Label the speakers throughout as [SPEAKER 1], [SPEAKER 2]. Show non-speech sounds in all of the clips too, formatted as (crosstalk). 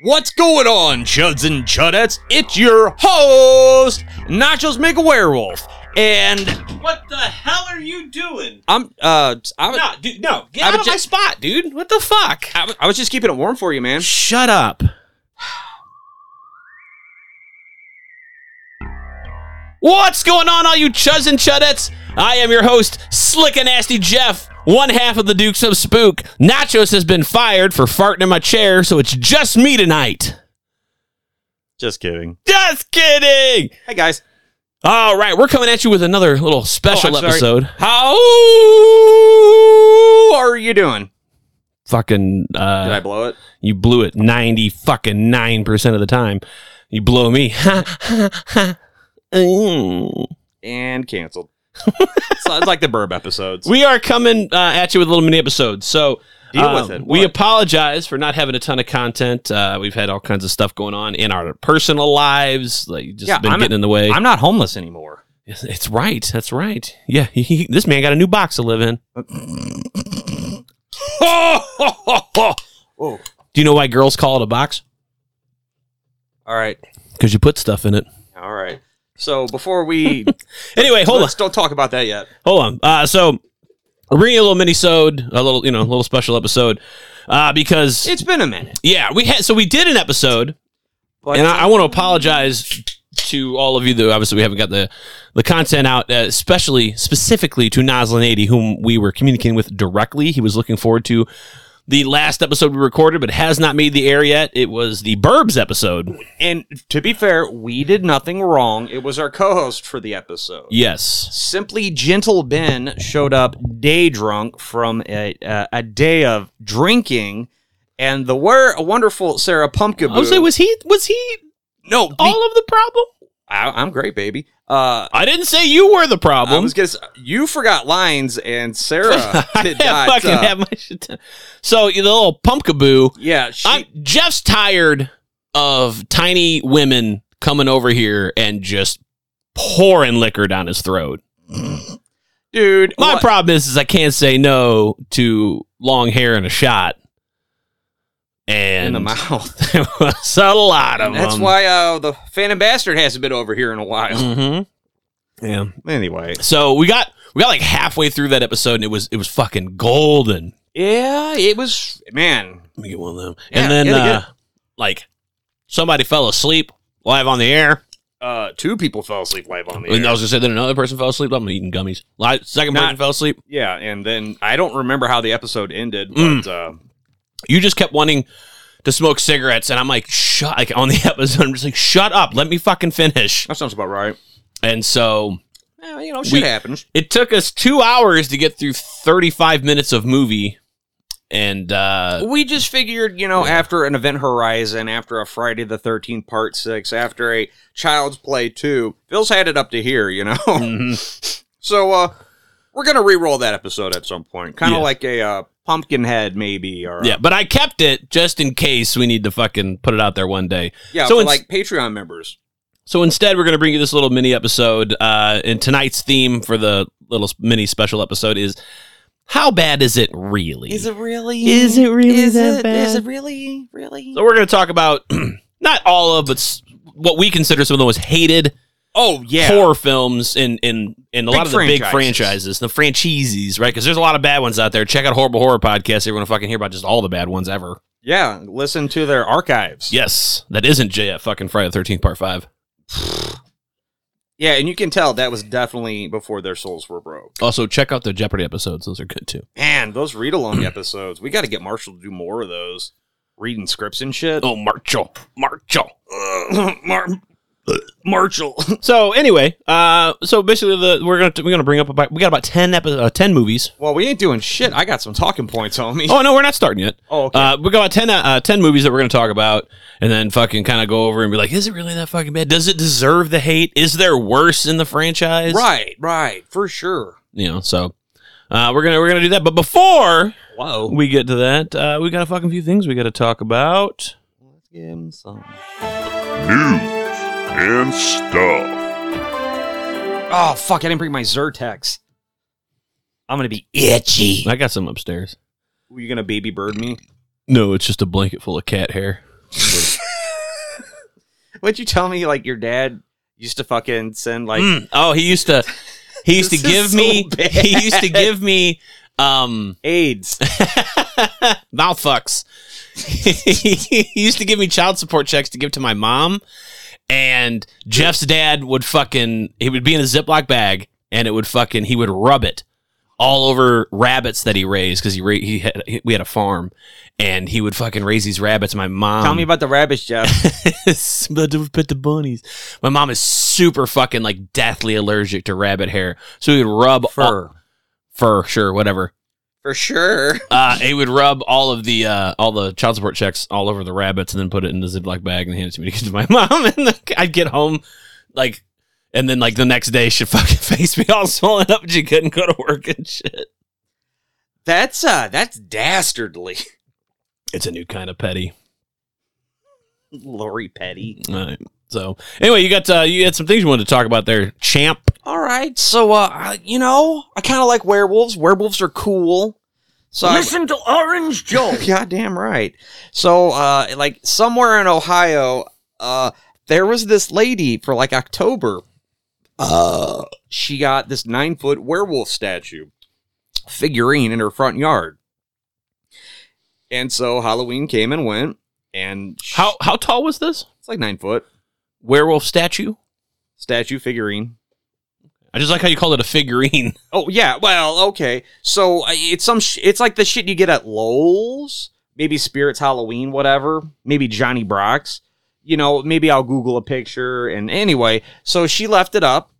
[SPEAKER 1] What's going on, chuds and chudettes? It's your host, Nachos Make a Werewolf, and
[SPEAKER 2] What the hell are you doing?
[SPEAKER 1] I'm uh I'm,
[SPEAKER 2] No, dude, no. Get
[SPEAKER 1] I
[SPEAKER 2] out
[SPEAKER 1] would
[SPEAKER 2] of my
[SPEAKER 1] ju-
[SPEAKER 2] spot, dude. What the fuck?
[SPEAKER 1] I, w- I was just keeping it warm for you, man.
[SPEAKER 2] Shut up. What's going on, all you chuds and chudettes? I am your host, Slick and Nasty Jeff, one half of the Dukes of Spook. Nachos has been fired for farting in my chair, so it's just me tonight.
[SPEAKER 1] Just kidding.
[SPEAKER 2] Just kidding.
[SPEAKER 1] Hey guys,
[SPEAKER 2] All right, we're coming at you with another little special
[SPEAKER 1] Oh, I'm sorry.
[SPEAKER 2] episode.
[SPEAKER 1] how are you doing?
[SPEAKER 2] Fucking uh,
[SPEAKER 1] Did I blow it?
[SPEAKER 2] You blew it 90 fucking 9% of the time. You blow me. (laughs) Mm.
[SPEAKER 1] And canceled.
[SPEAKER 2] (laughs)
[SPEAKER 1] so it's like the burb episodes.
[SPEAKER 2] we are coming uh, at you with a little mini episode. So
[SPEAKER 1] Deal
[SPEAKER 2] um,
[SPEAKER 1] with it.
[SPEAKER 2] we
[SPEAKER 1] What?
[SPEAKER 2] apologize for not having a ton of content. Uh, we've had all kinds of stuff going on in our personal lives. Like just
[SPEAKER 1] Yeah,
[SPEAKER 2] been
[SPEAKER 1] I'm-
[SPEAKER 2] getting in the way.
[SPEAKER 1] I'm not homeless anymore.
[SPEAKER 2] it's right. That's right. Yeah. this man got a new box to live in. (laughs)
[SPEAKER 1] Oh,
[SPEAKER 2] Do you know why girls call it a box?
[SPEAKER 1] all right,
[SPEAKER 2] Because you put stuff in it.
[SPEAKER 1] all right. So
[SPEAKER 2] (laughs)
[SPEAKER 1] before we
[SPEAKER 2] Anyway, hold on.
[SPEAKER 1] let's don't talk about that yet.
[SPEAKER 2] hold on. Uh, so we're bringing you a little mini-sode, a little you know, a little special episode, uh, because
[SPEAKER 1] It's been a minute,
[SPEAKER 2] yeah, we had so we did an episode,
[SPEAKER 1] but uh,
[SPEAKER 2] and I, I want to apologize to all of you that obviously we haven't got the the content out, uh, especially specifically to Noslin eighty, whom we were communicating with directly. He was looking forward to. The last episode we recorded, but has not made the air yet. It was the Burbs episode.
[SPEAKER 1] And to be fair, we did nothing wrong. It was our co-host for the episode.
[SPEAKER 2] Yes,
[SPEAKER 1] Simply Gentle Ben showed up day drunk from a, a, a day of drinking, and the were a wonderful Sarah Pumpkaboo.
[SPEAKER 2] I was say, was he was he
[SPEAKER 1] no, be-
[SPEAKER 2] all of the problem?
[SPEAKER 1] I, am great, baby. Uh,
[SPEAKER 2] I didn't say you were the
[SPEAKER 1] I
[SPEAKER 2] problem.
[SPEAKER 1] was gonna. s- You forgot lines,
[SPEAKER 2] (laughs)
[SPEAKER 1] and Sarah did
[SPEAKER 2] Yeah,
[SPEAKER 1] not.
[SPEAKER 2] fucking
[SPEAKER 1] uh,
[SPEAKER 2] have my shit. done. So you know, little pumpkaboo.
[SPEAKER 1] yeah, she,
[SPEAKER 2] I'm Jeff's tired of tiny women coming over here and just pouring liquor down his throat.
[SPEAKER 1] dude.
[SPEAKER 2] My
[SPEAKER 1] what-
[SPEAKER 2] problem is, is I can't say no to long hair and a shot. And
[SPEAKER 1] in
[SPEAKER 2] (laughs)
[SPEAKER 1] the mouth.
[SPEAKER 2] there was a lot of um,
[SPEAKER 1] That's
[SPEAKER 2] them.
[SPEAKER 1] why uh, the Phantom Bastard hasn't been over here in a while.
[SPEAKER 2] Mhm. Yeah.
[SPEAKER 1] Anyway,
[SPEAKER 2] So we got we got like halfway through that episode, and it was it was fucking golden.
[SPEAKER 1] yeah, it was man.
[SPEAKER 2] Let me get one of them.
[SPEAKER 1] Yeah,
[SPEAKER 2] and then,
[SPEAKER 1] yeah, yeah.
[SPEAKER 2] uh, like, somebody fell asleep live on the air.
[SPEAKER 1] uh, two people fell asleep live on the
[SPEAKER 2] And I
[SPEAKER 1] air.
[SPEAKER 2] was gonna say, then another person fell asleep. I'm eating gummies. Live, second
[SPEAKER 1] Not-
[SPEAKER 2] person fell asleep.
[SPEAKER 1] Yeah, and then I don't remember how the episode ended, but
[SPEAKER 2] Mm.
[SPEAKER 1] uh,
[SPEAKER 2] You just kept wanting to smoke cigarettes, and I'm like, shut. Like on the (laughs) episode, I'm just like, shut up. Let me fucking finish.
[SPEAKER 1] that sounds about right.
[SPEAKER 2] And so
[SPEAKER 1] Yeah, you know, shit
[SPEAKER 2] We-
[SPEAKER 1] happens.
[SPEAKER 2] it took us two hours to get through 35 minutes of movie, and uh,
[SPEAKER 1] We just figured, you know, after an Event Horizon, after a Friday the Thirteenth Part Six, after a Child's Play Two, Phil's had it up to here, you know.
[SPEAKER 2] Mm.
[SPEAKER 1] (laughs) so uh, we're gonna re-roll that episode at some point, kind of
[SPEAKER 2] Yeah.
[SPEAKER 1] like a uh, Pumpkinhead, maybe, or uh,
[SPEAKER 2] yeah, but I kept it just in case we need to fucking put it out there one day.
[SPEAKER 1] yeah,
[SPEAKER 2] So
[SPEAKER 1] for,
[SPEAKER 2] it's-
[SPEAKER 1] like Patreon members.
[SPEAKER 2] So instead, we're going to bring you this little mini episode. Uh, and tonight's theme for the little s- mini special episode is how bad is it really?
[SPEAKER 1] it really?
[SPEAKER 2] Is it really Is that it- bad? is it
[SPEAKER 1] really? Really?
[SPEAKER 2] so we're going to talk about (clears throat) not all of, but s- what we consider some of the most hated
[SPEAKER 1] Oh yeah.
[SPEAKER 2] horror films in in in a
[SPEAKER 1] Big
[SPEAKER 2] lot of the big
[SPEAKER 1] franchises.
[SPEAKER 2] franchises, the franchises, right? Because there's a lot of bad ones out there. Check out Horrible Horror Podcast. Everyone fucking hear about just all the bad ones ever.
[SPEAKER 1] Yeah, listen to their archives.
[SPEAKER 2] Yes, that isn't JF fucking Friday the Thirteenth Part Five.
[SPEAKER 1] Yeah, and you can tell that was definitely before their souls were broke.
[SPEAKER 2] Also, check out the Jeopardy episodes; those are good too.
[SPEAKER 1] Man, those
[SPEAKER 2] (clears throat)
[SPEAKER 1] read along episodes. We got to get Marshall to do more of those. Reading scripts and shit.
[SPEAKER 2] Oh, Marcho, Marcho.
[SPEAKER 1] Mar-
[SPEAKER 2] (laughs)
[SPEAKER 1] Marshall.
[SPEAKER 2] So anyway, uh, so basically, the we're gonna we're gonna bring up about we got about ten epi- uh, ten movies.
[SPEAKER 1] well, we ain't doing shit. I got some talking points, homie.
[SPEAKER 2] Oh no, we're not starting yet.
[SPEAKER 1] Oh, okay.
[SPEAKER 2] Uh, we got about 10, uh, uh, 10 movies that we're gonna talk about, and then fucking kind of go over and be like, is it really that fucking bad? Does it deserve the hate? Is there worse in the franchise?
[SPEAKER 1] right, right, for sure.
[SPEAKER 2] You know, so. Uh, we're gonna we're gonna do that, but before
[SPEAKER 1] Whoa.
[SPEAKER 2] we get to that, uh, we got a fucking few things we got to talk about.
[SPEAKER 1] Let's give him some.
[SPEAKER 3] news and stuff.
[SPEAKER 1] Oh, fuck. I didn't bring my Zyrtex. I'm going to be itchy.
[SPEAKER 2] I got some upstairs.
[SPEAKER 1] Were you going to baby bird me?
[SPEAKER 2] No, it's just a blanket full of cat hair.
[SPEAKER 1] Would you tell me like your dad used to fucking send like
[SPEAKER 2] Mm. Oh, he used to he used to
[SPEAKER 1] (laughs) This is
[SPEAKER 2] give
[SPEAKER 1] so
[SPEAKER 2] me
[SPEAKER 1] bad.
[SPEAKER 2] he used to give me um
[SPEAKER 1] AIDS?
[SPEAKER 2] (laughs) mouth fucks. he used to give me child support checks to give to my mom, and Jeff's dad would fucking he would be in a Ziploc bag, and it would fucking he would rub it all over rabbits that he raised because he ra- he had he, we had a farm, and he would fucking raise these rabbits. My mom
[SPEAKER 1] tell me about the rabbits, Jeff.
[SPEAKER 2] (laughs) but to pet the bunnies. My mom is super fucking like deathly allergic to rabbit hair, so he would rub all-
[SPEAKER 1] Fur.
[SPEAKER 2] fur, sure, whatever.
[SPEAKER 1] For sure.
[SPEAKER 2] Uh, he would rub all of the uh, all the child support checks all over the rabbits, and then put it in the Ziploc bag and hand it to me to give to my (laughs) mom. And then I'd get home like, and then like the next day, she'd (laughs) fucking face me all swollen up, and she couldn't go to work and shit.
[SPEAKER 1] That's uh that's dastardly. (laughs)
[SPEAKER 2] It's a new kind of petty.
[SPEAKER 1] Lori Petty.
[SPEAKER 2] All right. So anyway, you got uh, you had some things you wanted to talk about there, champ.
[SPEAKER 1] All right. So uh I- you know, I kind of like werewolves. Werewolves are cool. So I-
[SPEAKER 4] to Orange Joe.
[SPEAKER 1] (laughs) goddamn right. So uh like somewhere in Ohio, uh there was this lady for like October. Uh she got this 9-foot werewolf statue figurine in her front yard. And so Halloween came and went and
[SPEAKER 2] (laughs)
[SPEAKER 1] she-
[SPEAKER 2] How how tall was this
[SPEAKER 1] it's like 9 foot
[SPEAKER 2] werewolf statue?
[SPEAKER 1] statue figurine.
[SPEAKER 2] I just like how you call it a figurine.
[SPEAKER 1] Oh yeah, well, okay. So uh, it's some sh- it's like the shit you get at Lowell's, maybe Spirits Halloween, whatever, maybe Johnny Brock's. You know, maybe I'll Google a picture. And anyway, so she left it up,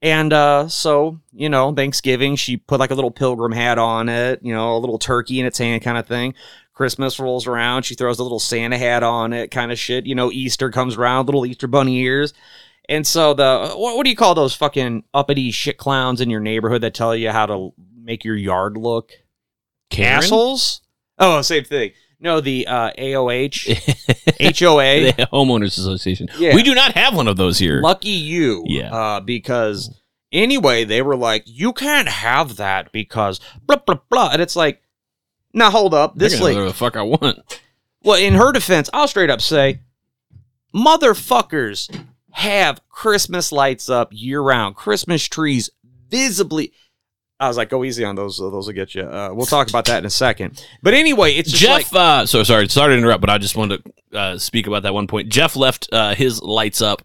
[SPEAKER 1] and uh, so you know, Thanksgiving she put like a little pilgrim hat on it, you know, a little turkey in its hand, kind of thing. Christmas rolls around, she throws a little Santa hat on it, kind of shit. You know, Easter comes around, little Easter bunny ears. And so the what, what do you call those fucking uppity shit clowns in your neighborhood that tell you how to make your yard look assholes? Oh, same thing. No, the uh,
[SPEAKER 2] (laughs)
[SPEAKER 1] AOH, HOA,
[SPEAKER 2] the homeowners association.
[SPEAKER 1] Yeah.
[SPEAKER 2] We do not have one of those here.
[SPEAKER 1] lucky you.
[SPEAKER 2] Yeah.
[SPEAKER 1] Uh, because anyway, they were like, you can't have that because blah blah blah, and it's like, now hold up,
[SPEAKER 2] They're
[SPEAKER 1] this
[SPEAKER 2] gonna do
[SPEAKER 1] lady.
[SPEAKER 2] whatever the fuck I want.
[SPEAKER 1] Well, in her defense, I'll straight up say, motherfuckers have Christmas lights up year round, Christmas trees visibly. I was like, go easy on those. Those will get you. Uh, we'll talk about that in a second. But anyway, it's just
[SPEAKER 2] Jeff,
[SPEAKER 1] like,
[SPEAKER 2] uh, so sorry, sorry to interrupt, but I just wanted to uh, speak about that one point. Jeff left uh, his lights up.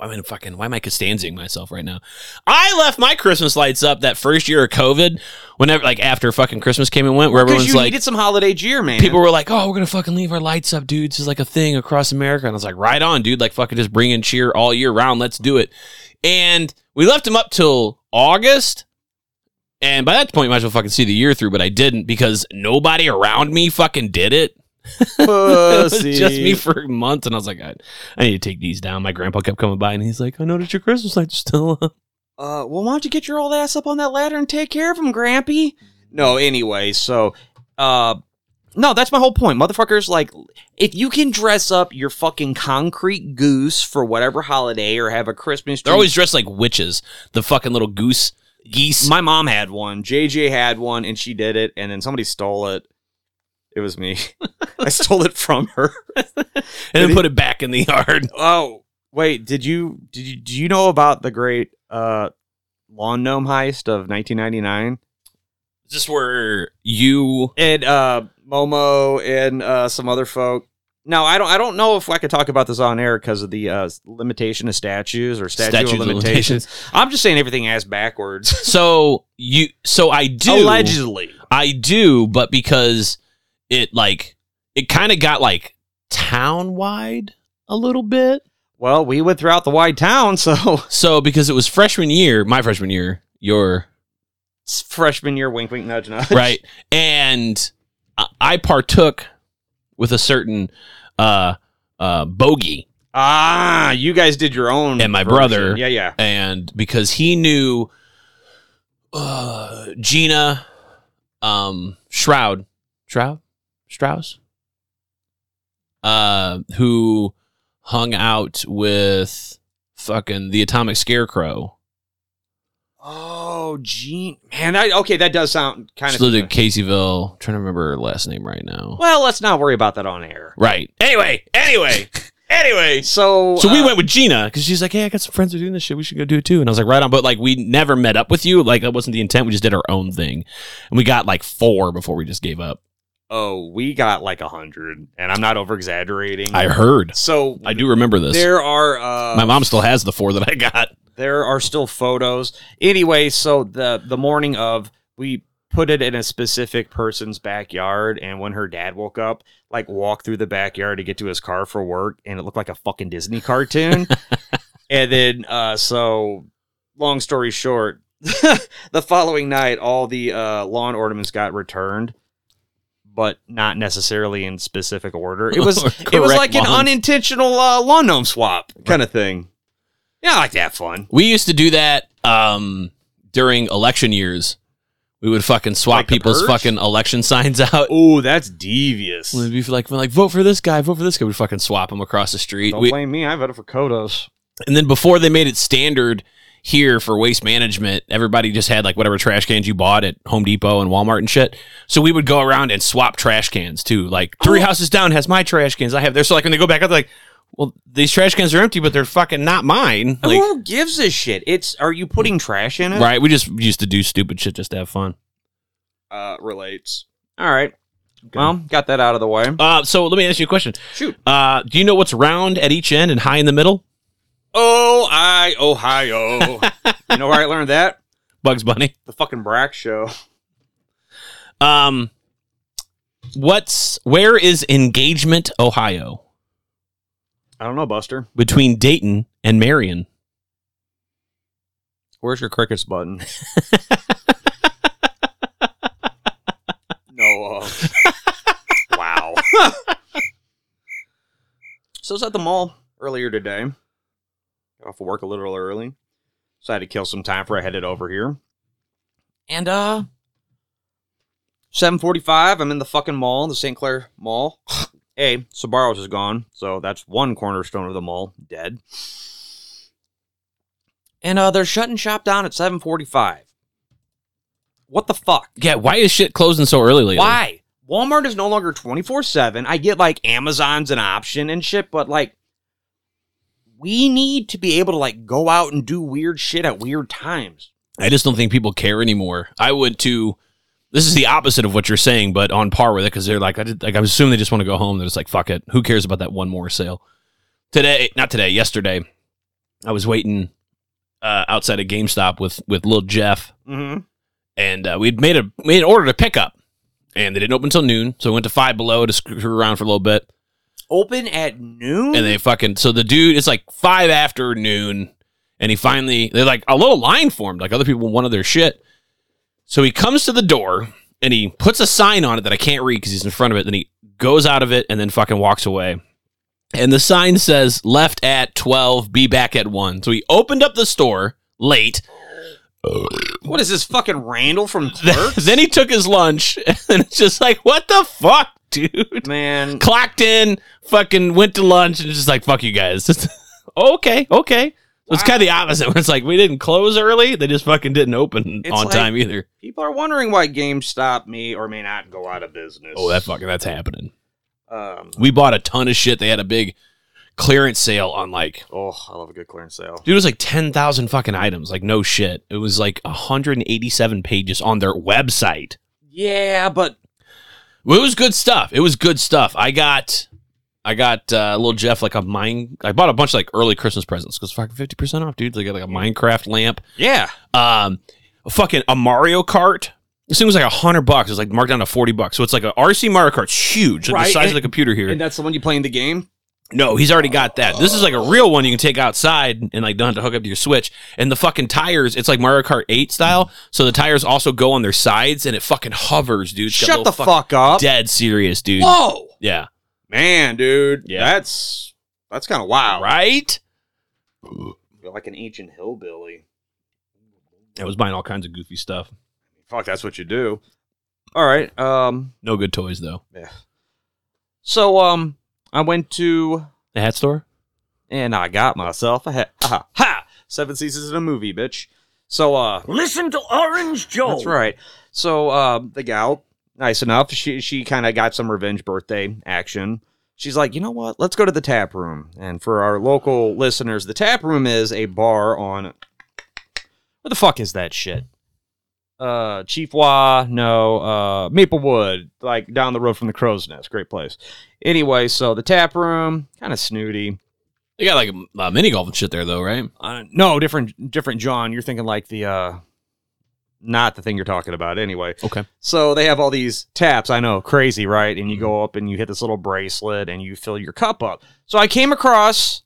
[SPEAKER 2] I mean, fucking, why am I Costanzing myself right now? I left my Christmas lights up that first year of COVID, whenever, like after fucking Christmas came and went, where
[SPEAKER 1] because
[SPEAKER 2] everyone's
[SPEAKER 1] you
[SPEAKER 2] like,
[SPEAKER 1] needed some holiday cheer, man.
[SPEAKER 2] people were like, "Oh, we're gonna fucking leave our lights up, dude. This is like a thing across America." And I was like, "Right on, dude. Like fucking just bring in cheer all year round. Let's do it." And we left them up till August. And by that point, you might as well fucking see the year through, but I didn't because nobody around me fucking did it. (laughs) It was
[SPEAKER 1] Pussy.
[SPEAKER 2] (laughs) just me for months, and I was like, I, I need to take these down. My grandpa kept coming by, and he's like, I noticed your Christmas lights are still up.
[SPEAKER 1] uh, well, why don't you get your old ass up on that ladder and take care of him, Grampy? No, anyway, so, uh, no, that's my whole point. Motherfuckers, like, if you can dress up your fucking concrete goose for whatever holiday or have a Christmas tree.
[SPEAKER 2] They're always dressed like witches. The fucking little goose, geese.
[SPEAKER 1] my mom had one. JJ had one, and she did it, and then somebody stole it. It was me. (laughs) I stole it from
[SPEAKER 2] (laughs)
[SPEAKER 1] her.
[SPEAKER 2] and then put it back in the (laughs) yard.
[SPEAKER 1] Oh, wait, did you did you do you know about the great uh lawn gnome heist of 1999?
[SPEAKER 2] Is this where you
[SPEAKER 1] and uh Momo and uh some other folk. Now I don't I don't know if I could talk about this on air because of the uh limitation of statues or statute
[SPEAKER 2] Statutes
[SPEAKER 1] of
[SPEAKER 2] of
[SPEAKER 1] limitations. I'm just saying everything
[SPEAKER 2] (laughs)
[SPEAKER 1] ass backwards.
[SPEAKER 2] So you, so I do,
[SPEAKER 1] Allegedly.
[SPEAKER 2] I do, but because it like it kind of got like town wide a little bit.
[SPEAKER 1] Well, we went throughout the wide town, so (laughs)
[SPEAKER 2] So because it was freshman year, my freshman year,
[SPEAKER 1] (laughs)
[SPEAKER 2] your
[SPEAKER 1] it's freshman year, wink wink nudge nudge.
[SPEAKER 2] right, and I- I partook with a certain uh uh bogey,
[SPEAKER 1] Ah, you guys did your own
[SPEAKER 2] And my
[SPEAKER 1] version.
[SPEAKER 2] brother-
[SPEAKER 1] Yeah, yeah.
[SPEAKER 2] and because he knew uh, Gina, um, Shroud, Shroud, Strauss, uh, who hung out with fucking the Atomic Scarecrow.
[SPEAKER 1] Oh, Gene. Man, that, okay, that does sound kind of.
[SPEAKER 2] She lived in Caseyville. Trying to remember her last name right now.
[SPEAKER 1] well, let's not worry about that on air.
[SPEAKER 2] Right. Anyway. Anyway. anyway.
[SPEAKER 1] So,
[SPEAKER 2] So we
[SPEAKER 1] uh,
[SPEAKER 2] went with Gina because she's like, "Hey, I got some friends who are doing this shit. We should go do it too." And I was like, "Right on." But like, we never met up with you. Like, that wasn't the intent. We just did our own thing, and we got like four before we just gave up.
[SPEAKER 1] Oh, we got like a hundred, and I'm not over exaggerating.
[SPEAKER 2] I heard.
[SPEAKER 1] So
[SPEAKER 2] I do remember this.
[SPEAKER 1] There are uh,
[SPEAKER 2] My mom still has the four that I got.
[SPEAKER 1] there are still photos. Anyway, so the the morning of we put it in a specific person's backyard, and when her dad woke up, like walked through the backyard to get to his car for work, and it looked like a fucking Disney cartoon. and then, uh, so long story short, (laughs) the following night, all the uh, lawn ornaments got returned. But not necessarily in specific order. It was it was
[SPEAKER 2] Correct
[SPEAKER 1] like an
[SPEAKER 2] lawns.
[SPEAKER 1] unintentional uh, lawn gnome swap kind of thing. Yeah, I like that fun.
[SPEAKER 2] We used to do that um, during election years. We would fucking swap
[SPEAKER 1] Like the
[SPEAKER 2] people's
[SPEAKER 1] purge?
[SPEAKER 2] fucking election (laughs) signs out.
[SPEAKER 1] Oh, that's devious.
[SPEAKER 2] We'd be like, we're like, vote for this guy, vote for this guy. We'd fucking swap them across the street.
[SPEAKER 1] Don't
[SPEAKER 2] We-
[SPEAKER 1] blame me. I voted for Kodos.
[SPEAKER 2] and then before they made it standard here for waste management, everybody just had like whatever trash cans you bought at Home Depot and Walmart and shit. So we would go around and swap trash cans too. Like three houses down has my trash cans, I have theirs. So like when they go back up, they're like, well, these trash cans are empty, but they're fucking not mine. Like,
[SPEAKER 1] Who gives a shit? It's are you putting trash in it?
[SPEAKER 2] right? We just used to do stupid shit just to have fun.
[SPEAKER 1] Uh, relates. All right. Well, got that out of the way.
[SPEAKER 2] Uh, so let me ask you a question.
[SPEAKER 1] Shoot.
[SPEAKER 2] Uh, do you know what's round at each end and high in the middle?
[SPEAKER 1] Oh, I
[SPEAKER 2] (laughs)
[SPEAKER 1] Ohio. you know where I learned that?
[SPEAKER 2] Bugs Bunny.
[SPEAKER 1] The fucking Brack show.
[SPEAKER 2] Um, what's where is Engagement, Ohio,
[SPEAKER 1] I don't know, Buster.
[SPEAKER 2] between Dayton and Marion?
[SPEAKER 1] Where's your crickets button? no. Uh, wow. so I was at the mall earlier today. Got off of work a little early. So I had to kill some time before I headed over here. And uh 745, I'm in the fucking mall, the St. Clair
[SPEAKER 2] (sighs)
[SPEAKER 1] Mall. hey, Sabaros is gone, so that's one cornerstone of the mall, dead. And uh they're shutting shop down at 745. What the fuck?
[SPEAKER 2] Yeah, why is shit closing so early lately?
[SPEAKER 1] Why? Walmart is no longer 24 7. I get like Amazon's an option and shit, but like we need to be able to like go out and do weird shit at weird times.
[SPEAKER 2] I just don't think people care anymore. I went to. This is the opposite of what you're saying, but on par with it because they're like, I did, like I assume they just want to go home. They're just like, fuck it, who cares about that one more sale? Today, not today, yesterday, I was waiting uh, outside of GameStop with with little Jeff,
[SPEAKER 1] Mm-hmm.
[SPEAKER 2] and uh, we'd made a made an order to pick up, and they didn't open until noon. So we went to Five Below to screw around for a little bit,
[SPEAKER 1] Open at noon?
[SPEAKER 2] and they fucking so the dude it's like five after noon, and he finally they're like a little line formed like other people wanted their shit, so he comes to the door and he puts a sign on it that I can't read because he's in front of it. Then he goes out of it and then fucking walks away. And the sign says left at 12, be back at 1. So he opened up the store late,
[SPEAKER 1] what is this fucking
[SPEAKER 2] (laughs)
[SPEAKER 1] Randall from
[SPEAKER 2] Then,
[SPEAKER 1] Clerks?
[SPEAKER 2] then he took his lunch, (laughs) and it's just like, what the fuck, dude?
[SPEAKER 1] Man,
[SPEAKER 2] Clocked in, fucking went to lunch, and just like, fuck you guys. (laughs) Just- okay, okay. So it's kind of the opposite. (laughs) Where it's like we didn't close early; they just fucking didn't open
[SPEAKER 1] It's
[SPEAKER 2] on
[SPEAKER 1] like-
[SPEAKER 2] time either.
[SPEAKER 1] people are wondering why GameStop may or may not go out of business.
[SPEAKER 2] Oh, that fucking that's happening.
[SPEAKER 1] Um,
[SPEAKER 2] We bought a ton of shit. They had a big clearance sale on like,
[SPEAKER 1] oh, I love a good clearance sale.
[SPEAKER 2] dude, it was like ten thousand fucking items. Like, no shit, it was like hundred and eighty-seven pages on their website.
[SPEAKER 1] Yeah, but
[SPEAKER 2] Well, it was good stuff. It was good stuff. I got, I got uh, little Jeff like a mine. I bought a bunch of like early Christmas presents because fucking fifty percent off, dude. They got like a Minecraft lamp,
[SPEAKER 1] yeah.
[SPEAKER 2] um, a fucking a Mario Kart. This thing was like a hundred bucks. It was like marked down to forty bucks. So it's like a RC Mario Kart's huge, like the
[SPEAKER 1] Right,
[SPEAKER 2] size of
[SPEAKER 1] and-
[SPEAKER 2] the computer here.
[SPEAKER 1] And that's the one you play in the game?
[SPEAKER 2] No, he's already got that. This is like a real one you can take outside and like don't have to hook up to your Switch. And the fucking tires, it's like Mario Kart 8 style. So the tires also go on their sides and it fucking hovers, dude. It's got
[SPEAKER 1] Shut
[SPEAKER 2] little
[SPEAKER 1] the fuck up.
[SPEAKER 2] Dead serious, dude.
[SPEAKER 1] Whoa!
[SPEAKER 2] Yeah.
[SPEAKER 1] Man, dude,
[SPEAKER 2] Yeah.
[SPEAKER 1] that's that's kind of wild.
[SPEAKER 2] Right?
[SPEAKER 1] You're like an ancient hillbilly.
[SPEAKER 2] I was buying all kinds of goofy stuff.
[SPEAKER 1] Fuck, that's what you do. All right. Um.
[SPEAKER 2] No good toys though.
[SPEAKER 1] yeah. So um, I went to
[SPEAKER 2] The hat store?
[SPEAKER 1] (laughs) and I got myself a hat. Ha ha! Seven seasons in a movie, bitch. So uh
[SPEAKER 5] Listen to Orange Joe.
[SPEAKER 1] that's right. So uh, the gal, nice enough, she she kind of got some revenge birthday action. She's like, you know what? Let's go to the tap room. And for our local listeners, the tap room is a bar on. Where the fuck is that shit? Uh, Chief Wa, no, uh, Maplewood, like down the road from the Crow's Nest. Great place. Anyway, so the tap room, kind of snooty.
[SPEAKER 2] They got like a, uh, mini golf and shit there though, right?
[SPEAKER 1] Uh, no, different, different John. You're thinking like the, uh, not the thing you're talking about. Anyway,
[SPEAKER 2] Okay.
[SPEAKER 1] so they have all these taps. I know, crazy, right? And you go up and you hit this little bracelet and you fill your cup up. So I came across,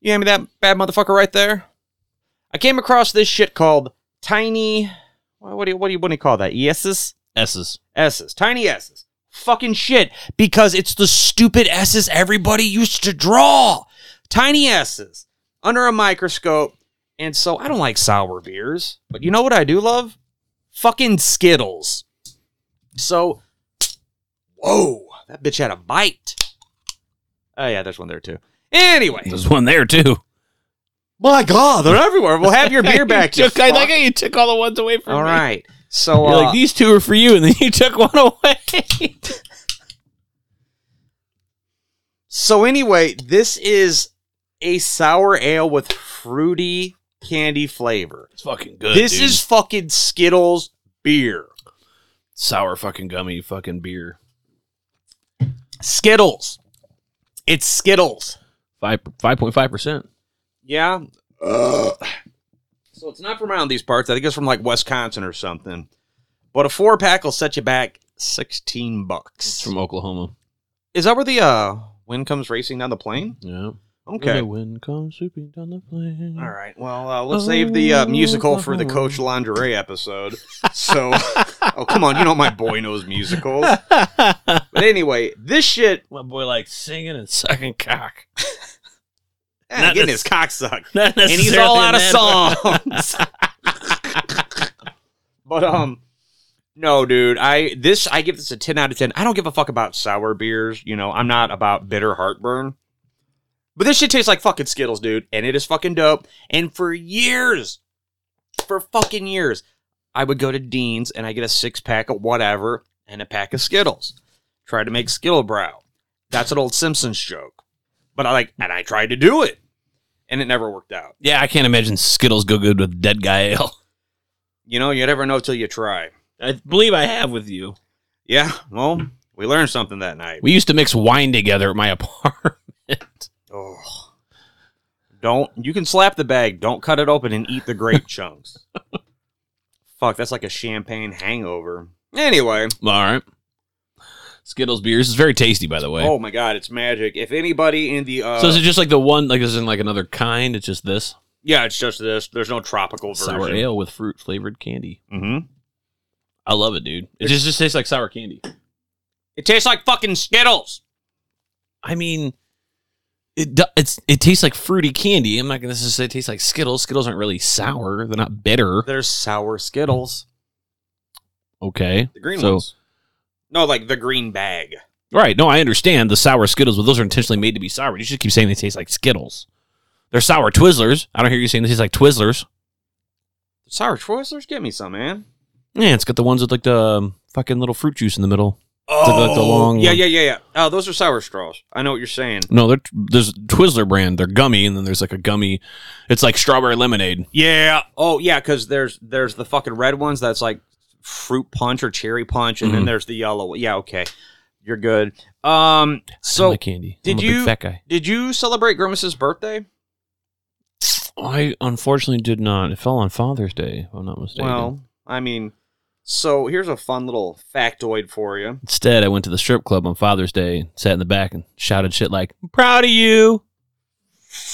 [SPEAKER 1] you hand me that bad motherfucker right there. I came across this shit called tiny. wha- What do you what do you what do you call that? S's
[SPEAKER 2] S's.
[SPEAKER 1] S's tiny S's. Fucking shit because it's the stupid S's everybody used to draw. Tiny S's under a microscope. And so I don't like sour beers, but you know what I do love? Fucking Skittles. So, whoa, that bitch had a bite. Oh yeah, there's one there too. Anyway,
[SPEAKER 2] There's one there (laughs) too.
[SPEAKER 1] my God, they're everywhere. We'll have your (laughs) beer back. you
[SPEAKER 2] took, I
[SPEAKER 1] fuck.
[SPEAKER 2] like how you took all the ones away from
[SPEAKER 1] All
[SPEAKER 2] me.
[SPEAKER 1] right, so
[SPEAKER 2] You're
[SPEAKER 1] uh,
[SPEAKER 2] like these two are for you, and then you (laughs) took one away.
[SPEAKER 1] so anyway, this is a sour ale with fruity candy flavor.
[SPEAKER 2] it's fucking good.
[SPEAKER 1] this
[SPEAKER 2] dude.
[SPEAKER 1] is fucking Skittles beer.
[SPEAKER 2] sour fucking gummy fucking beer.
[SPEAKER 1] Skittles. It's Skittles.
[SPEAKER 2] Five five point five percent.
[SPEAKER 1] Yeah. So it's not from around these parts. I think it's from like Wisconsin or something. But a four pack will set you back sixteen bucks.
[SPEAKER 2] It's from Oklahoma.
[SPEAKER 1] Is that where the uh wind comes racing down the plane?
[SPEAKER 2] Yeah.
[SPEAKER 1] Okay.
[SPEAKER 2] The wind comes sweeping down the plain.
[SPEAKER 1] All right. Well, uh, let's save the uh, musical for the Coach Lingerie episode. So, oh come on, you know my boy knows musicals. But anyway, this shit,
[SPEAKER 2] My boy likes singing and sucking cock. (laughs)
[SPEAKER 1] eh,
[SPEAKER 2] Not
[SPEAKER 1] getting
[SPEAKER 2] this-
[SPEAKER 1] his cock sucked.
[SPEAKER 2] Not
[SPEAKER 1] and he's all out of songs. but um, no, dude, I this I give this a ten out of ten. I don't give a fuck about sour beers. You know, I'm not about bitter heartburn. But this shit tastes like fucking Skittles, dude, and it is fucking dope. And for years, for fucking years, I would go to Dean's and I get a six pack of whatever and a pack of Skittles. Try to make Skittle brow. That's an old Simpsons joke. But I like, and I tried to do it, and it never worked out.
[SPEAKER 2] Yeah, I can't imagine Skittles go good with dead guy ale.
[SPEAKER 1] You know, you never know till you try.
[SPEAKER 2] I believe I have with you.
[SPEAKER 1] Yeah, well, we learned something that night.
[SPEAKER 2] We used to mix wine together at my (laughs) apartment.
[SPEAKER 1] Oh. Don't you can slap the bag, don't cut it open and eat the grape chunks. Fuck, that's like a champagne hangover. Anyway,
[SPEAKER 2] All right. Skittles beers is very tasty, by the way.
[SPEAKER 1] oh my god, it's magic. If anybody in the uh
[SPEAKER 2] so is it just like the one? Like isn't like another kind? It's just this
[SPEAKER 1] Yeah, it's just this. There's no tropical version.
[SPEAKER 2] sour ale with fruit flavored candy.
[SPEAKER 1] Mm-hmm.
[SPEAKER 2] I love it, dude. It just, just tastes like sour candy.
[SPEAKER 1] It tastes like fucking Skittles.
[SPEAKER 2] I mean, it do- it's it tastes like fruity candy. I'm not gonna necessarily say it tastes like Skittles. Skittles aren't really sour. They're not bitter.
[SPEAKER 1] There's sour Skittles.
[SPEAKER 2] Okay.
[SPEAKER 1] The green
[SPEAKER 2] So-
[SPEAKER 1] ones. No, like the green bag.
[SPEAKER 2] Right. No, I understand the sour Skittles, but those are intentionally made to be sour. You should keep saying they taste like Skittles. They're sour Twizzlers. I don't hear you saying they taste like Twizzlers.
[SPEAKER 1] Sour Twizzlers, give me some, man.
[SPEAKER 2] Yeah, it's got the ones with like the um, fucking little fruit juice in the middle.
[SPEAKER 1] Oh,
[SPEAKER 2] like the long
[SPEAKER 1] yeah,
[SPEAKER 2] one.
[SPEAKER 1] yeah, yeah, yeah. Oh, those are sour straws. I know what you're saying.
[SPEAKER 2] No, they're, there's Twizzler brand. They're gummy, and then there's like a gummy. It's like strawberry lemonade.
[SPEAKER 1] Yeah. Oh, yeah. Because there's there's the fucking red ones that's like fruit punch or cherry punch, and then
[SPEAKER 2] Mhm.
[SPEAKER 1] there's the yellow. one. Yeah. Okay. You're good. Um. So
[SPEAKER 2] I like candy.
[SPEAKER 1] did
[SPEAKER 2] I'm a big
[SPEAKER 1] you-
[SPEAKER 2] fat guy?
[SPEAKER 1] did you celebrate Grimace's birthday?
[SPEAKER 2] I unfortunately did not. It fell on Father's Day, if I'm not mistaken.
[SPEAKER 1] Well, I mean, so here's a fun little factoid for you.
[SPEAKER 2] Instead, I went to the strip club on Father's Day, and sat in the back, and shouted shit like, I'm proud of you.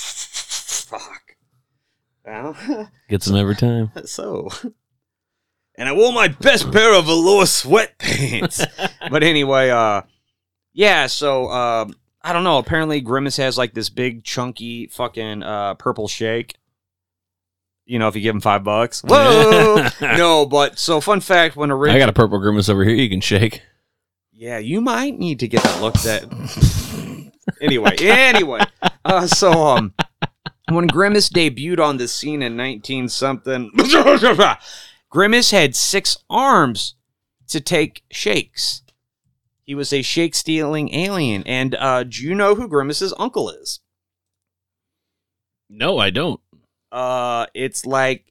[SPEAKER 1] Fuck. Well, (laughs)
[SPEAKER 2] Gets them every time.
[SPEAKER 1] so. And I wore my best pair of velour sweatpants. but anyway, uh, yeah. So um, I don't know. Apparently, Grimace has like this big, chunky, fucking uh, purple shake. You know, if you give him five bucks. Whoa! no, but so fun fact: when
[SPEAKER 2] I
[SPEAKER 1] originally,
[SPEAKER 2] got a purple grimace over here you can shake.
[SPEAKER 1] yeah, you might need to (laughs) get that looked at. anyway, anyway, uh, so um, when Grimace debuted on the scene in 19 something, (laughs) Grimace had six arms to take shakes. He was a shake stealing alien. And uh, do you know who Grimace's uncle is?
[SPEAKER 2] No, I don't.
[SPEAKER 1] uh it's like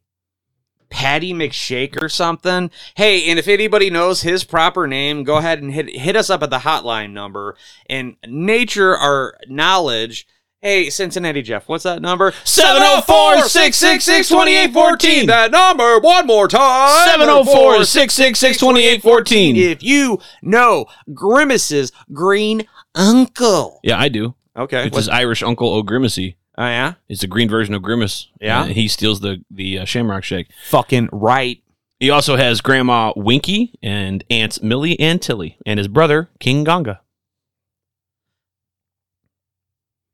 [SPEAKER 1] Patty McShake or something. Hey, and if anybody knows his proper name, go ahead and hit hit us up at the hotline number and nature our knowledge. Hey, Cincinnati Jeff, what's that number?
[SPEAKER 2] 704-666-2814.
[SPEAKER 1] That number one more time.
[SPEAKER 2] 704 666 2814.
[SPEAKER 1] If you know Grimace's green uncle.
[SPEAKER 2] Yeah, I do.
[SPEAKER 1] Okay.
[SPEAKER 2] It's his Irish uncle O'Grimacy.
[SPEAKER 1] oh yeah.
[SPEAKER 2] It's the green version of Grimace.
[SPEAKER 1] Yeah.
[SPEAKER 2] Uh, he steals the, the uh, Shamrock Shake.
[SPEAKER 1] Fucking right.
[SPEAKER 2] He also has Grandma Winky and Aunts Millie and Tilly and his brother, King Ganga.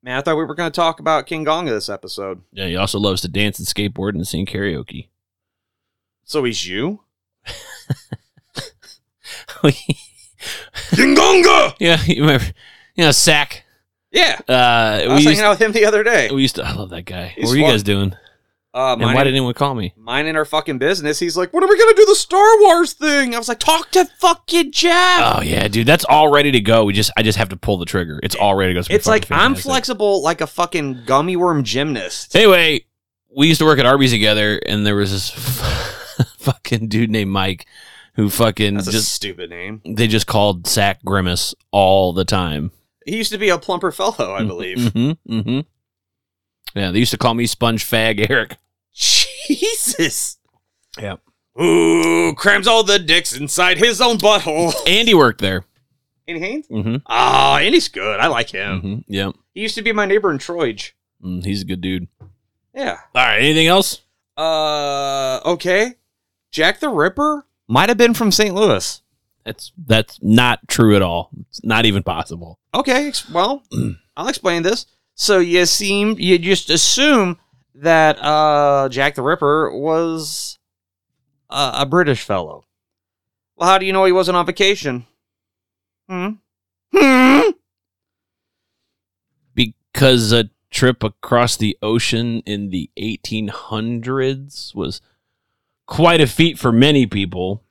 [SPEAKER 1] Man, I thought we were going to talk about King Gonga this episode.
[SPEAKER 2] Yeah, he also loves to dance and skateboard and sing karaoke. (laughs)
[SPEAKER 1] So he's you?
[SPEAKER 6] Kingonga!
[SPEAKER 2] yeah, you remember, you know, Sack.
[SPEAKER 1] Yeah.
[SPEAKER 2] Uh,
[SPEAKER 1] I
[SPEAKER 2] we,
[SPEAKER 1] was
[SPEAKER 2] used,
[SPEAKER 1] hanging out with him the other day.
[SPEAKER 2] we used to, I love that guy.
[SPEAKER 1] He's
[SPEAKER 2] what were you
[SPEAKER 1] fun.
[SPEAKER 2] guys doing?
[SPEAKER 1] Uh,
[SPEAKER 2] And
[SPEAKER 1] mine,
[SPEAKER 2] why did anyone call me?
[SPEAKER 1] mine in our fucking business. He's like, when are we going to do the Star Wars thing? I was like, talk to fucking Jeff.
[SPEAKER 2] Oh yeah, dude, that's all ready to go. We just, I just have to pull the trigger. It's all ready to go. been
[SPEAKER 1] it's like,
[SPEAKER 2] fucking
[SPEAKER 1] I'm
[SPEAKER 2] fantastic.
[SPEAKER 1] flexible like a fucking gummy worm gymnast.
[SPEAKER 2] Anyway, we used to work at Arby's together, and there was this (laughs) fucking dude named Mike who fucking
[SPEAKER 1] That's a
[SPEAKER 2] just
[SPEAKER 1] stupid name.
[SPEAKER 2] they just called Sack Grimace all the time.
[SPEAKER 1] He used to be a plumper fellow,
[SPEAKER 2] (laughs)
[SPEAKER 1] I believe.
[SPEAKER 2] Mm-hmm. Mm-hmm. Yeah, they used to call me Sponge Fag Eric.
[SPEAKER 1] Jesus.
[SPEAKER 2] Yep.
[SPEAKER 1] Ooh, crams all the dicks inside his own butthole.
[SPEAKER 2] Andy worked there.
[SPEAKER 1] And Haynes?
[SPEAKER 2] Mm-hmm.
[SPEAKER 1] Ah, and he's good. I like him.
[SPEAKER 2] mm-hmm. Yep.
[SPEAKER 1] He used to be my neighbor in Troij.
[SPEAKER 2] Mm, he's a good dude.
[SPEAKER 1] Yeah.
[SPEAKER 2] All right. Anything else?
[SPEAKER 1] Uh, okay. Jack the Ripper might have been from St. Louis.
[SPEAKER 2] That's that's not true at all. It's not even possible.
[SPEAKER 1] Okay, ex- well, (clears throat) I'll explain this. So you seem you just assume that uh, Jack the Ripper was a, a British fellow. Well, how do you know he wasn't on vacation? Hmm. Hmm.
[SPEAKER 2] Because a trip across the ocean in the 1800s was quite a feat for many people.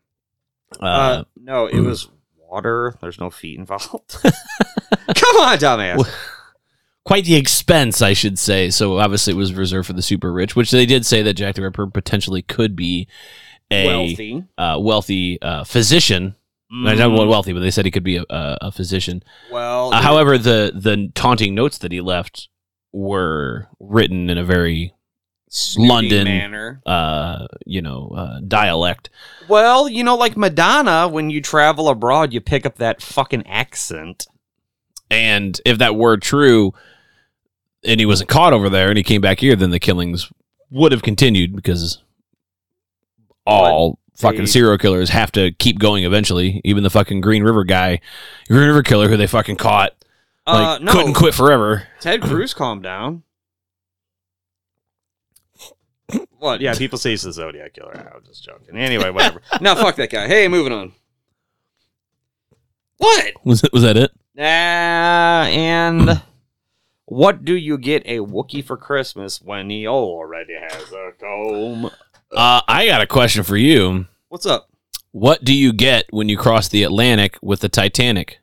[SPEAKER 2] Uh,
[SPEAKER 1] Uh, no, it was water. There's no feet (laughs) involved. Come on, dumbass.
[SPEAKER 2] quite the expense, I should say. So obviously, it was reserved for the super rich, which they did say that Jack the Ripper potentially could be a
[SPEAKER 1] Wealthy.
[SPEAKER 2] uh, wealthy uh, physician. I don't
[SPEAKER 1] Mm.
[SPEAKER 2] know wealthy, but they said he could be a, a, a physician.
[SPEAKER 1] Well,
[SPEAKER 2] Uh, however, the the taunting notes that he left were written in a very
[SPEAKER 1] snooty
[SPEAKER 2] London.
[SPEAKER 1] manner.
[SPEAKER 2] uh, you know uh, dialect.
[SPEAKER 1] Well, you know, like Madonna, when you travel abroad, you pick up that fucking accent.
[SPEAKER 2] And if that were true, and he wasn't caught over there, and he came back here, then the killings would have continued because all
[SPEAKER 1] they-
[SPEAKER 2] fucking serial killers have to keep going eventually. Even the fucking Green River guy, Green River killer, who they fucking caught,
[SPEAKER 1] Uh,
[SPEAKER 2] like,
[SPEAKER 1] no, (coughs)
[SPEAKER 2] couldn't quit forever.
[SPEAKER 1] Ted Cruz, calm down. What? Yeah, people say he's the Zodiac killer. I was just joking. Anyway, whatever. (laughs) no, fuck that guy. Hey, moving on. What?
[SPEAKER 2] Was that, was that it?
[SPEAKER 1] Uh, and what do you get a Wookiee for Christmas when he already has a comb?
[SPEAKER 2] Uh, I got a question for you.
[SPEAKER 1] What's up?
[SPEAKER 2] What do you get when you cross the Atlantic with the Titanic?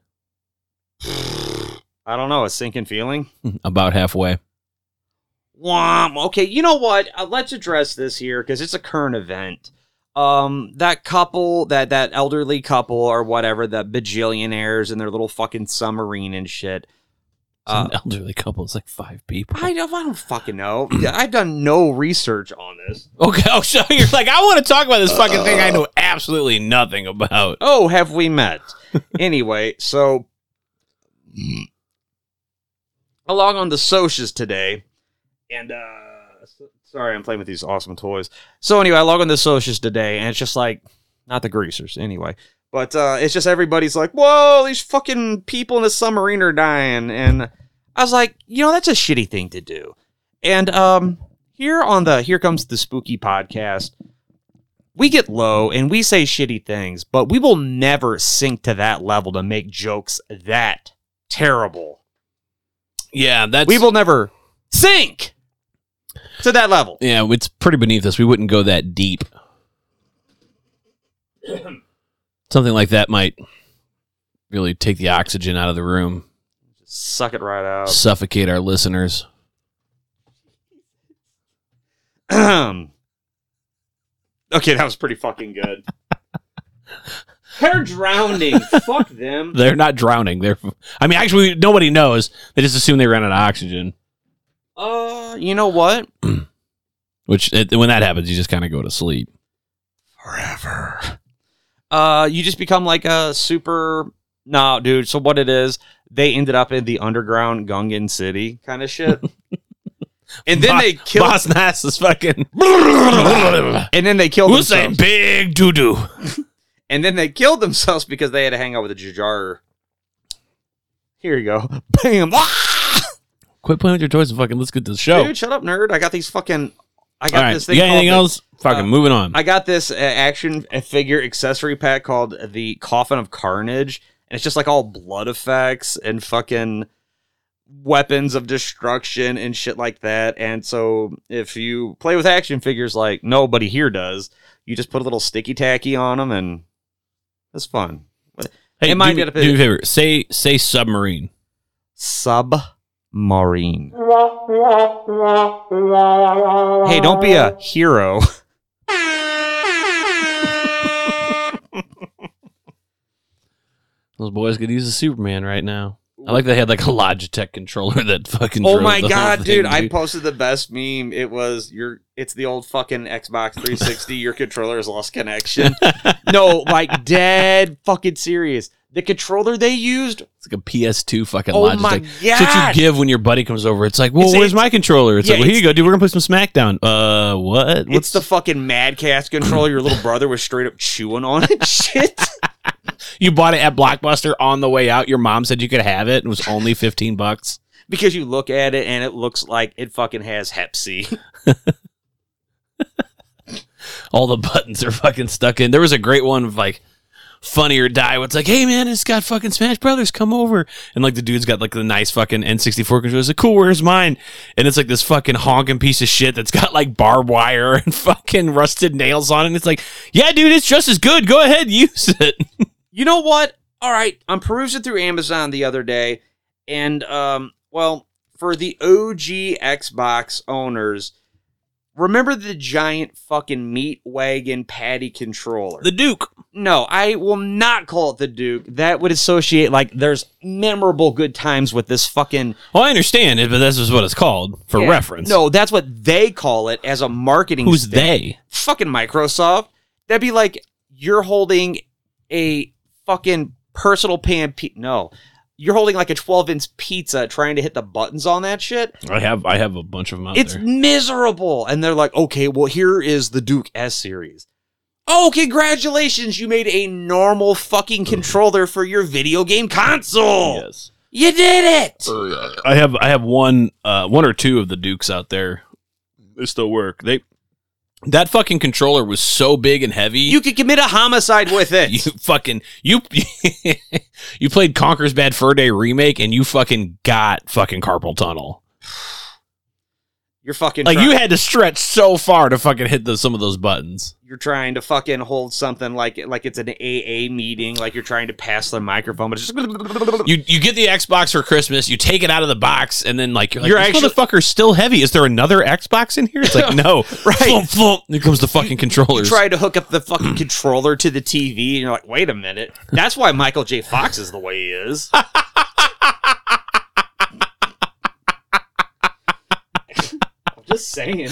[SPEAKER 1] I don't know. A sinking feeling.
[SPEAKER 2] (laughs) About halfway.
[SPEAKER 1] Wham. Okay, you know what? Uh, let's address this here because it's a current event. Um, that couple, that that elderly couple or whatever, the bajillionaires in their little fucking submarine and shit.
[SPEAKER 2] It's
[SPEAKER 1] Uh,
[SPEAKER 2] an elderly couple. It's like five people.
[SPEAKER 1] I don't, I don't fucking know. Yeah, I've done no research on this.
[SPEAKER 2] Okay, (laughs) oh, so you're like, I want to talk about this fucking thing I know absolutely nothing about.
[SPEAKER 1] Oh, have we met? anyway, so along on the socials today, and uh, so- sorry, I'm playing with these awesome toys. So anyway, I log on the socials today, and it's just like not the greasers, anyway. But uh, it's just everybody's like, "Whoa, these fucking people in the submarine are dying," and I was like, you know, that's a shitty thing to do. And um, here on the Here Comes the Spooky podcast, we get low and we say shitty things, but we will never sink to that level to make jokes that terrible.
[SPEAKER 2] Yeah, that's
[SPEAKER 1] We will never sink to that level.
[SPEAKER 2] Yeah, it's pretty beneath us. We wouldn't go that deep. Something like that might really take the oxygen out of the room,
[SPEAKER 1] Suck it right
[SPEAKER 2] Uh.
[SPEAKER 1] out.
[SPEAKER 2] suffocate our listeners.
[SPEAKER 1] (clears throat) okay, that was pretty fucking (laughs) good. They're drowning. Fuck them.
[SPEAKER 2] They're not drowning. They're I mean actually nobody knows. They just assume they ran out of oxygen,
[SPEAKER 1] Uh, you know what?
[SPEAKER 2] which it, when that happens you just kind of go to sleep.
[SPEAKER 1] Forever. Uh, you just become like a super. No, dude. So what it is? They ended up in the underground Gungan city kind of
[SPEAKER 2] (laughs)
[SPEAKER 1] shit. and then
[SPEAKER 2] Bo-
[SPEAKER 1] they killed.
[SPEAKER 2] Boss Nass is (laughs) fucking
[SPEAKER 1] (laughs) and then they killed
[SPEAKER 2] Who's saying
[SPEAKER 1] themselves.
[SPEAKER 2] big doo doo?
[SPEAKER 1] And then they killed themselves because they had to hang out with a Jajar. Here you go. (laughs) Bam.
[SPEAKER 2] Quit playing with your toys and fucking let's get to the show.
[SPEAKER 1] Dude, shut up, nerd. I got these fucking. I
[SPEAKER 2] All
[SPEAKER 1] got
[SPEAKER 2] right,
[SPEAKER 1] this thing.
[SPEAKER 2] you got anything
[SPEAKER 1] called
[SPEAKER 2] else? Fucking
[SPEAKER 1] uh,
[SPEAKER 2] moving on.
[SPEAKER 1] The, I got this uh, action figure accessory pack called the Coffin of Carnage, and it's just like all blood effects and fucking weapons of destruction and shit like that. And so, if you play with action figures like nobody here does, you just put a little sticky tacky on them, and it's fun.
[SPEAKER 2] hey,
[SPEAKER 1] it might
[SPEAKER 2] do, me-
[SPEAKER 1] get a bit-
[SPEAKER 2] do me a favor. Say say submarine.
[SPEAKER 1] Submarine. Hey, don't be a hero. (laughs)
[SPEAKER 2] Those boys could use a Superman right now. I like they had like a Logitech controller (laughs) that fucking.
[SPEAKER 1] Oh
[SPEAKER 2] drove
[SPEAKER 1] my
[SPEAKER 2] the whole
[SPEAKER 1] god,
[SPEAKER 2] thing,
[SPEAKER 1] dude! I posted the best meme. It was your. It's the old fucking Xbox 360. your controller's
[SPEAKER 2] (laughs)
[SPEAKER 1] lost connection. no, like dead fucking serious. The controller they used.
[SPEAKER 2] it's like a PS2 fucking
[SPEAKER 1] oh
[SPEAKER 2] Logitech.
[SPEAKER 1] my
[SPEAKER 2] It's what
[SPEAKER 1] god!
[SPEAKER 2] you give when your buddy comes over. It's like, well,
[SPEAKER 1] It's-
[SPEAKER 2] where's
[SPEAKER 1] it's-
[SPEAKER 2] my controller? It's
[SPEAKER 1] yeah,
[SPEAKER 2] like, well, here
[SPEAKER 1] it's-
[SPEAKER 2] you go, dude. We're gonna play some SmackDown. Uh, what? What's
[SPEAKER 1] it's the fucking Madcast controller. Your little brother was straight up chewing on it. (laughs) Shit.
[SPEAKER 2] you bought it at Blockbuster on the way out? Your mom said you could have it. It was only fifteen bucks.
[SPEAKER 1] because you look at it and it looks like it fucking has Hep C.
[SPEAKER 2] all the (laughs) buttons are fucking stuck in. There was a great one of like funny or die. where It's like, hey man, it's got fucking Smash Brothers. Come over, and like the dude's got like the nice fucking N64 controller. It's like, cool, where's mine? And it's like this fucking honking piece of shit that's got like barbed wire (laughs) and fucking rusted nails on it. And it's like, yeah, dude, it's just as good. Go ahead, (laughs) use it.
[SPEAKER 1] You know what? All right, I'm perusing through Amazon the other day, and um, well, for the OG Xbox owners, remember the giant fucking meat wagon patty controller?
[SPEAKER 2] The Duke.
[SPEAKER 1] no, I will not call it the Duke. That would associate like there's memorable good times with this fucking
[SPEAKER 2] Well, I understand it, but this is what it's called for
[SPEAKER 1] Yeah.
[SPEAKER 2] reference.
[SPEAKER 1] No, that's what they call it as a marketing.
[SPEAKER 2] who's
[SPEAKER 1] thing.
[SPEAKER 2] they?
[SPEAKER 1] fucking Microsoft. That'd be like you're holding a fucking personal pan. Pe- no, you're holding like a 12 inch pizza, trying to hit the buttons on that shit.
[SPEAKER 2] I have I have a bunch of them out
[SPEAKER 1] It's
[SPEAKER 2] there.
[SPEAKER 1] miserable. And they're like, okay, well here is the Duke S series. Oh, congratulations! You made a normal fucking controller for your video game console.
[SPEAKER 2] Yes.
[SPEAKER 1] You did it.
[SPEAKER 2] I have I have one uh, one or two of the Dukes out there. They still work. They that fucking controller was so big and heavy.
[SPEAKER 1] You could commit a homicide with
[SPEAKER 2] (laughs)
[SPEAKER 1] it.
[SPEAKER 2] you fucking you (laughs) you played Conker's Bad Fur Day remake and you fucking got fucking carpal tunnel.
[SPEAKER 1] You're fucking
[SPEAKER 2] Like
[SPEAKER 1] trying-
[SPEAKER 2] you had to stretch so far to fucking hit those, some of those buttons.
[SPEAKER 1] you're trying to fucking hold something like like it's an AA meeting, like you're trying to pass the microphone, but it's just
[SPEAKER 2] You you get the Xbox for Christmas, you take it out of the box, and then like you're like
[SPEAKER 1] You're
[SPEAKER 2] this
[SPEAKER 1] actually-
[SPEAKER 2] motherfucker's still heavy. Is there another Xbox in here? It's
[SPEAKER 1] (laughs)
[SPEAKER 2] like no,
[SPEAKER 1] Right.
[SPEAKER 2] Flump, flump. Here comes the fucking
[SPEAKER 1] you
[SPEAKER 2] controllers.
[SPEAKER 1] try to hook up the fucking (clears throat) controller to the TV, and you're like, wait a minute, that's why Michael J. Fox is the way he (laughs) is. I'm just saying.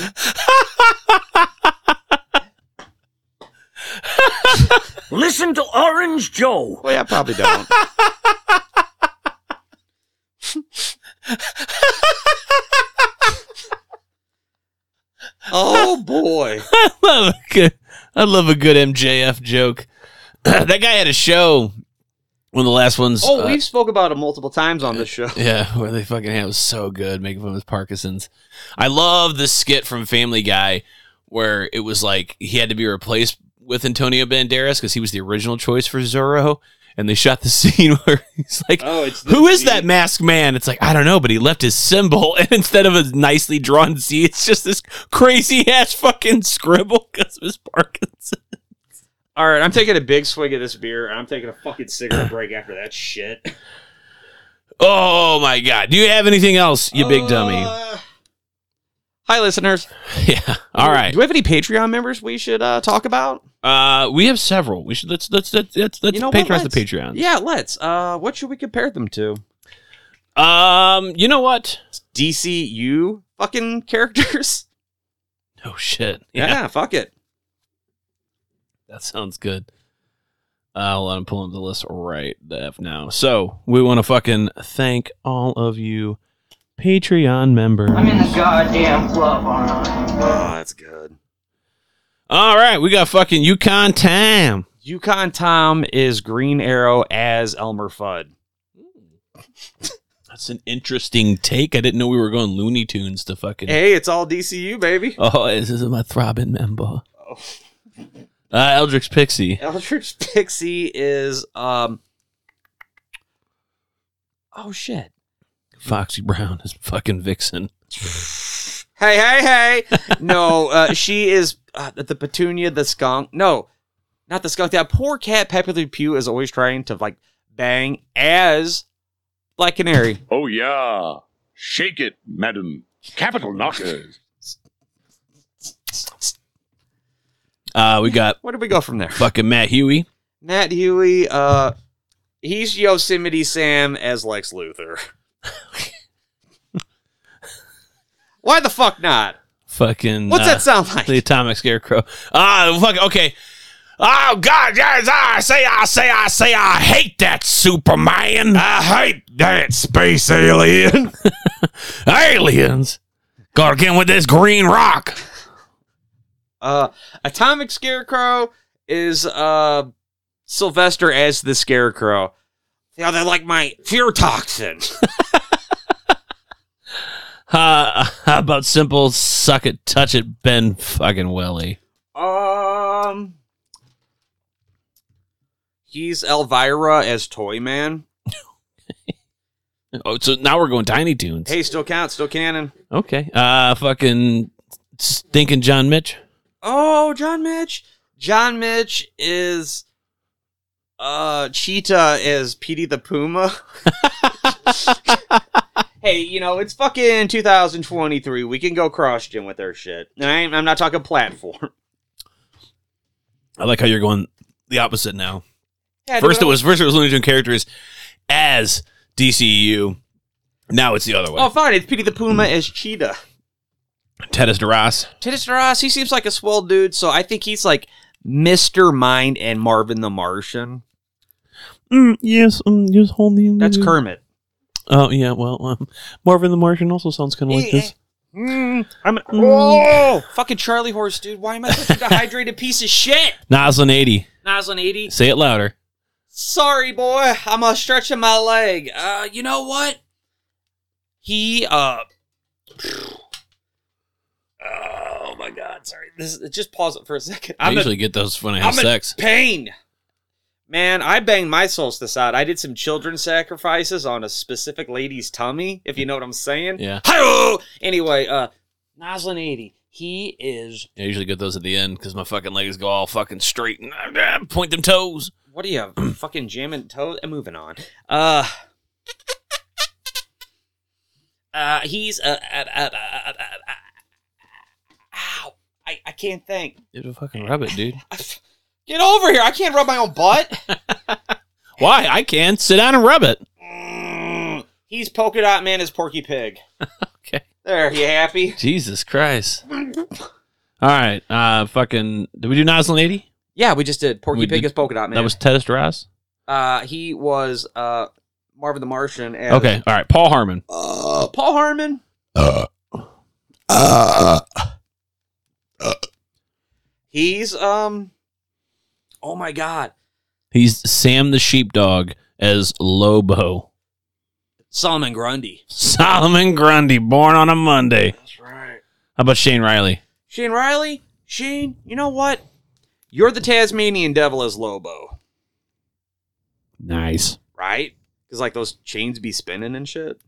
[SPEAKER 7] Listen to Orange Joe.
[SPEAKER 1] Well, yeah, probably (laughs) don't. oh boy.
[SPEAKER 2] (laughs) love a good, I love a good MJF joke. (clears throat) that guy had a show. One of the last ones.
[SPEAKER 1] Oh,
[SPEAKER 2] uh,
[SPEAKER 1] we've spoke about it multiple times on this show. (laughs)
[SPEAKER 2] yeah, (laughs) where they fucking had it was so good, making fun of his Parkinson's. I love this skit from Family Guy where it was like he had to be replaced with Antonio Banderas because he was the original choice for Zorro. and they shot the (laughs) scene where he's like,
[SPEAKER 8] Oh, it's the
[SPEAKER 2] "Who is
[SPEAKER 8] Z-
[SPEAKER 2] that masked man?" It's like I don't know, but he left his symbol, (laughs) and instead of a nicely drawn Z, it's just this crazy ass fucking scribble because of his Parkinson.
[SPEAKER 8] All right, I'm taking a big swig of this beer, and I'm taking a fucking cigarette break after that shit.
[SPEAKER 2] Oh my god! Do you have anything else, you big dummy? (laughs)
[SPEAKER 1] Uh, hi, listeners.
[SPEAKER 2] Yeah. All right.
[SPEAKER 1] Do we have any Patreon members we should uh, talk about?
[SPEAKER 2] Uh, we have several. We should let's let's let's let's, let's
[SPEAKER 1] You know what?
[SPEAKER 2] patronize the
[SPEAKER 1] Let's-
[SPEAKER 2] Patreon.
[SPEAKER 1] Yeah, let's. Uh, what should we compare them to?
[SPEAKER 2] Um, you know what?
[SPEAKER 1] DCU fucking characters?
[SPEAKER 2] Oh shit.
[SPEAKER 1] (laughs) Yeah,
[SPEAKER 2] Yeah,
[SPEAKER 1] fuck it.
[SPEAKER 2] that sounds good. Uh, hold on, I'm pulling up the list right the F now. So we want to fucking thank all of you Patreon members.
[SPEAKER 9] I'm in the goddamn club, alright?
[SPEAKER 1] Oh, that's good.
[SPEAKER 2] All right, we got fucking Yukon Tam.
[SPEAKER 1] Yukon Tom is Green Arrow as Elmer Fudd.
[SPEAKER 2] That's an interesting take. I didn't know we were going Looney Tunes to fucking.
[SPEAKER 1] Hey, it's all DCU, baby.
[SPEAKER 2] Oh, this is my throbbing member. Uh, Eldrick's Pixie.
[SPEAKER 1] Eldritch (laughs) Pixie is um Oh shit.
[SPEAKER 2] Foxy Brown is fucking Vixen.
[SPEAKER 1] Hey, hey, hey. (laughs) no, uh, she is uh, the Petunia the skunk. No. Not the skunk. That poor cat Pepe Le Pew is always trying to like bang as Black Canary.
[SPEAKER 7] Oh, yeah. Shake it, madam. Capital knockers.
[SPEAKER 2] Uh, we got
[SPEAKER 1] Where do we go from there?
[SPEAKER 2] fucking Matt Huey.
[SPEAKER 1] Matt Huey, uh he's Yosemite Sam as Lex Luthor. (laughs) Why the fuck not?
[SPEAKER 2] Fucking
[SPEAKER 1] What's
[SPEAKER 2] uh,
[SPEAKER 1] that sound like?
[SPEAKER 2] The Atomic Scarecrow. Ah, fuck. Okay. Oh God! Yes, I say, I say, I say, I hate that Superman. I hate that space alien. (laughs) Aliens. Gotta get with this green rock.
[SPEAKER 1] Uh, Atomic Scarecrow is uh Sylvester as the Scarecrow. Yeah, they're like my fear toxin.
[SPEAKER 2] Uh, how about simple suck it, touch it, Ben fucking Welly.
[SPEAKER 1] um, he's Elvira as Toyman.
[SPEAKER 2] Oh, so now we're going Tiny Tunes.
[SPEAKER 1] Hey, still counts, still canon.
[SPEAKER 2] Okay. Uh, fucking stinking John Mitch.
[SPEAKER 1] Oh, John Mitch. John Mitch is uh Cheetah is Petey the (laughs) Puma. hey, you know, it's fucking 2023. We can go cross gen with our shit. I ain't, I'm not talking platform.
[SPEAKER 2] I like how you're going the opposite now.
[SPEAKER 1] (laughs) Yeah,
[SPEAKER 2] First it
[SPEAKER 1] dude,
[SPEAKER 2] was first it was Looney Tune characters as DCU. Now it's the other way.
[SPEAKER 1] Oh, fine. It's Petey the Puma as Cheetah.
[SPEAKER 2] Tedis DeRoss.
[SPEAKER 1] Titus Ross, he seems like a swell dude, so I think he's like Mr. Mind and Marvin the Martian.
[SPEAKER 2] yes, um, yes, whole name.
[SPEAKER 1] That's Kermit.
[SPEAKER 2] Oh yeah, well, um, Marvin the Martian also sounds kind
[SPEAKER 1] Eh, eh. Mm, I'm an, oh, fucking Charlie horse, dude. Why am I such a dehydrated piece of shit?
[SPEAKER 2] Noslin eighty.
[SPEAKER 1] Noslin 80.
[SPEAKER 2] Say it louder.
[SPEAKER 1] Sorry, boy. I'm uh, stretching my leg. Uh, you know what? He, uh. Oh my god, sorry. This is, just pause it for a second.
[SPEAKER 2] i
[SPEAKER 1] I'm in
[SPEAKER 2] usually get those when I have
[SPEAKER 1] I'm
[SPEAKER 2] sex.
[SPEAKER 1] in pain. Man, I banged my solstice out. I did some children sacrifices on a specific lady's tummy, if you know what I'm saying.
[SPEAKER 2] yeah,
[SPEAKER 1] Hi-oh! Anyway, uh, Noslin 80. He is
[SPEAKER 2] I usually get those at the end because my fucking legs go all fucking straight and uh, point them toes.
[SPEAKER 1] What do you (clears throat) fucking jamming toes? And moving on. Uh. Uh, he's uh, uh, uh, uh, uh, uh, uh, ow! I, I can't think. (sighs)
[SPEAKER 2] You have to fucking rub it, dude.
[SPEAKER 1] Get over here! I can't rub my own butt.
[SPEAKER 2] Why? I can sit down and rub it.
[SPEAKER 1] Mm. he's polka dot man is Porky Pig.
[SPEAKER 2] (laughs) Okay.
[SPEAKER 1] There, you happy?
[SPEAKER 2] Jesus Christ. All right, uh, fucking. Did we do Noslin eighty?
[SPEAKER 1] Yeah, we just did Porky
[SPEAKER 2] We
[SPEAKER 1] Pig
[SPEAKER 2] did-
[SPEAKER 1] is polka dot man.
[SPEAKER 2] That was Tedis DeRoss.
[SPEAKER 1] uh, he was uh Marvin the Martian. And,
[SPEAKER 2] Okay, all right. Paul Harmon.
[SPEAKER 1] Uh, Paul Harmon. He's um. Oh my god,
[SPEAKER 2] He's Sam the Sheepdog as Lobo.
[SPEAKER 1] Solomon Grundy.
[SPEAKER 2] Solomon Grundy, born on a Monday.
[SPEAKER 1] That's right.
[SPEAKER 2] How about Shane Riley?
[SPEAKER 1] Shane Riley. Shane, you know what? You're the Tasmanian Devil as Lobo.
[SPEAKER 2] Nice.
[SPEAKER 1] right? Because like those chains be spinning and shit.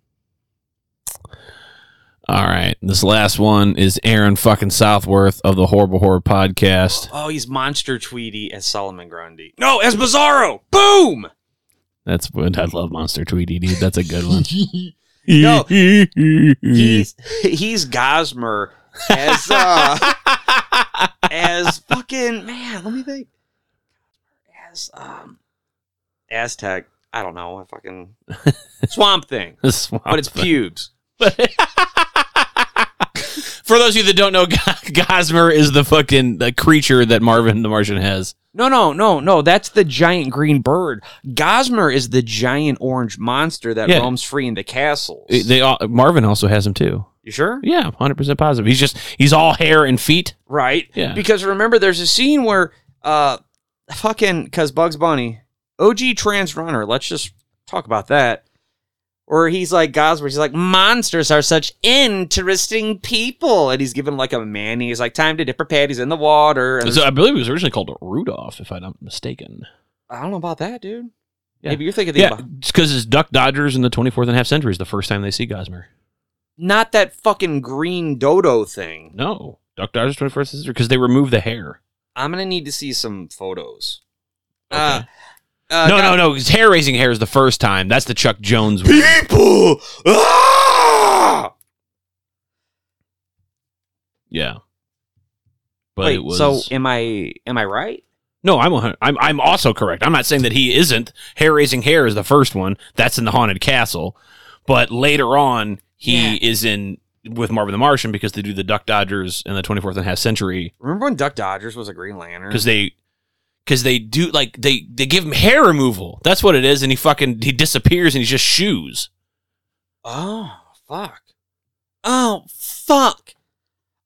[SPEAKER 2] All right. This last one is Aaron fucking Southworth of the Horrible Horror Podcast.
[SPEAKER 1] Oh, he's monster Tweety as Solomon Grundy. No, as Bizarro. Boom.
[SPEAKER 2] That's what I love, Monster Tweety, dude. That's a good one.
[SPEAKER 1] (laughs)
[SPEAKER 2] (laughs)
[SPEAKER 1] No, he's he's Gosmer as
[SPEAKER 2] (laughs)
[SPEAKER 1] uh, as fucking man. Let me think. As um Aztec. I don't know.
[SPEAKER 2] (laughs)
[SPEAKER 1] I fucking Swamp Thing, but it's pubes.
[SPEAKER 2] For those of you that don't know, (laughs) Go- Gosmer is the fucking the creature that Marvin the Martian has.
[SPEAKER 1] No, no, no, no. That's the giant green bird. Gosmer is the giant orange monster that
[SPEAKER 2] Yeah.
[SPEAKER 1] roams free in the castles.
[SPEAKER 2] It- They all, Marvin also has him too.
[SPEAKER 1] you sure?
[SPEAKER 2] Yeah, hundred percent positive. He's just he's all hair and feet.
[SPEAKER 1] Right?
[SPEAKER 2] Yeah.
[SPEAKER 1] Because remember, there's a scene where, uh, fucking, because Bugs Bunny, OG trans runner, let's just talk about that. Or he's like Gosmer, he's like, monsters are such interesting people. And he's given like a man, he's like, time to dip her patties in the water. And
[SPEAKER 2] So I believe he was originally called Rudolph, if I'm not mistaken.
[SPEAKER 1] I don't know about that, dude.
[SPEAKER 2] Yeah.
[SPEAKER 1] Maybe you're thinking the
[SPEAKER 2] Yeah, because it's Duck Dodgers in the 24th and a half century is the first time they see Gosmer.
[SPEAKER 1] not that fucking green dodo thing.
[SPEAKER 2] No, Duck Dodgers 21st century because they remove the hair.
[SPEAKER 1] I'm gonna need to see some photos.
[SPEAKER 2] Okay.
[SPEAKER 1] Uh, uh,
[SPEAKER 2] no,
[SPEAKER 1] Go-
[SPEAKER 2] no, no, 'cause Hair raising hair is the first time. That's the Chuck
[SPEAKER 1] (laughs)
[SPEAKER 2] Jones. one.
[SPEAKER 1] people. Ah!
[SPEAKER 2] yeah. But
[SPEAKER 1] Wait,
[SPEAKER 2] it was
[SPEAKER 1] so am I am I right?
[SPEAKER 2] no. I'm, a hun- I'm I'm also correct. I'm not saying that he isn't. Hair raising hair is the first one. That's in the haunted castle. But later on, he is in with Marvin the Martian because they do the Duck Dodgers in the 24th and a half century.
[SPEAKER 1] Remember when Duck Dodgers was a Green Lantern?
[SPEAKER 2] because they because they do like they they give him hair removal. That's what it is, and he fucking he disappears and he's just shoes.
[SPEAKER 1] Oh fuck! Oh fuck!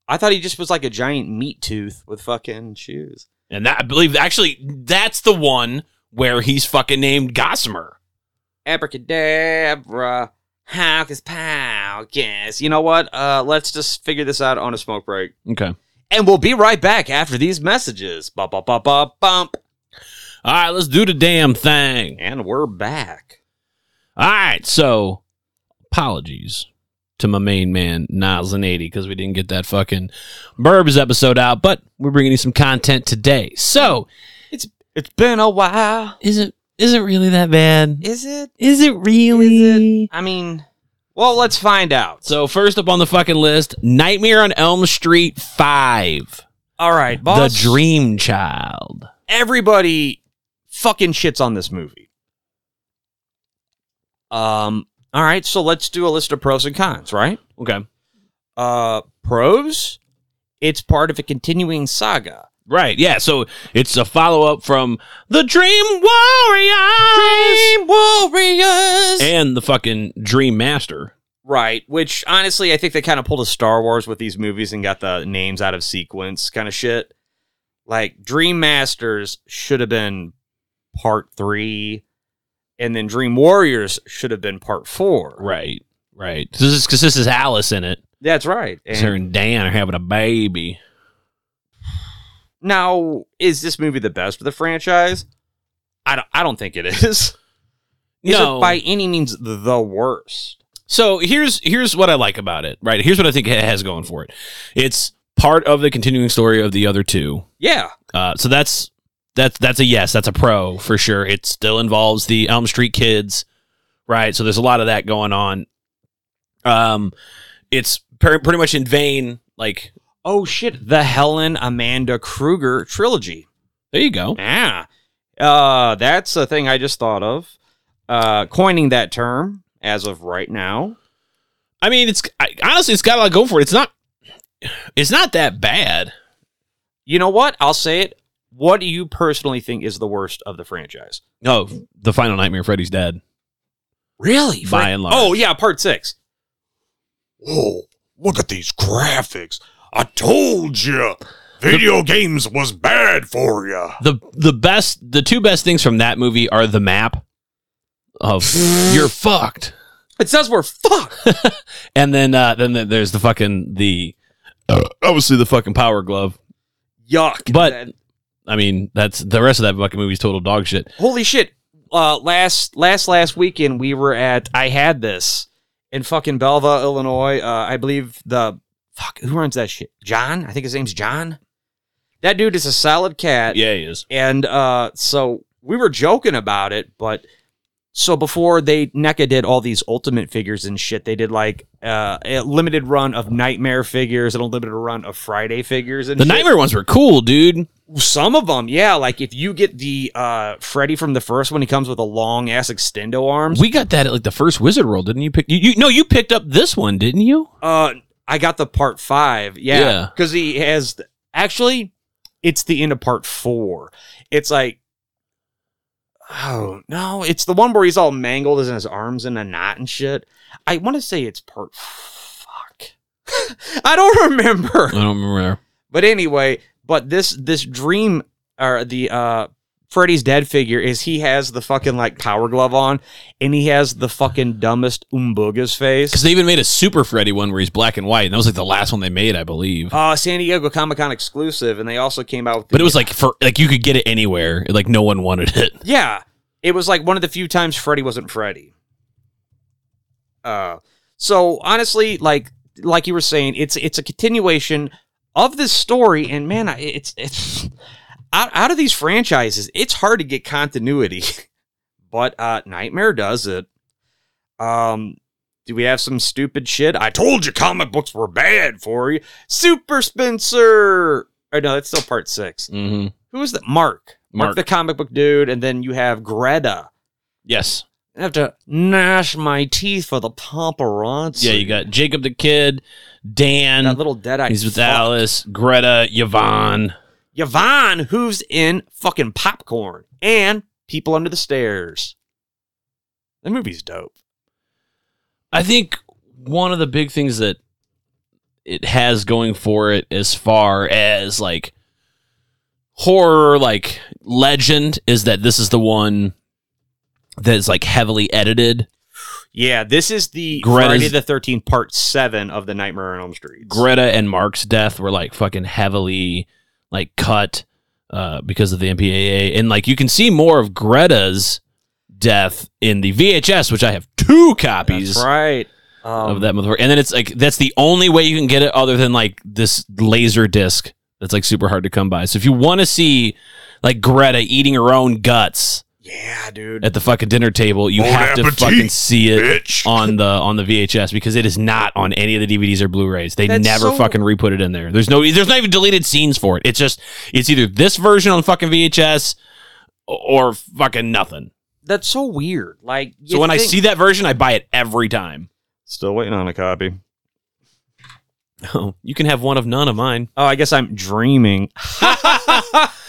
[SPEAKER 1] I thought he just was like a giant meat tooth with fucking shoes.
[SPEAKER 2] And that I believe actually that's the one where he's fucking named Gossamer.
[SPEAKER 1] Abracadabra, hocus pocus. You know what? Uh, let's just figure this out on a smoke break,
[SPEAKER 2] Okay.
[SPEAKER 1] and we'll be right back after these messages. Bump, bump, bump, bump, bump.
[SPEAKER 2] All right, let's do the damn thing.
[SPEAKER 1] And we're back.
[SPEAKER 2] All right, so apologies to my main man Niles and eighty because we didn't get that fucking Burbs episode out, but we're bringing you some content today. So
[SPEAKER 1] It's been a while.
[SPEAKER 2] is it is it really that bad?
[SPEAKER 1] Is it?
[SPEAKER 2] Is it really?
[SPEAKER 1] I mean, well, let's find out.
[SPEAKER 2] So first up on the fucking list, Nightmare on Elm Street Five,
[SPEAKER 1] All right, boss.
[SPEAKER 2] The Dream Child.
[SPEAKER 1] Everybody fucking shits on this movie. Um. All right, so let's do a list of pros and cons, right?
[SPEAKER 2] Okay,
[SPEAKER 1] Uh, pros. It's part of a continuing saga.
[SPEAKER 2] right, yeah. So it's a follow up from The Dream Warriors
[SPEAKER 1] Warriors.
[SPEAKER 2] and the fucking Dream Master.
[SPEAKER 1] right, which honestly, I think they kind of pulled a Star Wars with these movies and got the names out of sequence, kind of shit. Like Dream Masters should have been part three, and then Dream Warriors should have been part four.
[SPEAKER 2] Right, right. This is because this is Alice in it.
[SPEAKER 1] That's right. And
[SPEAKER 2] Her and Dan are having a baby.
[SPEAKER 1] Now, is this movie the best of the franchise? I don't, I don't think it is. (laughs) Is
[SPEAKER 2] No.
[SPEAKER 1] it by any means the worst?
[SPEAKER 2] So here's here's what I like about it. Right, here's what I think it has going for it. It's part of the continuing story of the other two.
[SPEAKER 1] Yeah.
[SPEAKER 2] Uh, so that's that's that's a yes. That's a pro for sure. It still involves the Elm Street kids, right? So there's a lot of that going on. Um, it's per- pretty much in vain. Like
[SPEAKER 1] Oh shit, the Helen Amanda Kruger trilogy.
[SPEAKER 2] there you go.
[SPEAKER 1] Yeah. Uh, that's a thing I just thought of. Uh, coining that term as of right now.
[SPEAKER 2] I mean, it's I, honestly it's got a lot going for it. It's not it's not that bad.
[SPEAKER 1] You know what? I'll say it. What do you personally think is the worst of the franchise?
[SPEAKER 2] No, the final nightmare, Freddy's dead.
[SPEAKER 1] Really?
[SPEAKER 2] By and large.
[SPEAKER 1] Oh, yeah, part six.
[SPEAKER 7] Whoa, look at these graphics. I told you, video games was bad for you.
[SPEAKER 2] the the best the two best things from that movie are the map
[SPEAKER 1] (laughs)
[SPEAKER 2] of you're fucked.
[SPEAKER 1] It says we're fucked.
[SPEAKER 2] And then uh, then the, there's the fucking the uh, obviously the fucking power glove.
[SPEAKER 1] Yuck.
[SPEAKER 2] But-
[SPEAKER 1] And-
[SPEAKER 2] I mean, that's the rest of that fucking movie's total dog shit.
[SPEAKER 1] holy shit. uh, last last last weekend we were at I had this in fucking Belleville, Illinois. Uh, I believe the fuck who runs that shit? John, I think his name's John. That dude is a solid cat.
[SPEAKER 2] Yeah, he is.
[SPEAKER 1] And uh, so we were joking about it, but so before they NECA did all these ultimate figures and shit, they did like uh, a limited run of Nightmare figures and a limited run of Friday figures. And
[SPEAKER 2] The
[SPEAKER 1] shit.
[SPEAKER 2] nightmare ones were cool, dude.
[SPEAKER 1] some of them, yeah. Like if you get the uh, Freddy from the first one, he comes with a long ass extendo arms.
[SPEAKER 2] We got that at like the first Wizard World, didn't you? Pick you, you no, you picked up this one, didn't you?
[SPEAKER 1] Uh, I got the part five, yeah,
[SPEAKER 2] Yeah.
[SPEAKER 1] because he has th- actually, it's the end of part four. It's like, oh no, it's the one where he's all mangled, is in his arms in a knot and shit. I want to say it's part fuck. (laughs) I don't remember.
[SPEAKER 2] I don't remember.
[SPEAKER 1] But anyway, but this this dream or the uh Freddy's dead figure is he has the fucking like power glove on and he has the fucking dumbest umbugas
[SPEAKER 2] Because
[SPEAKER 1] face.
[SPEAKER 2] they even made a Super Freddy one where he's black and white, and that was like the last one they made, I believe.
[SPEAKER 1] Uh San Diego Comic Con exclusive and they also came out with
[SPEAKER 2] But it was like for like you could get it anywhere. Like no one wanted it.
[SPEAKER 1] Yeah. It was like one of the few times Freddy wasn't Freddy. Uh so honestly, like like you were saying, it's it's a continuation of this story, and man, I- it's it's (laughs) out, out of these franchises, it's hard to get continuity. (laughs) but uh Nightmare does it. Um do we have some stupid shit? I told you comic books were bad for you. Super Spencer. Or no, that's still part six.
[SPEAKER 2] Mm-hmm.
[SPEAKER 1] Who is that? Mark. Mark.
[SPEAKER 2] Mark.
[SPEAKER 1] the comic book dude, and then you have Greta.
[SPEAKER 2] Yes.
[SPEAKER 1] I have to gnash my teeth for the paparazzi.
[SPEAKER 2] Yeah, you got Jacob the Kid,
[SPEAKER 1] that
[SPEAKER 2] Dan.
[SPEAKER 1] little dead eye.
[SPEAKER 2] He's with Alice, Greta, Yvonne.
[SPEAKER 1] Yvonne, who's in fucking popcorn and People Under the Stairs. The movie's dope.
[SPEAKER 2] I think one of the big things that it has going for it as far as like horror like legend is that this is the one that is like heavily edited.
[SPEAKER 1] Yeah, this is the
[SPEAKER 2] Greta's-
[SPEAKER 1] Friday the Thirteenth Part Seven of the Nightmare on Elm Street.
[SPEAKER 2] Greta and Mark's death were like fucking heavily like cut uh, because of the MPAA, and like you can see more of Greta's death in the VHS, which I have two copies
[SPEAKER 1] That's right. Um,
[SPEAKER 2] of that motherfucker. And then it's like that's the only way you can get it, other than like this laser disc that's like super hard to come by. So if you want to see like Greta eating her own guts
[SPEAKER 1] yeah, dude.
[SPEAKER 2] at the fucking dinner table, you
[SPEAKER 10] Bon
[SPEAKER 2] have to
[SPEAKER 10] appetit,
[SPEAKER 2] fucking see it.
[SPEAKER 10] Bitch.
[SPEAKER 2] on the on the VHS because it is not on any of the DVDs or Blu-rays. They
[SPEAKER 1] That's
[SPEAKER 2] never
[SPEAKER 1] so-
[SPEAKER 2] fucking re-put it in there. There's no there's not even deleted scenes for it. It's just it's either this version on fucking VHS or fucking nothing.
[SPEAKER 1] That's so weird. Like,
[SPEAKER 2] So when I see that version, I buy it every time.
[SPEAKER 1] still waiting on a copy.
[SPEAKER 2] Oh, you can have one of none of mine.
[SPEAKER 1] Oh, I guess I'm dreaming. (laughs) Uh,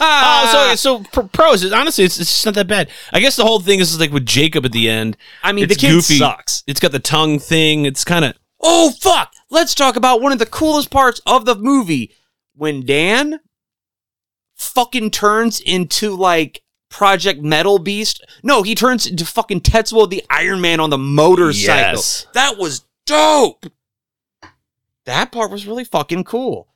[SPEAKER 2] Oh, so so for pros, it, honestly, it's, it's just not that bad. I guess the whole thing is like with Jacob at the end.
[SPEAKER 1] I mean,
[SPEAKER 2] It's
[SPEAKER 1] the kid
[SPEAKER 2] goofy.
[SPEAKER 1] sucks.
[SPEAKER 2] It's got the tongue thing. It's kind of
[SPEAKER 1] Oh fuck! Let's talk about one of the coolest parts of the movie when Dan fucking turns into like Project Metal Beast. No, he turns into fucking Tetsuo the Iron Man on the motorcycle.
[SPEAKER 2] Yes.
[SPEAKER 1] That was dope. That part was really fucking cool.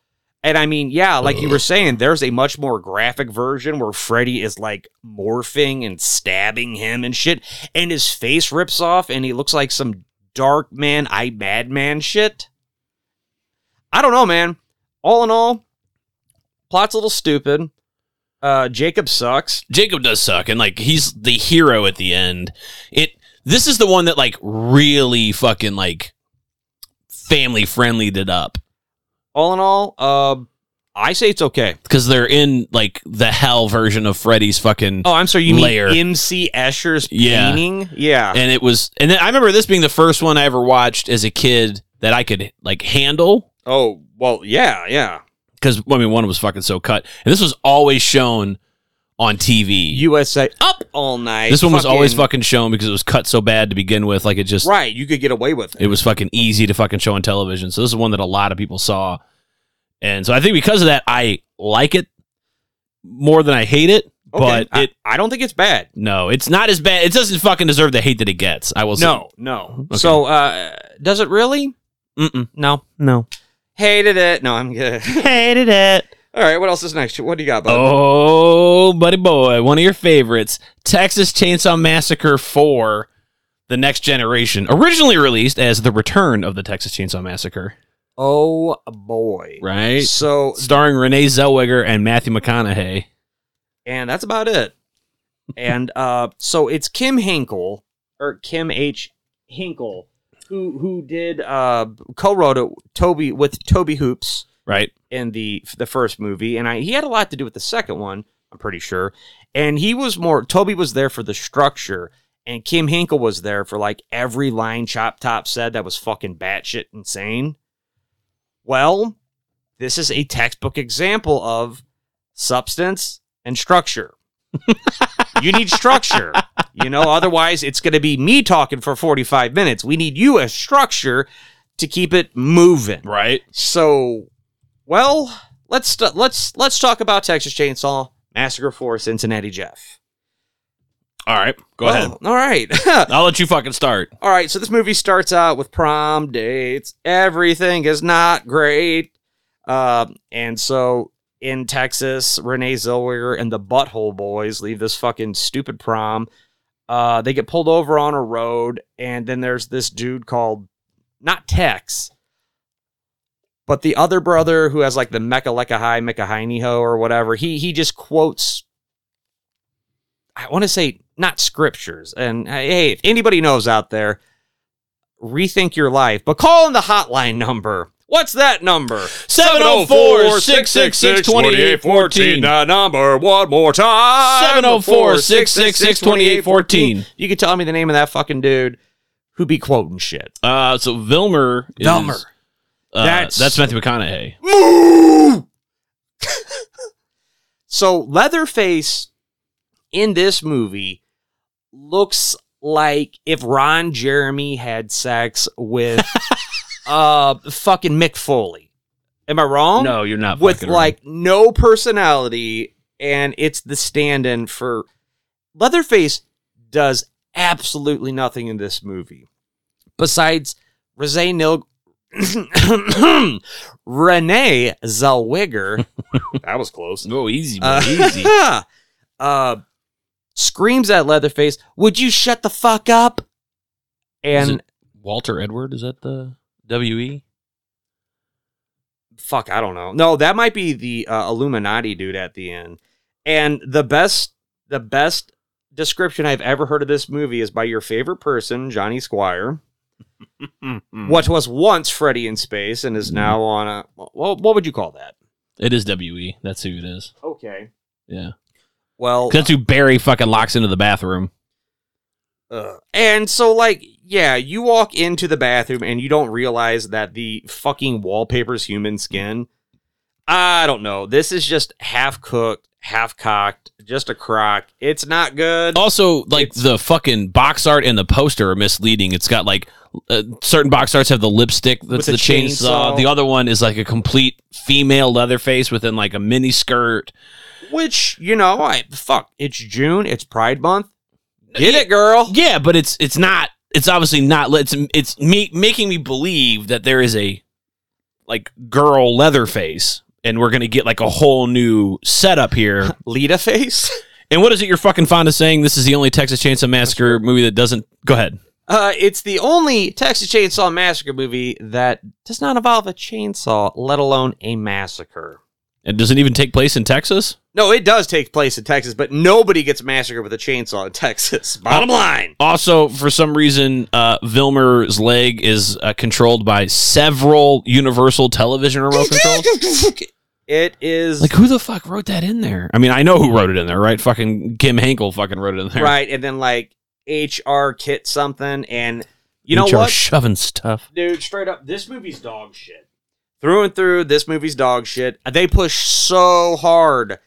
[SPEAKER 1] And I mean, yeah, like you were saying, there's a much more graphic version where Freddy is like morphing and stabbing him and shit, and his face rips off and he looks like some dark man, I madman shit. I don't know, man. All in all, plot's a little stupid. Uh, Jacob sucks.
[SPEAKER 2] Jacob does suck, and like he's the hero at the end. It this is the one that like really fucking like family friendlied it up
[SPEAKER 1] All in all, uh, I say it's okay.
[SPEAKER 2] because they're in like the hell version of Freddy's fucking.
[SPEAKER 1] Oh, I'm sorry, you
[SPEAKER 2] Layer.
[SPEAKER 1] mean MC Escher's
[SPEAKER 2] Yeah.
[SPEAKER 1] painting? Yeah.
[SPEAKER 2] And it was, and then I remember this being the first one I ever watched as a kid that I could like handle.
[SPEAKER 1] Oh, well, yeah, yeah.
[SPEAKER 2] because I mean one was fucking so cut, and this was always shown on TV.
[SPEAKER 1] USA up all night.
[SPEAKER 2] this one was always fucking shown because it was cut so bad to begin with. Like it just
[SPEAKER 1] Right, you could get away with it.
[SPEAKER 2] it was fucking easy to fucking show on television. So this is one that a lot of people saw, and so I think because of that, I like it more than I hate it.
[SPEAKER 1] Okay,
[SPEAKER 2] But it
[SPEAKER 1] I, I don't think it's bad.
[SPEAKER 2] no, it's not as bad. It doesn't fucking deserve the hate that it gets. I will say
[SPEAKER 1] No, no.
[SPEAKER 2] Okay.
[SPEAKER 1] So, uh, does it really?
[SPEAKER 2] Mm-mm.
[SPEAKER 1] No.
[SPEAKER 2] no
[SPEAKER 1] Hated it. No, I'm good. (laughs)
[SPEAKER 2] hated it.
[SPEAKER 1] All right, what else is next? What do you got, bud?
[SPEAKER 2] Oh, buddy boy, one of your favorites, Texas Chainsaw Massacre 4: The Next Generation, originally released as The Return of the Texas Chainsaw Massacre,
[SPEAKER 1] Oh, boy.
[SPEAKER 2] right?
[SPEAKER 1] So,
[SPEAKER 2] Starring Renee Zellweger and Matthew McConaughey.
[SPEAKER 1] and that's about it. and (laughs) uh, so it's Kim Hinkle or Kim H. Hinkle who who did uh, co-wrote it, Toby with Toby Hoops
[SPEAKER 2] Right.
[SPEAKER 1] in the the first movie, and I, he had a lot to do with the second one. I'm pretty sure, and he was more. Toby was there for the structure, and Kim Hinkle was there for like every line Chop Top said that was fucking batshit insane. Well, this is a textbook example of substance and structure. you need structure, you know. Otherwise, it's going to be me talking for 45 minutes. We need you as structure to keep it moving.
[SPEAKER 2] Right.
[SPEAKER 1] So, well, let's st- let's let's talk about Texas Chainsaw Massacre Four, Cincinnati Jeff.
[SPEAKER 2] All right. Go
[SPEAKER 1] Well,
[SPEAKER 2] ahead.
[SPEAKER 1] All right,
[SPEAKER 2] I'll let you fucking start.
[SPEAKER 1] all right. So this movie starts out with prom dates. Everything is not great, um, and so in Texas, Renee Zellweger and the Butthole Boys leave this fucking stupid prom. Uh, they get pulled over on a road, and then there's this dude called not Tex, but the other brother who has like the Mecha Leka High Mecha Ho or whatever. He he just quotes. I want to say not scriptures, and uh, hey, if anybody knows out there, rethink your life, but call in the hotline number. What's that number?
[SPEAKER 2] 704 666 oh 2814.
[SPEAKER 1] That number one more time.
[SPEAKER 2] 704 666 2814.
[SPEAKER 1] You could tell me the name of that fucking dude who be quoting shit.
[SPEAKER 2] Uh, so Vilmer. Is,
[SPEAKER 1] Vilmer.
[SPEAKER 2] Uh,
[SPEAKER 1] That's-
[SPEAKER 2] that's, Matthew McConaughey.
[SPEAKER 1] (laughs) So Leatherface in this movie looks like if Ron Jeremy had sex with uh fucking Mick Foley. Am I wrong?
[SPEAKER 2] No, you're not.
[SPEAKER 1] with
[SPEAKER 2] fucking wrong.
[SPEAKER 1] like no personality and it's the stand-in for Leatherface does absolutely nothing in this movie besides Renee Nil- (coughs) Renee
[SPEAKER 2] (laughs)
[SPEAKER 1] Zellweger
[SPEAKER 7] Uh,
[SPEAKER 1] that was close
[SPEAKER 2] Oh, easy, boy,
[SPEAKER 1] uh,
[SPEAKER 2] easy.
[SPEAKER 1] (laughs) uh, screams at Leatherface would you shut the fuck up
[SPEAKER 2] Is
[SPEAKER 1] and
[SPEAKER 2] it Walter Edward, is that the E? WE?
[SPEAKER 1] fuck, I don't know. No, that might be the uh, Illuminati dude at the end. And the best, the best description I've ever heard of this movie is by your favorite person, Johnny Squire.
[SPEAKER 7] Mm-hmm.
[SPEAKER 1] what was once Freddy in space and is now on a well, what would you call that?
[SPEAKER 2] It is WE. That's who it is.
[SPEAKER 1] Okay.
[SPEAKER 2] Yeah.
[SPEAKER 1] Well,
[SPEAKER 2] That's who Barry fucking locks into the bathroom.
[SPEAKER 1] Ugh. uh, And so, like, yeah, you walk into the bathroom and you don't realize that the fucking wallpaper's human skin. I don't know. This is just half cooked, half cocked, just a crock. It's not good.
[SPEAKER 2] Also, like
[SPEAKER 1] It's-
[SPEAKER 2] the fucking box art and the poster are misleading. It's got like uh, certain box arts have the lipstick
[SPEAKER 1] With
[SPEAKER 2] that's
[SPEAKER 1] the
[SPEAKER 2] the, chainsaw.
[SPEAKER 1] chainsaw.
[SPEAKER 2] The other one is like a complete female leather face within like a mini skirt.
[SPEAKER 1] Which, you know, I fuck. It's June. It's Pride Month. Get it, girl.
[SPEAKER 2] Yeah, but it's it's not. It's obviously not. It's it's me making me believe that there is a like girl leather face, and we're gonna get like a whole new setup (laughs) here.
[SPEAKER 1] Lita face. (laughs)
[SPEAKER 2] And what is it you're fucking fond of saying? This is the only Texas Chainsaw Massacre movie that doesn't. Go ahead.
[SPEAKER 1] Uh, it's the only Texas Chainsaw Massacre movie that does not involve a chainsaw, let alone a massacre.
[SPEAKER 2] It doesn't even take place in Texas.
[SPEAKER 1] No, it does take place in Texas, but nobody gets massacred with a chainsaw in (laughs) Texas. Bottom line.
[SPEAKER 2] Also, for some reason, uh, Vilmer's leg is uh, controlled by several Universal Television (laughs) remote controls.
[SPEAKER 1] It is
[SPEAKER 2] Like, who the fuck wrote that in there? I mean, I know who wrote it in there, right? Fucking Kim Hankel fucking wrote it in there.
[SPEAKER 1] right, and then like HR kit something, and you know
[SPEAKER 2] HR
[SPEAKER 1] what,
[SPEAKER 2] shoving stuff.
[SPEAKER 1] dude? Straight up, this movie's dog shit. Through and through, this movie's dog shit. They push so hard.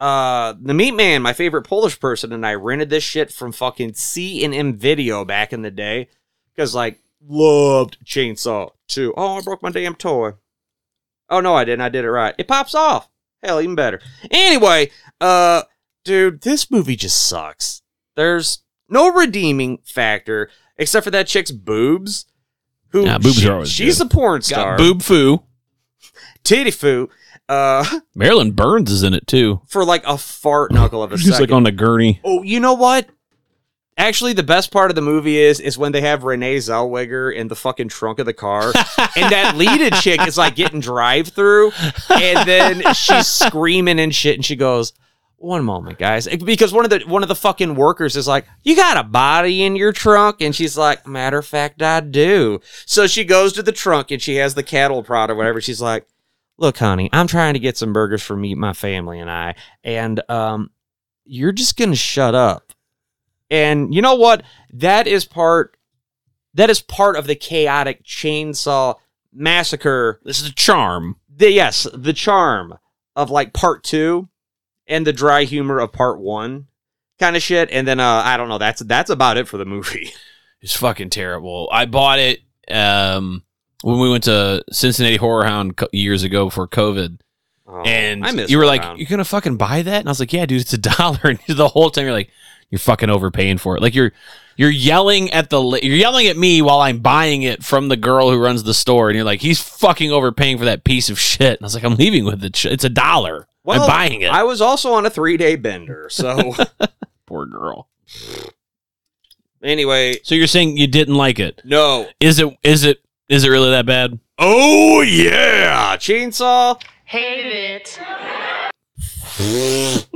[SPEAKER 1] Uh, the Meat Man, my favorite Polish person, and I rented this shit from fucking C and M Video back in the day because like loved Chainsaw too. Oh, I broke my damn toy. Oh no, I didn't. I did it right. It pops off. Hell, even better. Anyway, uh, dude, this movie just sucks. There's no redeeming factor except for that chick's boobs. Who
[SPEAKER 2] Nah, boobs
[SPEAKER 1] she-
[SPEAKER 2] are always
[SPEAKER 1] she's a porn star.
[SPEAKER 2] Got boob foo.
[SPEAKER 1] titty foo. uh, (laughs)
[SPEAKER 2] Marilyn Burns is in it too.
[SPEAKER 1] for like a fart
[SPEAKER 2] (laughs)
[SPEAKER 1] knuckle of a
[SPEAKER 2] She's
[SPEAKER 1] second.
[SPEAKER 2] like on a gurney.
[SPEAKER 1] oh, you know what? Actually, the best part of the movie is is when they have Renee Zellweger in the fucking trunk of the car, and that leaded chick is like getting drive through, and then she's screaming and shit, and she goes, "One moment, guys," because one of the one of the fucking workers is like, "You got a body in your trunk," and she's like, "Matter of fact, I do." So she goes to the trunk and she has the cattle prod or whatever. She's like, "Look, honey, I'm trying to get some burgers for me, my family, and I, and um, you're just gonna shut up." And you know what? That is part. That is part of the chaotic chainsaw massacre
[SPEAKER 2] This is a charm.
[SPEAKER 1] the yes, the charm of like part two and the dry humor of part one kind of shit. And then uh I don't know, that's that's about it for the movie. (laughs)
[SPEAKER 2] It's fucking terrible. I bought it um, when we went to Cincinnati Horror Hound co- years ago for COVID. and
[SPEAKER 1] Oh, I miss
[SPEAKER 2] you were
[SPEAKER 1] Horror
[SPEAKER 2] like,
[SPEAKER 1] Hound.
[SPEAKER 2] "You're gonna fucking buy that?" And I was like, "Yeah, dude, it's a (laughs) dollar." And the whole time you're like, "You're fucking overpaying for it." Like you're you're yelling at the la- you're yelling at me while I'm buying it from the girl who runs the store, and you're like, "He's fucking overpaying for that piece of shit." And I was like, "I'm leaving with it. Sh- It's a dollar.
[SPEAKER 1] Well,
[SPEAKER 2] I'm buying it."
[SPEAKER 1] I was also on a three day bender,
[SPEAKER 2] (laughs)
[SPEAKER 1] so
[SPEAKER 2] Poor girl.
[SPEAKER 1] anyway,
[SPEAKER 2] So you're saying you didn't like it?
[SPEAKER 1] no.
[SPEAKER 2] Is it is it is it really that bad?
[SPEAKER 11] Oh, yeah.
[SPEAKER 1] Chainsaw. Hate it. (laughs)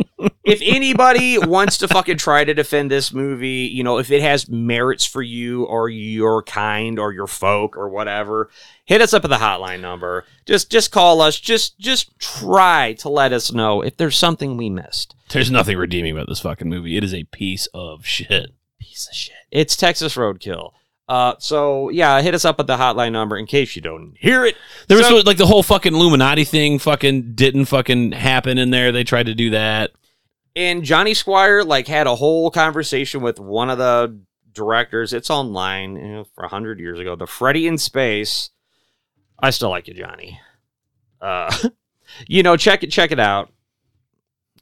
[SPEAKER 1] if anybody wants to fucking try to defend this movie, you know, if it has merits for you or your kind or your folk or whatever, hit us up at the hotline number. Just just call us. Just just try to let us know if there's something we missed.
[SPEAKER 2] There's nothing redeeming about this fucking movie. It is a piece of shit.
[SPEAKER 1] Piece of shit. It's Texas Roadkill. Uh, so yeah, hit us up at the hotline number in case you don't hear it.
[SPEAKER 2] There was
[SPEAKER 1] So-
[SPEAKER 2] supposed- like the whole fucking Illuminati thing fucking didn't fucking happen in there. They tried to do that.
[SPEAKER 1] and Johnny Squire like had a whole conversation with one of the directors. It's online you know, for hundred years ago. The Freddy in Space. I still like you, Johnny. Uh, (laughs) you know, check it, check it out.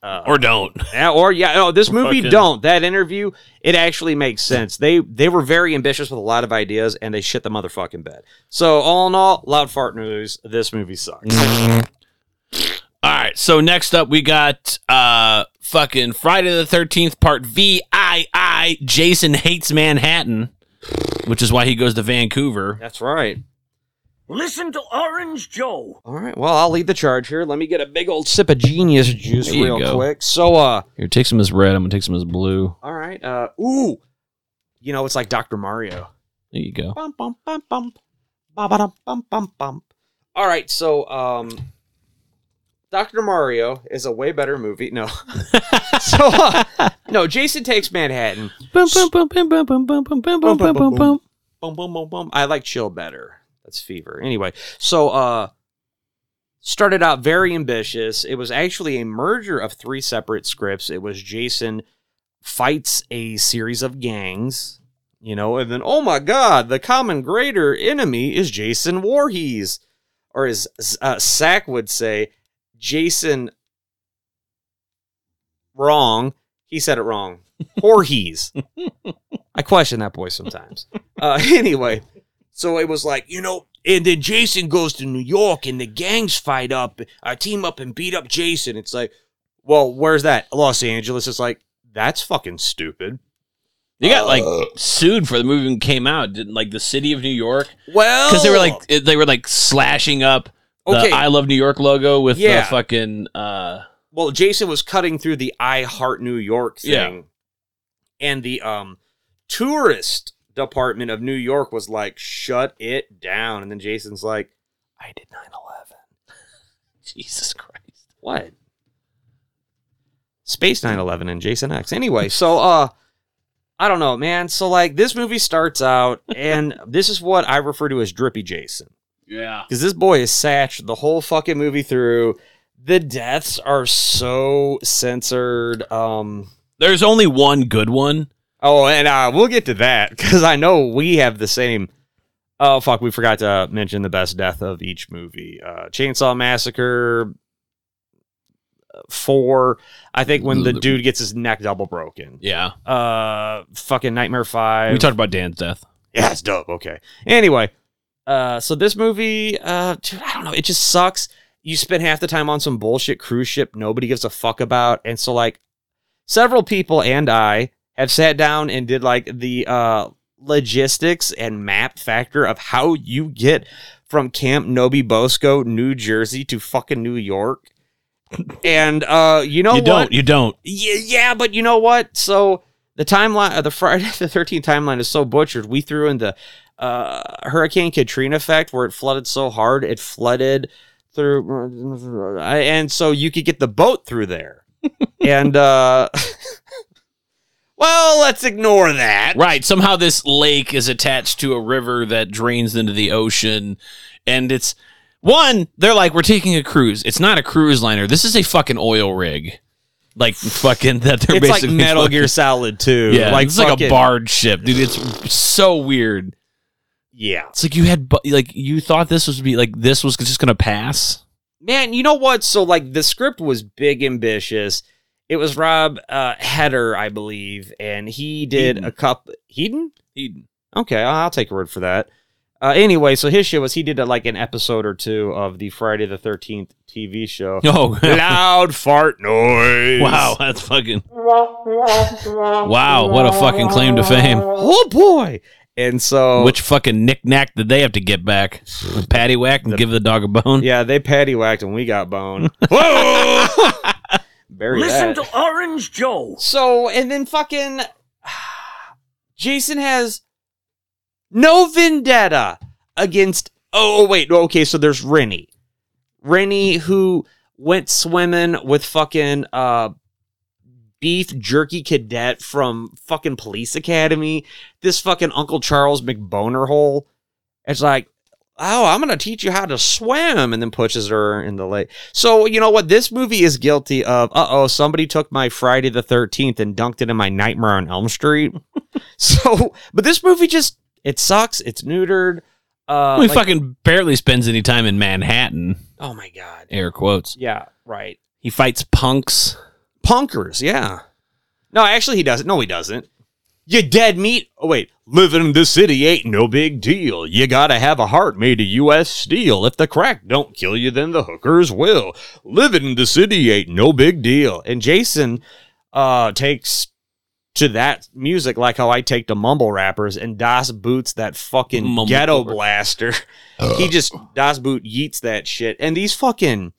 [SPEAKER 1] Uh,
[SPEAKER 2] Or don't.
[SPEAKER 1] yeah, or yeah, no, this movie
[SPEAKER 2] Fucking-
[SPEAKER 1] don't. That interview, it actually makes sense. They they were very ambitious with a lot of ideas, and they shit the motherfucking bed. So all in all, loud fart news. This movie sucks.
[SPEAKER 2] Mm. All right. So next up, we got uh fucking Friday the Thirteenth Part V I I. Jason hates Manhattan, which is why he goes to Vancouver.
[SPEAKER 1] That's right.
[SPEAKER 7] Listen to Orange Joe.
[SPEAKER 1] All right. Well, I'll lead the charge here. Let me get a big old sip of genius juice
[SPEAKER 2] There you
[SPEAKER 1] real
[SPEAKER 2] go.
[SPEAKER 1] quick. So, uh,
[SPEAKER 2] Here, take some of his red. I'm gonna take some of his blue.
[SPEAKER 1] all right. Uh, ooh, you know, it's like Dr. Mario.
[SPEAKER 2] There you go.
[SPEAKER 1] Bum, bum, bum, bum. Ba-ba-dum, bum, bum, bum. All right. So, um, Dr. Mario is a way better movie. No. (laughs) so, uh, no, Jason Takes Manhattan.
[SPEAKER 2] Boom, boom, boom, boom, boom, boom, boom, boom, boom, boom, boom, boom, boom.
[SPEAKER 1] Boom, boom, boom, boom. I like chill better. That's fever. Anyway, so, uh, started out very ambitious. It was actually a merger of three separate scripts. It was Jason fights a series of gangs, you know, and then oh my god, the common greater enemy is Jason Voorhees, or as uh, Sack would say, Jason. Wrong. He said it wrong. Voorhees. I question that boy sometimes. Uh, (laughs) anyway, so it was like you know, and then Jason goes to New York, and the gangs fight up, uh, team up, and beat up Jason. It's like, well, where's that? Los Angeles. It's like that's fucking stupid.
[SPEAKER 2] They got like
[SPEAKER 1] Uh.
[SPEAKER 2] sued for the movie when it came out. Didn't like the city of New York
[SPEAKER 1] Well,
[SPEAKER 2] because they were like they were like slashing up the
[SPEAKER 1] Oh. Okay.
[SPEAKER 2] I love New York logo with
[SPEAKER 1] Yeah.
[SPEAKER 2] the fucking uh
[SPEAKER 1] well, Jason was cutting through the I Heart New York thing,
[SPEAKER 2] Yeah.
[SPEAKER 1] and the um tourist department of New York was like, shut it down, and then Jason's like, I did 9-11.
[SPEAKER 2] (laughs) Jesus Christ.
[SPEAKER 1] What? Space 911 and Jason X. Anyway, so uh I don't know, man. So like this movie starts out and this is what I refer to as drippy Jason.
[SPEAKER 2] Yeah.
[SPEAKER 1] Cuz this boy is satched the whole fucking movie through. The deaths are so censored um
[SPEAKER 2] There's only one good one.
[SPEAKER 1] Oh, and uh, we'll get to that because I know we have the same. Oh fuck, we forgot to mention the best death of each movie: uh, Chainsaw Massacre uh, Four. I think when the
[SPEAKER 2] The-
[SPEAKER 1] dude gets his neck double broken.
[SPEAKER 2] Yeah.
[SPEAKER 1] Uh, fucking Nightmare Five.
[SPEAKER 2] We talked about Dan's death.
[SPEAKER 1] Yeah, it's dope. Okay. Anyway, uh, so this movie, uh, dude, I don't know. It just sucks. you spend half the time on some bullshit cruise ship nobody gives a fuck about. And so, like, several people and I have sat down and did like the uh, logistics and map factor of how you get from Camp Nobi Bosco, New Jersey to fucking New York. And uh, you know
[SPEAKER 2] you
[SPEAKER 1] what?
[SPEAKER 2] don't. You don't.
[SPEAKER 1] Yeah, yeah, but you know what? So the timeline, uh, the Friday (laughs) the Thirteenth timeline is so butchered. We threw in the uh, Hurricane Katrina effect, where it flooded so hard it flooded through, (laughs) and so you could get the boat through there. and uh, (laughs) well, let's ignore that.
[SPEAKER 2] Right. Somehow this lake is attached to a river that drains into the ocean. And it's one, they're like, we're taking a cruise. It's not a cruise liner. This is a fucking oil rig. Like fucking that they're
[SPEAKER 1] It's like
[SPEAKER 2] basically
[SPEAKER 1] Metal
[SPEAKER 2] fucking-
[SPEAKER 1] Gear Solid too.
[SPEAKER 2] Yeah,
[SPEAKER 1] like
[SPEAKER 2] it's like a
[SPEAKER 1] fucking-
[SPEAKER 2] barge ship, dude. It's so weird.
[SPEAKER 1] Yeah,
[SPEAKER 2] It's like you had, bu- like you thought this was be like this was just gonna pass. (laughs)
[SPEAKER 1] man. You know what? So like the script was big, ambitious. It was Rob uh, Header, I believe, and he did a cup. Heaton.
[SPEAKER 2] Eden.
[SPEAKER 1] Okay, I'll I'll take your word for that. Uh, anyway, so his shit was he did uh, like an episode or two of the Friday the Thirteenth TV
[SPEAKER 2] (laughs)
[SPEAKER 1] show.
[SPEAKER 2] Oh
[SPEAKER 1] Loud fart noise.
[SPEAKER 2] wow, that's fucking wow. What a fucking claim to fame.
[SPEAKER 1] Oh boy. And so,
[SPEAKER 2] Which fucking knickknack did they have to get back? Patty whack and give the dog a bone.
[SPEAKER 1] yeah, they patty whacked and we got
[SPEAKER 2] (laughs)
[SPEAKER 1] (laughs) bone. Bury
[SPEAKER 12] Listen
[SPEAKER 1] that.
[SPEAKER 12] to Orange Joe.
[SPEAKER 1] so and then fucking (sighs) Jason has no vendetta against. Oh wait, no, okay. So there's Rennie, Rennie who went swimming with fucking uh beef jerky cadet from fucking police academy. This fucking Uncle Charles McBoner hole. It's like. Oh, I'm gonna teach you how to swim, and then pushes her in the lake. So you know what? This movie is guilty of. Uh oh, somebody took my Friday the Thirteenth and dunked it in my Nightmare on Elm Street. (laughs) so, but this movie just it sucks. It's neutered. Uh,
[SPEAKER 2] he
[SPEAKER 1] like-
[SPEAKER 2] fucking barely spends any time in Manhattan.
[SPEAKER 1] Oh my god.
[SPEAKER 2] Air quotes.
[SPEAKER 1] Yeah. Right.
[SPEAKER 2] He fights punks.
[SPEAKER 1] Punkers. Yeah. No, actually, he doesn't. No, he doesn't. You dead meat. Oh wait, living in the city ain't no big deal. You gotta have a heart made of U.S. steel. If the crack don't kill you, then the hookers will. Living in the city ain't no big deal. And Jason, uh, takes to that music like how I take to mumble rappers and Das boots that fucking
[SPEAKER 2] Mumble
[SPEAKER 1] ghetto
[SPEAKER 2] rapper.
[SPEAKER 1] blaster. (laughs) he just Das boot yeets that shit. And these fucking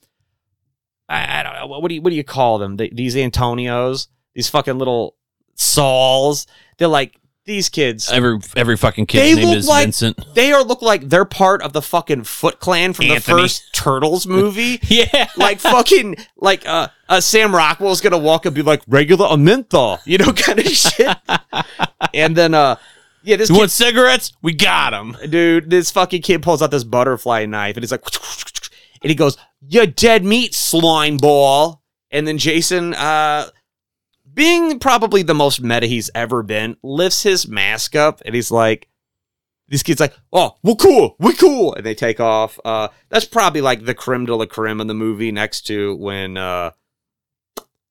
[SPEAKER 1] I, I don't know what do you what do you call them? The, these Antonios, these fucking little Sauls. They're like these kids.
[SPEAKER 2] Every every fucking
[SPEAKER 1] They
[SPEAKER 2] kid's name
[SPEAKER 1] look
[SPEAKER 2] is
[SPEAKER 1] like- (laughs)
[SPEAKER 2] Vincent.
[SPEAKER 1] They are look like they're part of the fucking Foot Clan from
[SPEAKER 2] Anthony.
[SPEAKER 1] the first Turtles movie.
[SPEAKER 2] Yeah.
[SPEAKER 1] like fucking like uh, uh Sam Rockwell's gonna walk and be like regular Aminthal, you know, (laughs) kind of shit. and then uh yeah,
[SPEAKER 2] (laughs)
[SPEAKER 1] this
[SPEAKER 2] You
[SPEAKER 1] kid,
[SPEAKER 2] want cigarettes? We got him.
[SPEAKER 1] dude, this fucking kid pulls out this butterfly knife and he's like and he goes, You dead meat, slime ball. And then Jason, uh being probably the most meta he's ever been, lifts his mask up and he's like these kids like, oh, we're cool, we're cool, and they take off. Uh, that's probably like the creme de la creme in the movie next to when, uh,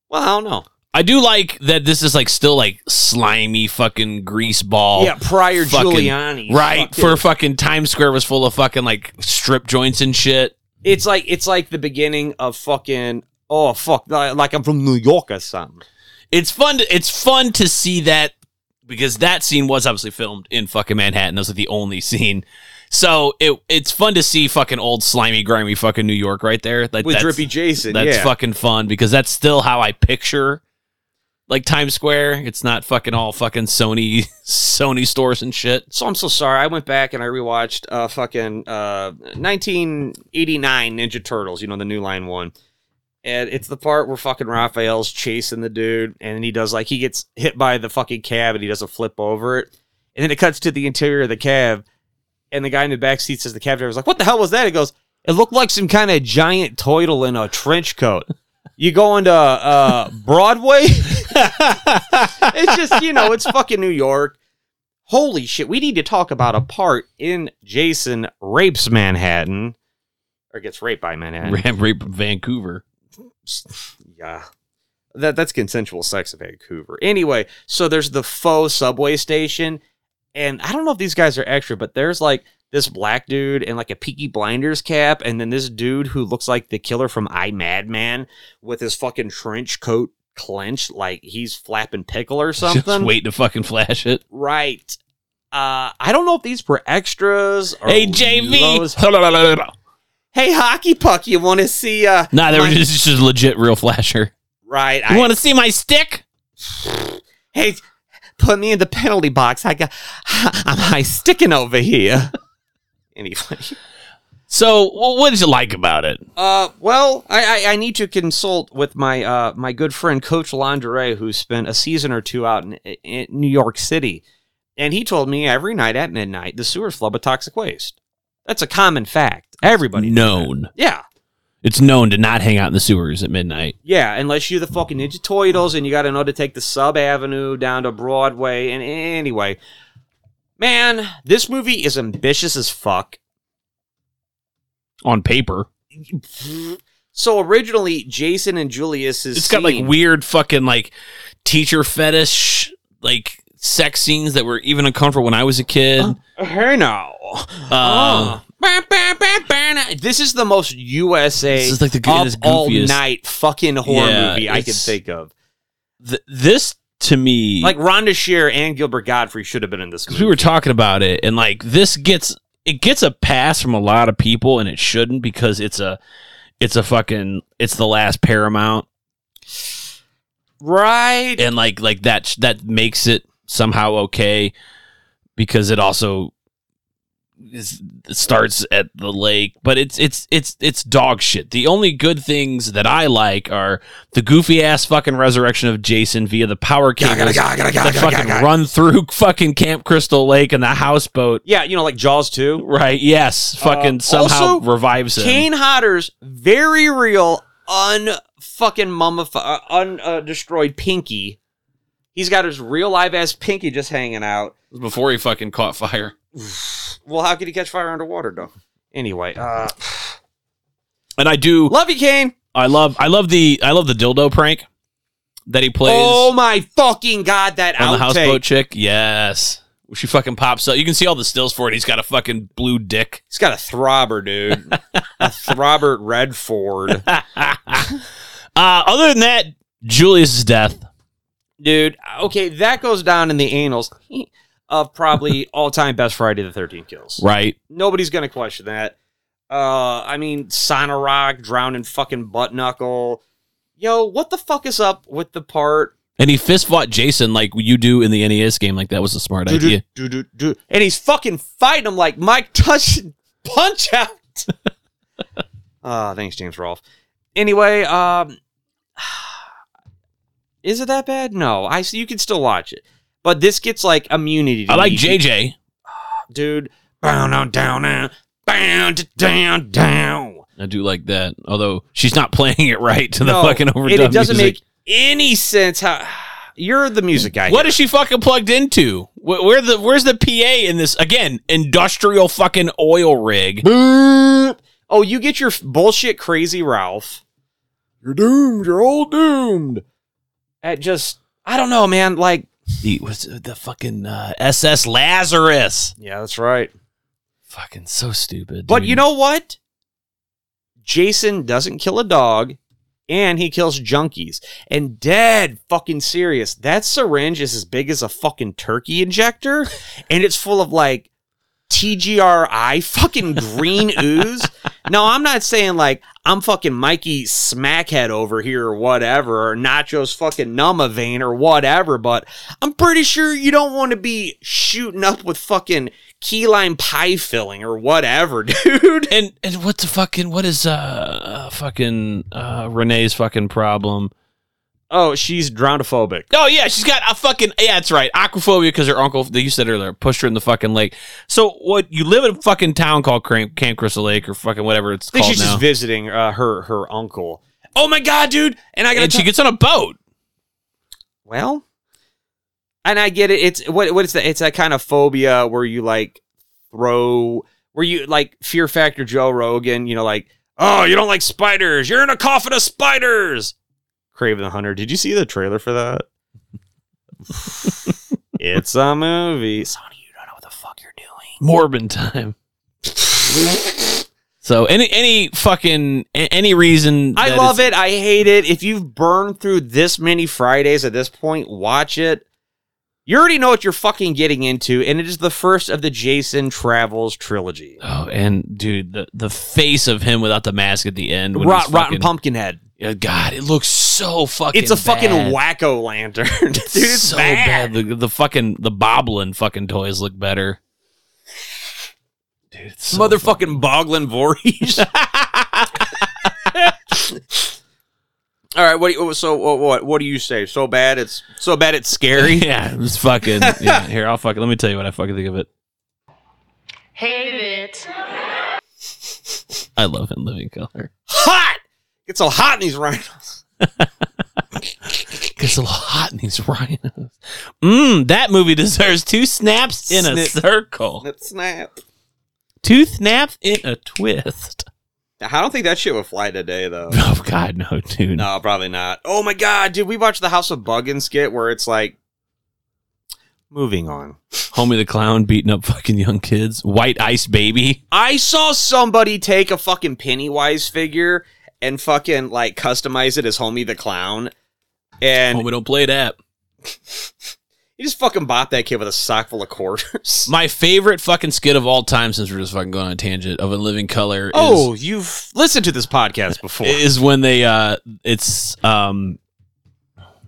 [SPEAKER 1] well, I don't know.
[SPEAKER 2] I do like that this is like still like slimy fucking grease ball.
[SPEAKER 1] yeah, prior
[SPEAKER 2] fucking-
[SPEAKER 1] Giuliani,
[SPEAKER 2] Right.
[SPEAKER 1] fucking-
[SPEAKER 2] For fucking Times Square was full of fucking like strip joints and shit.
[SPEAKER 1] it's like it's like the beginning of fucking oh fuck, li- like I'm from New York or something.
[SPEAKER 2] It's fun to it's fun to see that because that scene was obviously filmed in fucking Manhattan. That was like the only scene. So it it's fun to see fucking old slimy grimy fucking New York right there. Like
[SPEAKER 1] With
[SPEAKER 2] that's-
[SPEAKER 1] Drippy Jason,
[SPEAKER 2] That's
[SPEAKER 1] yeah.
[SPEAKER 2] fucking fun because that's still how I picture like Times Square. It's not fucking all fucking Sony (laughs) Sony stores and shit.
[SPEAKER 1] so I'm so sorry. I went back and I rewatched uh fucking uh 1989 Ninja Turtles, you know, the new line one. And it's the part where fucking Raphael's chasing the dude and he does like he gets hit by the fucking cab and he does a flip over it. And then it cuts to the interior of the cab and the guy in the back seat says the cab driver's like, "What the hell was that?" He goes, "It looked like some kind of giant turtle in a trench coat." You going to uh, Broadway? (laughs) it's just you know, it's fucking New York holy shit, we need to talk about a part in Jason rapes Manhattan or gets raped by Manhattan.
[SPEAKER 2] Ram Rape Vancouver.
[SPEAKER 1] (sighs) yeah. That that's consensual sex in Vancouver. Anyway, so there's the faux subway station and I don't know if these guys are extra, but there's like this black dude in like a Peaky Blinders cap, and then this dude who looks like the killer from I Madman with his fucking trench coat clenched, like he's flapping pickle
[SPEAKER 2] (laughs)
[SPEAKER 1] or
[SPEAKER 2] Just
[SPEAKER 1] something.
[SPEAKER 2] waiting to fucking flash it.
[SPEAKER 1] Right. Uh, I don't know if these were extras. Or
[SPEAKER 2] Hey
[SPEAKER 1] (laughs) lows.
[SPEAKER 2] JV.
[SPEAKER 1] Hey, hockey puck, you want to see? Uh,
[SPEAKER 2] Nah, they were
[SPEAKER 1] my-
[SPEAKER 2] just, it's just a legit real flasher.
[SPEAKER 1] right.
[SPEAKER 2] You
[SPEAKER 1] I,
[SPEAKER 2] want to see my stick?
[SPEAKER 1] hey, put me in the penalty box. I got. I'm high sticking over here. (laughs) anyway.
[SPEAKER 2] So, wh- what did you like about it?
[SPEAKER 1] Uh, well, I, I, I need to consult with my uh, my good friend Coach Lingerie, who spent a season or two out in, in New York City, and he told me every night at midnight the sewers flood with toxic waste. That's a common fact. Everybody.
[SPEAKER 2] Known.
[SPEAKER 1] Yeah,
[SPEAKER 2] It's known to not hang out in the sewers at midnight.
[SPEAKER 1] yeah. Unless you're the fucking Ninja Turtles and you got to know to take the sub avenue down to Broadway. And anyway, man, this movie is ambitious as fuck.
[SPEAKER 2] On paper,
[SPEAKER 1] So originally, Jason and Julius is
[SPEAKER 2] it's got like weird fucking like teacher fetish like sex scenes that were even uncomfortable when I was a kid.
[SPEAKER 1] Uh-huh. Hey now. Oh.
[SPEAKER 2] Uh,
[SPEAKER 1] Bah, bah, bah, bah, nah. This is the most USA
[SPEAKER 2] This is like the
[SPEAKER 1] up
[SPEAKER 2] greatest,
[SPEAKER 1] all
[SPEAKER 2] goofiest-
[SPEAKER 1] night fucking horror
[SPEAKER 2] Yeah,
[SPEAKER 1] movie I can
[SPEAKER 2] it's-
[SPEAKER 1] think of.
[SPEAKER 2] th- this to me,
[SPEAKER 1] Like Rhonda Shear and Gilbert Godfrey should have been in this
[SPEAKER 2] because
[SPEAKER 1] movie.
[SPEAKER 2] we were talking about it, and like this gets it gets a pass from a lot of people, and it shouldn't because it's a it's a fucking it's the last Paramount.
[SPEAKER 1] right.
[SPEAKER 2] and like like that that makes it somehow okay because it also is, it starts at the lake but it's it's it's it's dog shit the only good things that i like are the goofy ass fucking resurrection of jason via the power cables the fucking run through (laughs) fucking camp crystal lake and the houseboat
[SPEAKER 1] Yeah, you know, like Jaws 2.
[SPEAKER 2] right yes fucking
[SPEAKER 1] Uh,
[SPEAKER 2] somehow
[SPEAKER 1] also,
[SPEAKER 2] revives him
[SPEAKER 1] Kane Hodder's very real, un fucking mummified, uh, un uh, destroyed pinky. He's got his real live ass pinky just hanging out.
[SPEAKER 2] before he fucking caught fire
[SPEAKER 1] Well, how could he catch fire underwater, though? Anyway, uh,
[SPEAKER 2] and i do
[SPEAKER 1] love you, Kane.
[SPEAKER 2] i love i love the i love the dildo prank that he plays
[SPEAKER 1] Oh my fucking god, that
[SPEAKER 2] on the houseboat
[SPEAKER 1] outtake.
[SPEAKER 2] chick. Yes, she fucking pops up. You can see all the stills for it. He's got a fucking blue dick. (laughs)
[SPEAKER 1] He's got a throbber, dude. a throbber Redford.
[SPEAKER 2] uh, other than that, Julius's death.
[SPEAKER 1] Dude, okay, that goes down in the annals of probably all time best Friday the 13th kills.
[SPEAKER 2] Right.
[SPEAKER 1] Nobody's going to question that. Uh, I mean, Sonorog drowning fucking butt knuckle. Yo, what the fuck is up with the part?
[SPEAKER 2] And he fist fought Jason like you do in the NES game. Like that was a smart idea.
[SPEAKER 1] Do-do-do-do. And he's fucking fighting him like Mike Tyson (laughs) punch out. (laughs) Ah, thanks, James Rolfe. Anyway, um, (sighs) is it that bad? No, I see. You can still watch it, but this gets like immunity.
[SPEAKER 2] I like
[SPEAKER 1] to-
[SPEAKER 2] JJ.
[SPEAKER 1] dude.
[SPEAKER 10] Bound on down
[SPEAKER 1] eh.
[SPEAKER 10] and bound down down.
[SPEAKER 2] I do like that. Although she's not (laughs) playing it right to the
[SPEAKER 1] No,
[SPEAKER 2] fucking
[SPEAKER 1] and
[SPEAKER 2] overdub.
[SPEAKER 1] It, doesn't
[SPEAKER 2] music.
[SPEAKER 1] make any sense. How you're the music guy?
[SPEAKER 2] What is she fucking plugged into? Where, where the where's the PA in this again? Industrial fucking oil rig.
[SPEAKER 1] here. Oh, you get your bullshit, crazy Ralph.
[SPEAKER 10] You're doomed. You're all doomed.
[SPEAKER 1] At just, I don't know, man. Like,
[SPEAKER 2] The was the fucking uh, SS Lazarus.
[SPEAKER 1] yeah, that's right.
[SPEAKER 2] Fucking so stupid.
[SPEAKER 1] But
[SPEAKER 2] dude.
[SPEAKER 1] you know what? Jason doesn't kill a dog and he kills junkies. And dead fucking serious. That syringe is as big as a fucking turkey injector and it's full of like TGRI fucking green ooze. (laughs) No, I'm not saying like I'm fucking Mikey Smackhead over here or whatever, or Nacho's fucking Numa vein or whatever, but I'm pretty sure you don't want to be shooting up with fucking key lime pie filling or whatever, (laughs) dude.
[SPEAKER 2] and and what the fucking what is uh, uh fucking uh Renee's fucking problem?
[SPEAKER 1] Oh, she's drownophobic.
[SPEAKER 2] Oh yeah, she's got a fucking yeah, that's right, aquaphobia because her uncle that you said earlier pushed her in the fucking lake. So what? You live in a fucking town called Cram- Camp Crystal Lake or fucking whatever it's
[SPEAKER 1] I think
[SPEAKER 2] called
[SPEAKER 1] she's
[SPEAKER 2] now,
[SPEAKER 1] just visiting uh, her her uncle. Oh my god, dude! And I gotta
[SPEAKER 2] and she
[SPEAKER 1] t-
[SPEAKER 2] gets on a boat.
[SPEAKER 1] well, and I get it. It's what what is that? It's that kind of phobia where you like throw where you like Fear Factor Joe Rogan. You know, like oh, you don't like spiders. You're in a coffin of spiders. Craven the Hunter. Did you see the trailer for (laughs) that? it's a movie. Sonny, you don't know what the fuck you're doing.
[SPEAKER 2] Morbid time. So any any fucking a- any reason
[SPEAKER 1] I
[SPEAKER 2] that
[SPEAKER 1] love
[SPEAKER 2] it's-
[SPEAKER 1] it. I hate it. If you've burned through this many Fridays at this point, watch it. You already know what you're fucking getting into, and it is the first of the Jason Travels trilogy.
[SPEAKER 2] Oh, and dude, the, the face of him without the mask at the end. When
[SPEAKER 1] Rot,
[SPEAKER 2] he's
[SPEAKER 1] rotten
[SPEAKER 2] fucking-
[SPEAKER 1] Pumpkinhead.
[SPEAKER 2] Yeah, God, it looks so fucking.
[SPEAKER 1] It's a fucking
[SPEAKER 2] bad.
[SPEAKER 1] wacko lantern, (laughs) dude. It's
[SPEAKER 2] so
[SPEAKER 1] bad.
[SPEAKER 2] bad. The, the fucking the Boblin fucking toys look better. Dude, it's so
[SPEAKER 1] Motherfucking Boglin Voorhees. (laughs)
[SPEAKER 13] All right, what do you, so what, what what do you say? So bad it's so bad it's
[SPEAKER 2] fucking- (laughs)
[SPEAKER 13] scary.
[SPEAKER 2] (laughs) Yeah, it's fucking. Yeah, here I'll fucking. Let me tell you what I fucking think of it.
[SPEAKER 14] Hate it.
[SPEAKER 2] I love in living color.
[SPEAKER 13] hot. It's so hot in these rhinos.
[SPEAKER 2] Gets a little hot in these (laughs) rhinos. Mmm, that movie deserves two snaps in a
[SPEAKER 13] Snip.
[SPEAKER 2] circle.
[SPEAKER 13] That snap.
[SPEAKER 2] Two snaps in a twist. (laughs)
[SPEAKER 13] I don't think that shit would fly today though. (laughs)
[SPEAKER 2] Oh God, no, dude.
[SPEAKER 13] No, probably not. Oh my god, dude, we watched the House of Buggin skit where it's like moving on.
[SPEAKER 2] Homie the clown beating up fucking young kids. White ice baby.
[SPEAKER 13] I saw somebody take a fucking Pennywise figure and fucking like customize it as Homie the Clown. And
[SPEAKER 2] Homie, don't play that.
[SPEAKER 13] he just fucking bopped that kid with a sock full of quarters.
[SPEAKER 2] (laughs) My favorite fucking skit of all time, since we're just fucking going on a tangent, of In Living Color.
[SPEAKER 13] oh, you've listened to this podcast before.
[SPEAKER 2] is, is when they uh, it's um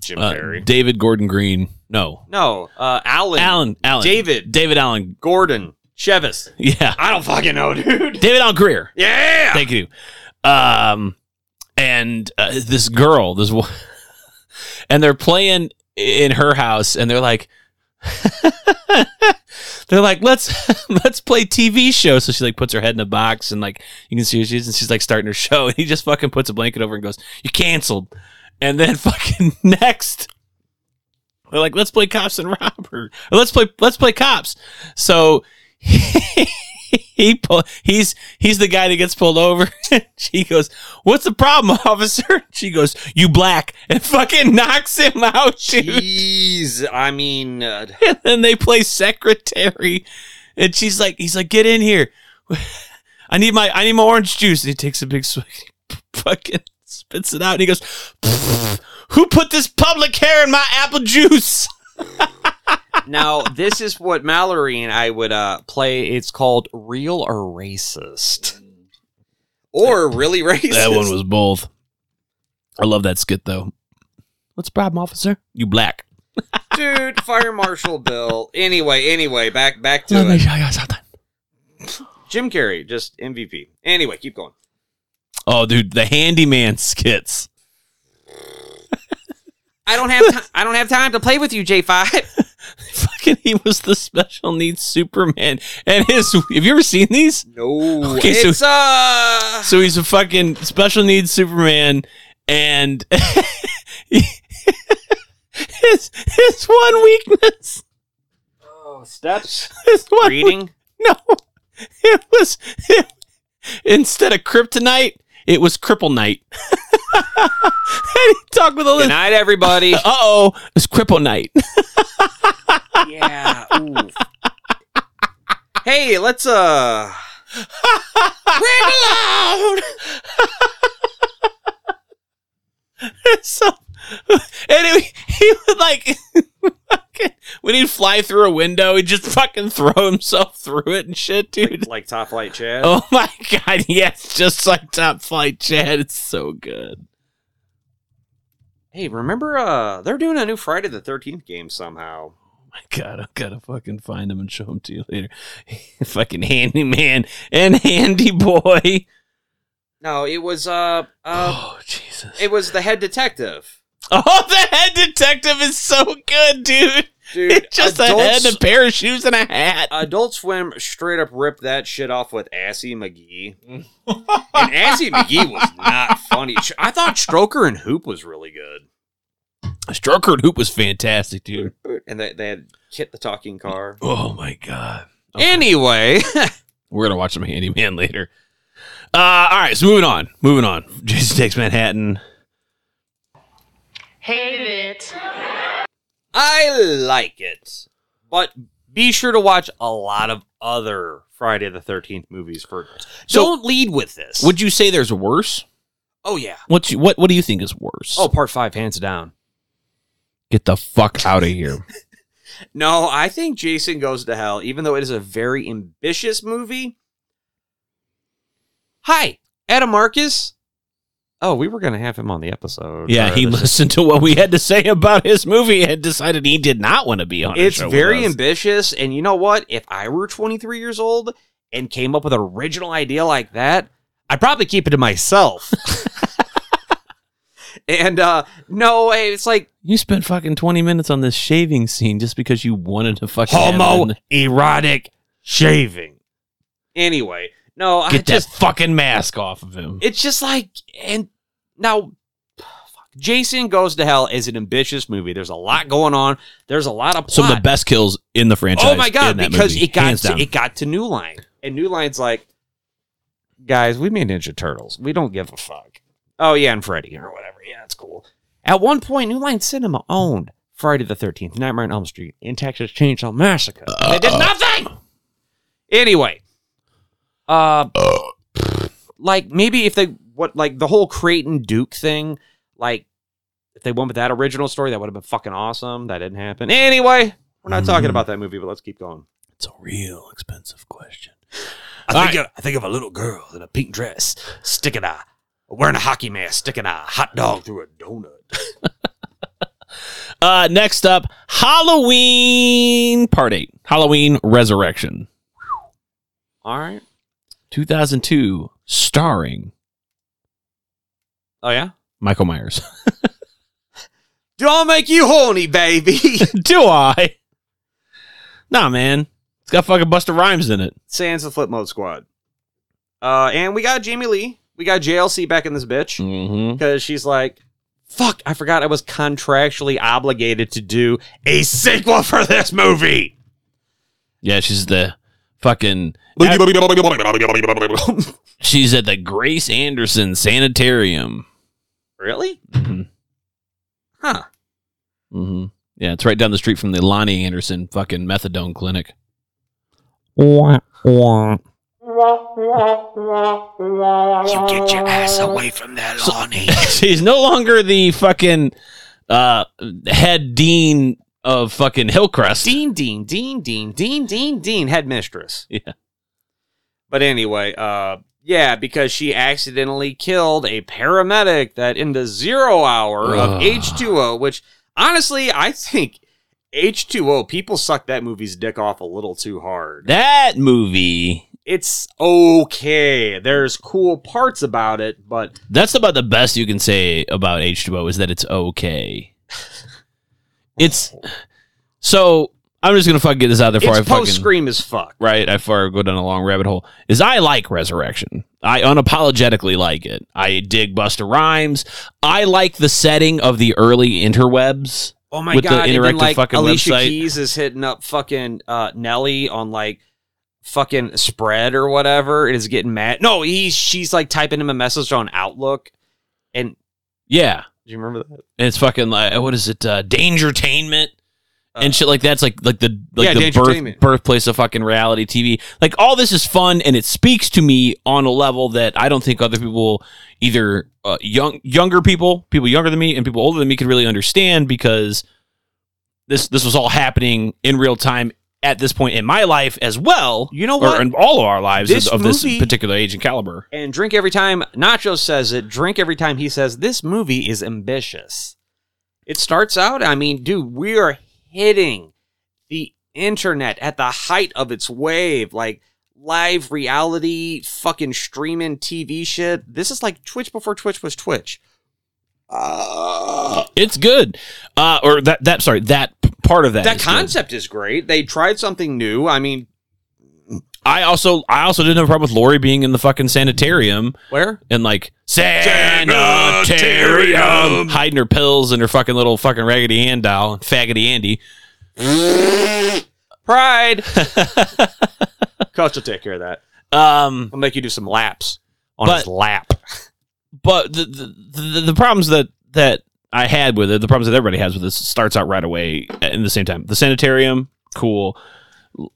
[SPEAKER 13] Jim
[SPEAKER 2] uh,
[SPEAKER 13] Perry.
[SPEAKER 2] David Gordon Green. No,
[SPEAKER 13] No, uh, Alan,
[SPEAKER 2] Alan. Alan.
[SPEAKER 13] David.
[SPEAKER 2] David Allen.
[SPEAKER 13] Gordon, Chevis.
[SPEAKER 2] Yeah,
[SPEAKER 13] I don't fucking know, dude.
[SPEAKER 2] David Allen Greer.
[SPEAKER 13] Yeah.
[SPEAKER 2] Thank you. Um, and uh, this girl, this one, (laughs) and they're playing in her house, and they're like, (laughs) they're like, let's (laughs) let's play TV show. So she like puts her head in a box, and like you can see who she is, and she's like starting her show, (laughs) and he just fucking puts a blanket over and goes, "You canceled." And then (laughs) fucking next, they're like, "Let's play cops and robbers. Or let's play let's play cops." So. (laughs) He pull, he's he's the guy that gets pulled over. (laughs) she goes, "What's the problem, (laughs) officer?" She goes, "You black," and fucking (laughs) knocks him out. Dude.
[SPEAKER 13] Jeez, I mean, uh,
[SPEAKER 2] (laughs) And then they play secretary, and she's like, "He's like, get in here. (laughs) I need my I need my orange juice." And he takes a big swig, (laughs) fucking spits it out, and he goes, (laughs) "Who put this public hair in my apple juice?" (laughs)
[SPEAKER 1] now, this is what Mallory and I would uh, play. It's called Real or Racist.
[SPEAKER 13] or really racist.
[SPEAKER 2] That one was both. I love that skit though. What's the problem, officer? You black.
[SPEAKER 13] dude. Fire Marshal Bill. Anyway, anyway, back back to
[SPEAKER 2] (laughs)
[SPEAKER 13] it. Jim Carrey, just MVP. Anyway, keep going.
[SPEAKER 2] Oh, dude, the handyman skits.
[SPEAKER 1] I don't have time. I don't have time to play with you, (laughs) J5.
[SPEAKER 2] Fucking, he was the special needs Superman, and his. Have you ever seen these?
[SPEAKER 13] No,
[SPEAKER 2] Okay, so-
[SPEAKER 13] it's uh,
[SPEAKER 2] So he's a fucking special needs Superman, and (laughs) his his one weakness.
[SPEAKER 1] Steps.
[SPEAKER 2] His one (laughs)
[SPEAKER 1] Reading.
[SPEAKER 2] No, it was instead of kryptonite, it was cripple night. (laughs) and he talked with a
[SPEAKER 1] Good
[SPEAKER 2] little. (laughs)
[SPEAKER 1] night, everybody.
[SPEAKER 2] Uh oh, it's cripple night.
[SPEAKER 1] yeah. ooh.
[SPEAKER 13] hey, let's uh,
[SPEAKER 2] (laughs) so, and he, he would like fucking- (laughs) when he'd fly through a window, he'd just fucking throw himself through it and shit, dude.
[SPEAKER 13] like top flight, Chad.
[SPEAKER 2] Oh my god, yes, just like Top Flight Chad, it's so good.
[SPEAKER 13] Hey, remember uh, they're doing a new Friday the Thirteenth game somehow.
[SPEAKER 2] Oh my god, I've gotta fucking find him and show him to you later. (laughs) fucking handyman and handy boy.
[SPEAKER 13] No, it was uh,
[SPEAKER 2] (sighs)
[SPEAKER 13] uh,
[SPEAKER 2] oh Jesus!
[SPEAKER 13] it was the head detective.
[SPEAKER 2] oh, the head detective is so good, dude.
[SPEAKER 13] Dude,
[SPEAKER 2] It's (laughs) just a head,
[SPEAKER 13] adults,
[SPEAKER 2] a pair of shoes, and a hat.
[SPEAKER 13] Adult Swim straight up ripped that shit off with Assy
[SPEAKER 2] (laughs)
[SPEAKER 13] McGee. and Assy McGee was not funny. I thought Stroker and Hoop was really good.
[SPEAKER 2] Stroker and Hoop was fantastic, dude.
[SPEAKER 13] And they, they had Kit the talking
[SPEAKER 2] (laughs)
[SPEAKER 13] car.
[SPEAKER 2] Oh my god.
[SPEAKER 13] (laughs)
[SPEAKER 1] Anyway,
[SPEAKER 2] We're gonna watch some handyman (laughs) later. Uh, all right, so moving on, moving on. Jason takes Manhattan.
[SPEAKER 14] Hate it.
[SPEAKER 1] I like it, but be sure to watch a lot of other Friday the Thirteenth movies for.
[SPEAKER 2] So-
[SPEAKER 1] Don't lead with this.
[SPEAKER 2] Would you say there's worse?
[SPEAKER 1] oh yeah.
[SPEAKER 2] What you, what what do you think is worse?
[SPEAKER 1] Oh, part five, hands down.
[SPEAKER 2] get the fuck out of
[SPEAKER 1] (laughs)
[SPEAKER 2] here.
[SPEAKER 1] No, I think Jason Goes to Hell, even though it is a very ambitious movie. Hi, Adam Marcus. Oh, we were going to have him on the episode.
[SPEAKER 2] yeah,
[SPEAKER 1] Or
[SPEAKER 2] he
[SPEAKER 1] the-
[SPEAKER 2] listened to what we had to say about his movie and decided he did not want to be on. our
[SPEAKER 1] It's
[SPEAKER 2] show with
[SPEAKER 1] very
[SPEAKER 2] us.
[SPEAKER 1] ambitious, and you know what? If I were 23 years old and came up with an original idea like that, I'd probably keep it
[SPEAKER 2] (laughs)
[SPEAKER 1] to myself. (laughs) and uh no, it's like
[SPEAKER 2] You spent fucking 20 minutes on this shaving scene just because you wanted to fucking have
[SPEAKER 10] Homo
[SPEAKER 2] it.
[SPEAKER 10] erotic shaving.
[SPEAKER 1] anyway. No, I
[SPEAKER 2] get that
[SPEAKER 1] just
[SPEAKER 2] fucking mask off of him.
[SPEAKER 1] it's just like and now (sighs) fuck, Jason Goes to Hell is an ambitious movie. There's a lot going on. There's a lot of plot.
[SPEAKER 2] Some of the best kills in the franchise.
[SPEAKER 1] Oh my
[SPEAKER 2] in
[SPEAKER 1] god!
[SPEAKER 2] that
[SPEAKER 1] Because
[SPEAKER 2] movie,
[SPEAKER 1] it got
[SPEAKER 2] hands
[SPEAKER 1] to,
[SPEAKER 2] down.
[SPEAKER 1] it got to New Line, and New Line's like, guys, we made Ninja Turtles. We don't give a fuck. Oh yeah, and Freddy or whatever. Yeah, it's cool. At one point, New Line Cinema owned Friday the Thirteenth, Nightmare on Elm Street, and Texas Chainsaw Massacre. they did nothing. Anyway, uh, like maybe if they what like the whole Creighton Duke thing, like. If they went with that original story, that would have been fucking awesome. That didn't happen. Anyway, we're not
[SPEAKER 2] Mm-hmm.
[SPEAKER 1] talking about that movie, but let's keep going.
[SPEAKER 2] it's a real expensive question.
[SPEAKER 12] I
[SPEAKER 2] All
[SPEAKER 12] think,
[SPEAKER 2] right.
[SPEAKER 12] of, I think of a little girl in a pink dress, sticking a wearing a hockey mask, sticking a hot dog through a donut.
[SPEAKER 2] Uh, next up, Halloween Part 8. Halloween Resurrection.
[SPEAKER 1] All right.
[SPEAKER 2] 2002, starring
[SPEAKER 1] Oh yeah.
[SPEAKER 2] Michael Myers.
[SPEAKER 1] Don't make you
[SPEAKER 2] (laughs)
[SPEAKER 1] horny, baby.
[SPEAKER 2] Do I? Nah, man. It's got fucking Busta Rhymes in it.
[SPEAKER 1] Sans the flip mode squad. Uh, and we got Jamie Lee. We got JLC back in this bitch
[SPEAKER 2] Mm-hmm.
[SPEAKER 1] because she's like, "Fuck, I forgot I was contractually obligated to do a sequel for this movie."
[SPEAKER 2] Yeah, she's the fucking. She's at the Grace Anderson Sanitarium.
[SPEAKER 1] Really?
[SPEAKER 2] Mhm.
[SPEAKER 1] Huh.
[SPEAKER 2] Mm-hmm. Yeah, it's right down the street from the Lonnie Anderson fucking methadone
[SPEAKER 1] (laughs)
[SPEAKER 2] clinic.
[SPEAKER 12] You get your ass away from that, Lonnie.
[SPEAKER 2] She's no longer the fucking uh, head dean of fucking Hillcrest.
[SPEAKER 1] Dean, Dean, Dean, Dean, Dean, Dean, Dean, headmistress.
[SPEAKER 2] Yeah.
[SPEAKER 1] But anyway, uh, yeah, because she accidentally killed a paramedic that in the zero hour of
[SPEAKER 2] Ugh.
[SPEAKER 1] H2O, which honestly, I think H2O, people suck that movie's dick off a little too hard.
[SPEAKER 2] That movie.
[SPEAKER 1] it's okay. There's cool parts about it, but
[SPEAKER 2] That's about the best you can say about H2O is that it's
[SPEAKER 1] (laughs)
[SPEAKER 2] okay. It's so I'm just gonna fucking get this out there before
[SPEAKER 1] it's
[SPEAKER 2] I
[SPEAKER 1] post
[SPEAKER 2] fucking
[SPEAKER 1] scream as fuck.
[SPEAKER 2] right I far go down a long rabbit hole. Is I like Resurrection. I unapologetically like it. I dig Buster Rhymes. I like the setting of the early interwebs.
[SPEAKER 1] Oh my
[SPEAKER 2] with the
[SPEAKER 1] god! and then,
[SPEAKER 2] interactive
[SPEAKER 1] like,
[SPEAKER 2] fucking
[SPEAKER 1] Alicia
[SPEAKER 2] website.
[SPEAKER 1] Keys is hitting up fucking uh, Nelly on like fucking spread or whatever, and is getting mad. No, he's she's like typing him a message on Outlook. And
[SPEAKER 2] Yeah.
[SPEAKER 1] do you remember that?
[SPEAKER 2] And it's fucking like what is it? Uh, Dangertainment and
[SPEAKER 1] Uh,
[SPEAKER 2] shit like that's like like the
[SPEAKER 1] Yeah,
[SPEAKER 2] like the
[SPEAKER 1] Dangertainment.
[SPEAKER 2] birth, birthplace of fucking reality TV. Like all this is fun and it speaks to me on a level that I don't think other people, either uh, young younger people, people younger than me, and people older than me, could really understand because this this was all happening in real time at this point in my life as well,
[SPEAKER 1] You know
[SPEAKER 2] or
[SPEAKER 1] what?
[SPEAKER 2] in all of our lives
[SPEAKER 1] This
[SPEAKER 2] of, of
[SPEAKER 1] movie-
[SPEAKER 2] this particular age and caliber.
[SPEAKER 1] and drink every time Nacho says it. Drink every time he says this movie is ambitious. It starts out. I mean, dude, we are hitting the internet at the height of its wave, like live reality, fucking streaming TV shit. This is like Twitch before Twitch was Twitch.
[SPEAKER 2] It's good, uh, or that that sorry that p- part of that
[SPEAKER 1] that
[SPEAKER 2] is good.
[SPEAKER 1] concept is great. They tried something new. I mean,
[SPEAKER 2] I also I also didn't have a problem with Lori being in the fucking sanitarium
[SPEAKER 1] where?
[SPEAKER 2] and like sanitarium hiding her pills in her fucking little fucking raggedy hand doll and faggoty Andy. (laughs)
[SPEAKER 1] Pride. Coach will take care of that.
[SPEAKER 2] Um,
[SPEAKER 1] We'll make you do some laps on
[SPEAKER 2] But-
[SPEAKER 1] his lap.
[SPEAKER 2] but the, the the the problems that that I had with it, the problems that everybody has with this starts out right away in the same time. The sanitarium, cool.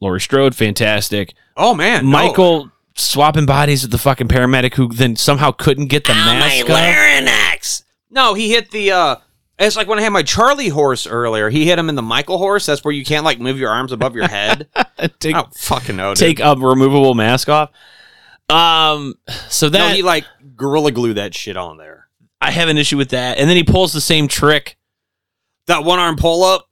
[SPEAKER 2] Laurie Strode, fantastic.
[SPEAKER 1] Oh man, (laughs) no.
[SPEAKER 2] Michael swapping bodies with the fucking paramedic who then somehow couldn't get the mask off.
[SPEAKER 15] larynx.
[SPEAKER 1] No, he hit the. uh It's like when I had my Charlie horse earlier. He hit him in the Michael horse. That's where you can't like move your arms above
[SPEAKER 2] (laughs)
[SPEAKER 1] your head.
[SPEAKER 2] (laughs) Take,
[SPEAKER 1] I don't fucking know. Oh, Dude.
[SPEAKER 2] take a removable mask off. Um, so
[SPEAKER 1] no,
[SPEAKER 2] that
[SPEAKER 1] he like gorilla glue that shit on there.
[SPEAKER 2] I have an issue with that. And then he pulls the same trick
[SPEAKER 1] That one arm pull up.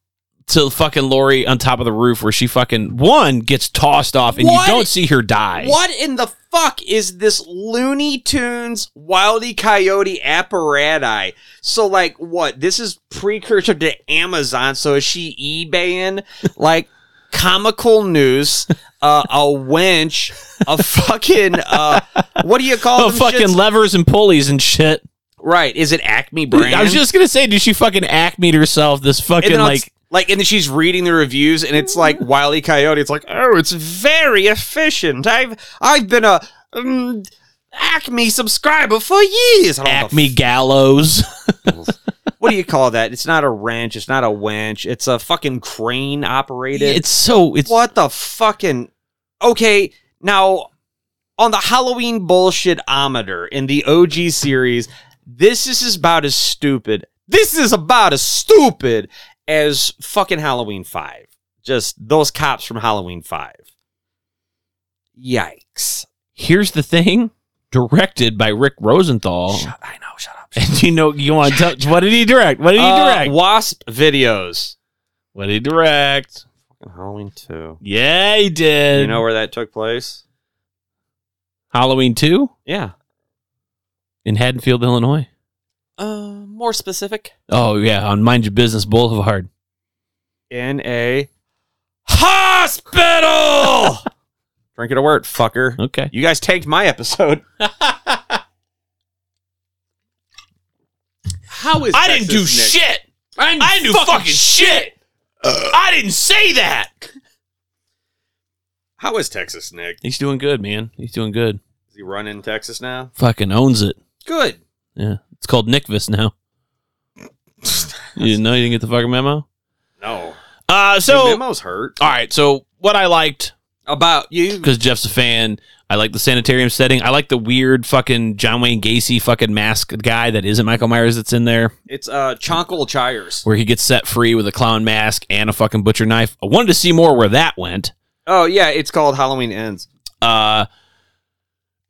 [SPEAKER 2] to fucking Lori on top of the roof where she fucking one gets tossed off and
[SPEAKER 1] What?
[SPEAKER 2] you don't see her die.
[SPEAKER 1] What in the fuck is this Looney Tunes Wildy Coyote apparatus? So like what? This is precursor to Amazon. So is she
[SPEAKER 2] (laughs)
[SPEAKER 1] eBaying like comical news, uh, a wench, a fucking uh, what do you call
[SPEAKER 2] (laughs) Oh,
[SPEAKER 1] them
[SPEAKER 2] fucking
[SPEAKER 1] shits?
[SPEAKER 2] levers and pulleys and shit.
[SPEAKER 1] right? Is it Acme brand?
[SPEAKER 2] I was just gonna say, did she fucking acme herself this
[SPEAKER 1] and
[SPEAKER 2] fucking
[SPEAKER 1] then I'll-
[SPEAKER 2] like
[SPEAKER 1] like and then she's reading the reviews and it's like Wiley Coyote. It's like oh, it's very efficient. I've I've been a. Um, Acme subscriber for years. I don't know the
[SPEAKER 2] acme gallows?
[SPEAKER 1] what do you call that? It's not a wrench. It's not a winch. It's a fucking crane operated.
[SPEAKER 2] It's so it's
[SPEAKER 1] what the fucking okay now on the Halloween bullshit ometer in the OG series. This is about as stupid. This is about as stupid as fucking Halloween Five. Just those cops from Halloween Five. Yikes!
[SPEAKER 2] here's the thing. Directed by Rick Rosenthal.
[SPEAKER 1] I know. Shut up.
[SPEAKER 2] And you know you want to tell what did he direct? What did he
[SPEAKER 1] Uh,
[SPEAKER 2] direct?
[SPEAKER 1] Wasp videos.
[SPEAKER 2] What did he direct?
[SPEAKER 1] Halloween Two.
[SPEAKER 2] Yeah, he did.
[SPEAKER 1] You know where that took place?
[SPEAKER 2] Halloween two
[SPEAKER 1] Yeah.
[SPEAKER 2] in Haddonfield, Illinois.
[SPEAKER 15] Uh, more specific.
[SPEAKER 2] Oh yeah, on Mind Your Business Boulevard.
[SPEAKER 1] in a hospital. Drink it a word, fucker.
[SPEAKER 2] (laughs) Okay.
[SPEAKER 1] You guys tanked my (laughs) episode.
[SPEAKER 15] How is
[SPEAKER 2] I didn't do shit. I didn't, do fucking, shit. I didn't say that.
[SPEAKER 1] How is Texas, Nick?
[SPEAKER 2] He's doing good, man. He's doing good.
[SPEAKER 1] Is he running Texas now?
[SPEAKER 2] Fucking owns it.
[SPEAKER 1] Good.
[SPEAKER 2] Yeah. It's called Nickvis (laughs) now. you didn't know you didn't get the fucking memo?
[SPEAKER 1] No.
[SPEAKER 2] Uh
[SPEAKER 1] So
[SPEAKER 2] so all
[SPEAKER 1] memo's hurt
[SPEAKER 2] right, so what I liked
[SPEAKER 1] about you.
[SPEAKER 2] because Jeff's a fan. I like the sanitarium setting. I like the weird fucking John Wayne Gacy fucking mask guy that isn't Michael Myers that's in there,
[SPEAKER 1] It's uh Chonkle Chires.
[SPEAKER 2] where he gets set free with a clown mask and a fucking butcher knife. I wanted to see more where that went.
[SPEAKER 1] Oh yeah, it's called Halloween Ends.
[SPEAKER 2] Uh,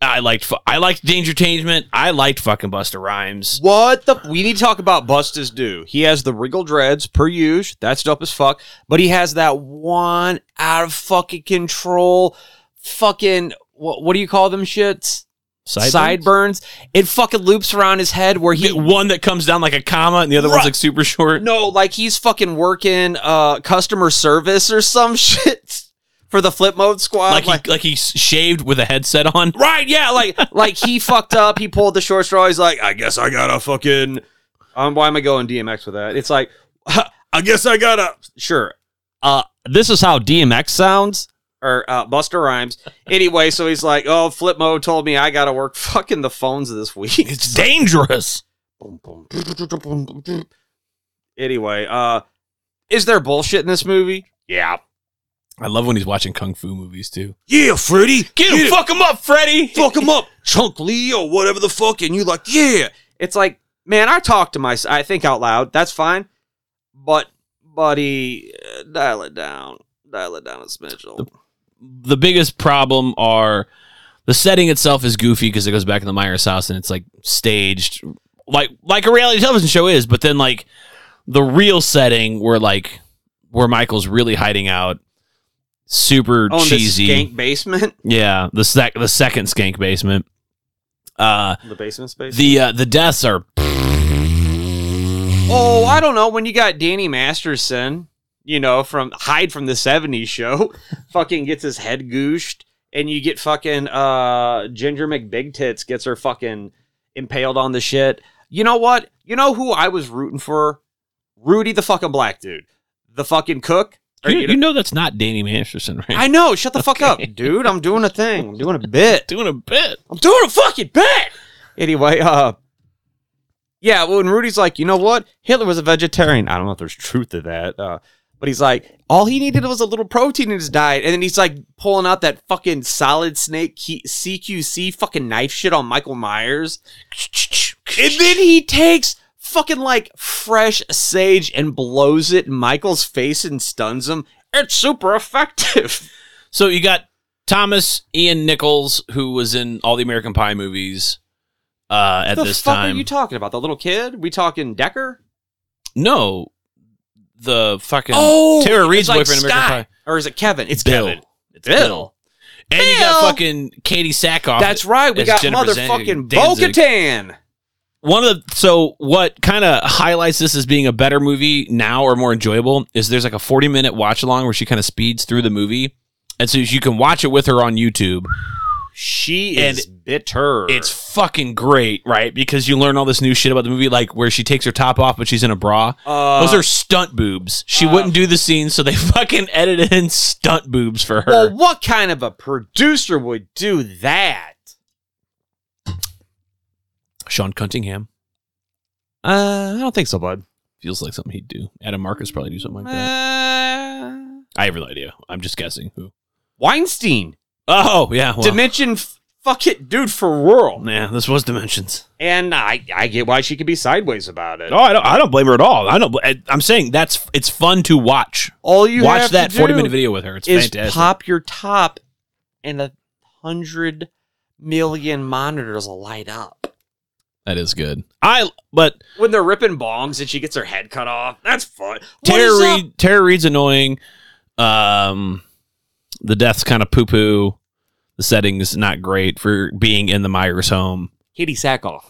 [SPEAKER 2] I liked fu- I liked Danger Changement. I liked fucking Buster Rhymes.
[SPEAKER 1] What the? We need to talk about Busta's do. He has the wriggle dreads per use. That's dope as fuck. But he has that one out of fucking control, fucking what? What do you call them shits?
[SPEAKER 2] Sideburns?
[SPEAKER 1] sideburns. It fucking loops around his head where
[SPEAKER 2] The
[SPEAKER 1] he
[SPEAKER 2] one that comes down like a comma, and the other one's
[SPEAKER 1] Right.
[SPEAKER 2] like super short.
[SPEAKER 1] no, like he's fucking working uh customer service or some (laughs) shit for the flip mode squad.
[SPEAKER 2] like, he like he s- shaved with a headset on.
[SPEAKER 1] right, yeah, like like he fucked up. He pulled the short straw. He's like, I guess I gotta fucking. Um, why am I going DMX with that? It's like, I guess I gotta. Sure. Uh, this is how DMX sounds. Or uh, Buster Rhymes. Anyway, so he's like, "Oh, Flip Mode told me I gotta work fucking the phones this week."
[SPEAKER 2] It's dangerous.
[SPEAKER 1] anyway, uh is there bullshit in this movie?
[SPEAKER 7] Yeah.
[SPEAKER 2] I love when he's watching kung fu movies too.
[SPEAKER 16] Yeah, Freddy.
[SPEAKER 2] Get him, fuck him up, Freddy.
[SPEAKER 16] Fuck him
[SPEAKER 1] (laughs)
[SPEAKER 16] up. Chunk Lee or whatever the fuck. And you like, yeah.
[SPEAKER 1] It's like, man, I talk to myself. I think out loud. That's fine. But buddy, uh, dial it down. Dial it down a smidge.
[SPEAKER 2] The biggest problem are the setting itself is goofy because it goes back in the Myers house and it's like staged, like like a reality television show is. But then like the real setting where like where Michael's really hiding out, super
[SPEAKER 1] On the
[SPEAKER 2] cheesy.
[SPEAKER 1] skank basement,
[SPEAKER 2] Yeah, the sec- the second skank basement. Uh,
[SPEAKER 1] (laughs) the basement space.
[SPEAKER 2] the uh, the deaths are
[SPEAKER 1] oh, I don't know. When you got Danny Masterson, you know, from Hide from the '70s show, (laughs) fucking gets his head gooshed, and you get fucking uh Ginger McBig Tits gets her fucking impaled on the shit. You know what? You know who I was rooting for? Rudy the fucking black dude, the fucking cook. Or,
[SPEAKER 2] you,
[SPEAKER 1] you
[SPEAKER 2] you know that's not Danny Masterson, right?
[SPEAKER 1] I know. Shut the fuck up, dude. I'm doing a thing. I'm doing a bit.
[SPEAKER 2] doing a bit.
[SPEAKER 1] I'm doing a fucking bit. Anyway, uh, yeah. Well, and Rudy's like, you know what? Hitler was a vegetarian. I don't know if there's truth to that. Uh, But he's like, all he needed was a little protein in his diet, and then he's like pulling out that fucking solid snake key- CQC fucking knife shit on Michael Myers, and then he takes fucking like fresh sage and blows it in Michael's face and stuns him. It's super effective.
[SPEAKER 2] So you got Thomas Ian Nichols, who was in all the American Pie movies uh, at
[SPEAKER 1] the
[SPEAKER 2] this
[SPEAKER 1] fuck
[SPEAKER 2] time.
[SPEAKER 1] are you talking about? The little kid? We talking Decker?
[SPEAKER 2] no, the fucking
[SPEAKER 1] Oh,
[SPEAKER 2] Tara Reid's
[SPEAKER 1] it's like
[SPEAKER 2] boyfriend, in American
[SPEAKER 1] Scott.
[SPEAKER 2] Pie.
[SPEAKER 1] Or is it Kevin? It's
[SPEAKER 2] Bill.
[SPEAKER 1] Kevin.
[SPEAKER 2] It's Bill.
[SPEAKER 1] Bill.
[SPEAKER 2] And you got
[SPEAKER 1] Bill.
[SPEAKER 2] fucking Katie Sackhoff.
[SPEAKER 1] That's right. We
[SPEAKER 2] It's
[SPEAKER 1] got
[SPEAKER 2] Jennifer
[SPEAKER 1] motherfucking
[SPEAKER 2] Danzig.
[SPEAKER 1] Bo-Katan.
[SPEAKER 2] one of the so what kind of highlights this as being a better movie now or more enjoyable is there's like a 40 minute watch along where she kind of speeds through the movie and so you can watch it with her on youtube
[SPEAKER 1] She
[SPEAKER 2] And
[SPEAKER 1] is bitter.
[SPEAKER 2] it's fucking great right because you learn all this new shit about the movie like where she takes her top off but she's in a bra
[SPEAKER 1] uh,
[SPEAKER 2] those are stunt boobs she wouldn't do the scene so they (laughs) fucking edited in stunt boobs for her
[SPEAKER 1] well, what kind of a producer would do that?
[SPEAKER 2] sean cunningham
[SPEAKER 1] Uh, I don't think so, bud.
[SPEAKER 2] feels like something he'd do adam marcus probably do something like that
[SPEAKER 1] Uh,
[SPEAKER 2] i have no idea i'm just guessing who
[SPEAKER 1] Weinstein,
[SPEAKER 2] oh yeah well,
[SPEAKER 1] Dimension, f- fuck it, dude for world.
[SPEAKER 2] yeah this was dimensions
[SPEAKER 1] And I, I get why she could be sideways about it.
[SPEAKER 2] No, Oh, I don't. I don't blame her at all. I don't. I, I'm saying that's it's fun to watch.
[SPEAKER 1] All you
[SPEAKER 2] watch
[SPEAKER 1] have
[SPEAKER 2] that
[SPEAKER 1] to
[SPEAKER 2] 40
[SPEAKER 1] do
[SPEAKER 2] minute video with her. It's
[SPEAKER 1] is
[SPEAKER 2] fantastic.
[SPEAKER 1] pop your top, and a hundred million monitors will light up.
[SPEAKER 2] that is good. I but
[SPEAKER 1] When they're ripping bombs and she gets her head cut off, that's fun. What
[SPEAKER 2] Tara
[SPEAKER 1] is up?
[SPEAKER 2] Reed. Tara Reed's annoying. Um, the death's kind of poo poo. The setting's not great for being in the Myers home.
[SPEAKER 1] Katie Sackhoff.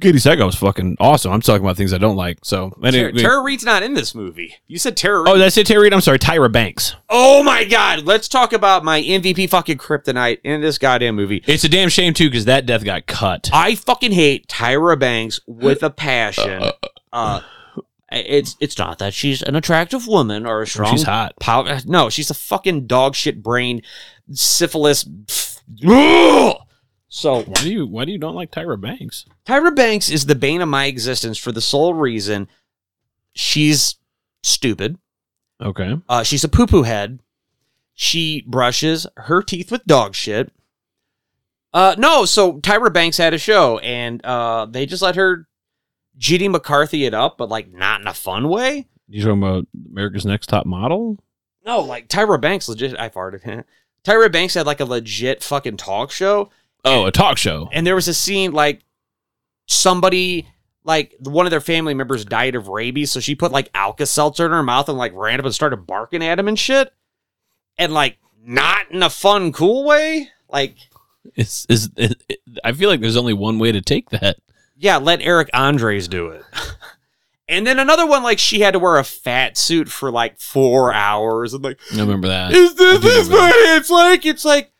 [SPEAKER 2] Katie Sackhoff was fucking awesome. I'm talking about things I don't like. So
[SPEAKER 1] Tara,
[SPEAKER 2] anyway,
[SPEAKER 1] Tara Reed's not in this movie. You said Tara
[SPEAKER 2] oh,
[SPEAKER 1] Reed.
[SPEAKER 2] did I say Tara Reed? I'm sorry, Tyra Banks.
[SPEAKER 1] Oh my god, let's talk about my MVP fucking kryptonite in this goddamn movie.
[SPEAKER 2] It's a damn shame too because that death got cut.
[SPEAKER 1] I fucking hate Tyra Banks with a passion. Uh, it's it's not that she's an attractive woman or a strong
[SPEAKER 2] She's hot.
[SPEAKER 1] power. No, she's a fucking dog shit brain syphilis. Ugh! So
[SPEAKER 2] Why do you Why do you don't like Tyra Banks?
[SPEAKER 1] Tyra Banks is the bane of my existence for the sole reason she's stupid.
[SPEAKER 2] Okay.
[SPEAKER 1] Uh, she's a poo poo head. She brushes her teeth with dog shit. Uh, no, so Tyra Banks had a show and uh, they just let her Judy McCarthy it up, but like not in a fun way.
[SPEAKER 2] You talking about America's Next Top Model?
[SPEAKER 1] No, like Tyra Banks legit. I farted. (laughs) Tyra Banks had like a legit fucking talk show
[SPEAKER 2] Oh, a talk show.
[SPEAKER 1] and there was a scene like somebody. Like one of their family members died of rabies, so she put like Alka Seltzer in her mouth and like ran up and started barking at him and shit. And like not in a fun, cool way. Like,
[SPEAKER 2] Is is it- I feel like there's only one way to take that.
[SPEAKER 1] yeah, let Eric Andres do it. (laughs) and then another one, like she had to wear a fat suit for like four hours. And like,
[SPEAKER 2] I remember that.
[SPEAKER 1] is this, this
[SPEAKER 2] remember
[SPEAKER 1] what it's like? It's like,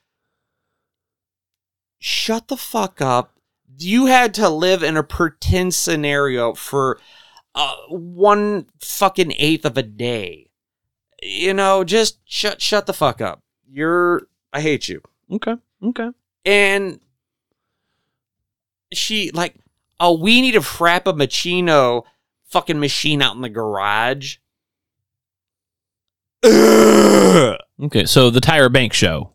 [SPEAKER 1] shut the fuck up. You had to live in a pretend scenario for uh, one fucking eighth of a day. You know, just shut shut the fuck up. You're I hate you.
[SPEAKER 2] Okay. Okay.
[SPEAKER 1] And she like, oh, we need to frappuccino fucking machine out in the garage. (laughs) Ugh.
[SPEAKER 2] Okay. So the Tyra Banks show.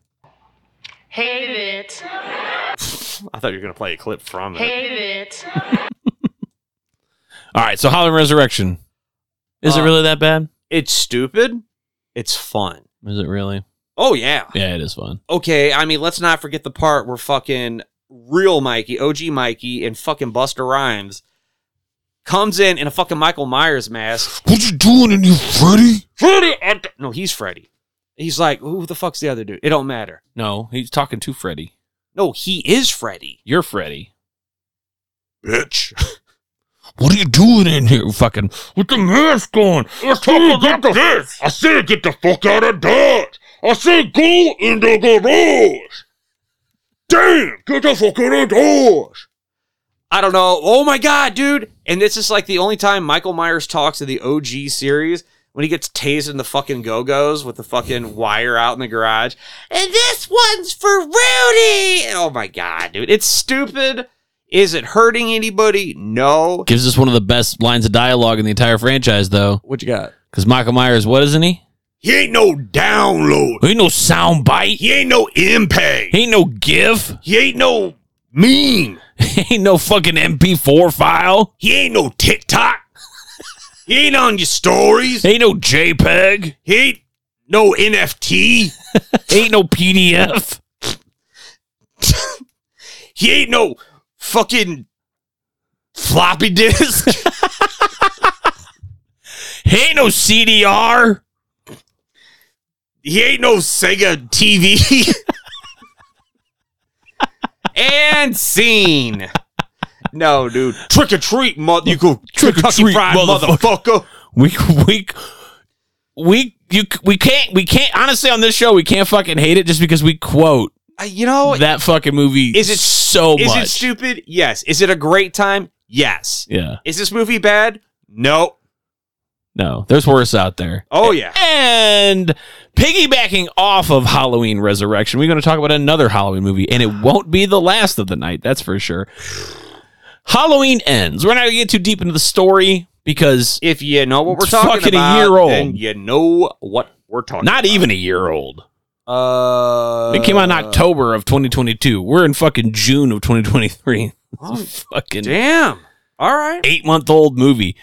[SPEAKER 17] Hate it.
[SPEAKER 1] I thought you were gonna play a clip from it.
[SPEAKER 17] Hate it.
[SPEAKER 2] All right. So Halloween Resurrection. Is it
[SPEAKER 1] Uh,
[SPEAKER 2] really that bad?
[SPEAKER 1] It's stupid. It's fun.
[SPEAKER 2] Is it really?
[SPEAKER 1] Oh yeah.
[SPEAKER 2] Yeah, it is fun.
[SPEAKER 1] Okay. I mean, let's not forget the part where fucking real Mikey, OG Mikey, and fucking Buster Rhymes comes in in a fucking Michael Myers mask.
[SPEAKER 10] What you doing in here, Freddy?
[SPEAKER 1] Freddy. I d- No, he's Freddy. He's like, who the fuck's the other dude? It don't matter.
[SPEAKER 2] No, he's talking to Freddy.
[SPEAKER 1] No, he is Freddy.
[SPEAKER 2] You're Freddy.
[SPEAKER 10] Bitch.
[SPEAKER 2] What are you doing in here, fucking?
[SPEAKER 7] With the mask on. Let's talk about this. I said get the fuck out of Dodge. I said go in the garage. Damn, get the fuck out of Dodge.
[SPEAKER 1] I don't know. Oh my god, dude! And this is like the only time Michael Myers talks in the OG series when he gets tased in the fucking Go Go's with the fucking wire out in the garage. And this one's for Rudy. Oh my god, dude! It's stupid. Is it hurting anybody? No.
[SPEAKER 2] Gives us one of the best lines of dialogue in the entire franchise, though.
[SPEAKER 1] What you got?
[SPEAKER 2] Because Michael Myers, what isn't he?
[SPEAKER 10] He ain't no download.
[SPEAKER 2] He ain't no sound bite.
[SPEAKER 10] He ain't no impact.
[SPEAKER 2] He ain't no GIF. (laughs)
[SPEAKER 10] He ain't no meme.
[SPEAKER 2] He ain't no fucking MP4 file.
[SPEAKER 10] He ain't no
[SPEAKER 1] (laughs)
[SPEAKER 10] TikTok. he ain't on your stories.
[SPEAKER 2] He ain't no JPEG.
[SPEAKER 10] He ain't no NFT.
[SPEAKER 2] He ain't no PDF.
[SPEAKER 10] He ain't no fucking floppy
[SPEAKER 1] (laughs)
[SPEAKER 10] disk.
[SPEAKER 2] He ain't no CDR.
[SPEAKER 10] he ain't no Sega TV. (laughs)
[SPEAKER 1] And scene. No, dude.
[SPEAKER 10] Trick or treat, mother. You go
[SPEAKER 2] Trick or
[SPEAKER 10] Kentucky
[SPEAKER 2] treat,
[SPEAKER 10] Fried
[SPEAKER 2] motherfucker.
[SPEAKER 10] motherfucker.
[SPEAKER 2] We we we you we can't we can't honestly on this show we can't fucking hate it just because we quote
[SPEAKER 1] Uh, you know,
[SPEAKER 2] that fucking movie.
[SPEAKER 1] Is it-
[SPEAKER 2] so
[SPEAKER 1] is
[SPEAKER 2] much?
[SPEAKER 1] it stupid? Yes. Is it a great time? Yes.
[SPEAKER 2] yeah,
[SPEAKER 1] Is this movie bad? No.
[SPEAKER 2] no, there's worse out there.
[SPEAKER 1] Oh yeah.
[SPEAKER 2] And piggybacking off of Halloween Resurrection, we're going to talk about another Halloween movie, and it won't be the last of the night, that's for sure. Halloween ends. We're not going to get too deep into the story because
[SPEAKER 1] If you know what we're
[SPEAKER 2] It's
[SPEAKER 1] talking
[SPEAKER 2] fucking a
[SPEAKER 1] about,
[SPEAKER 2] year old.
[SPEAKER 1] then you know what we're talking.
[SPEAKER 2] not even a year old.
[SPEAKER 1] Uh,
[SPEAKER 2] It came out in October of 2022. We're in fucking June of (laughs) 2023.
[SPEAKER 1] Oh,
[SPEAKER 2] fucking
[SPEAKER 1] Damn. All right.
[SPEAKER 2] eight month old movie.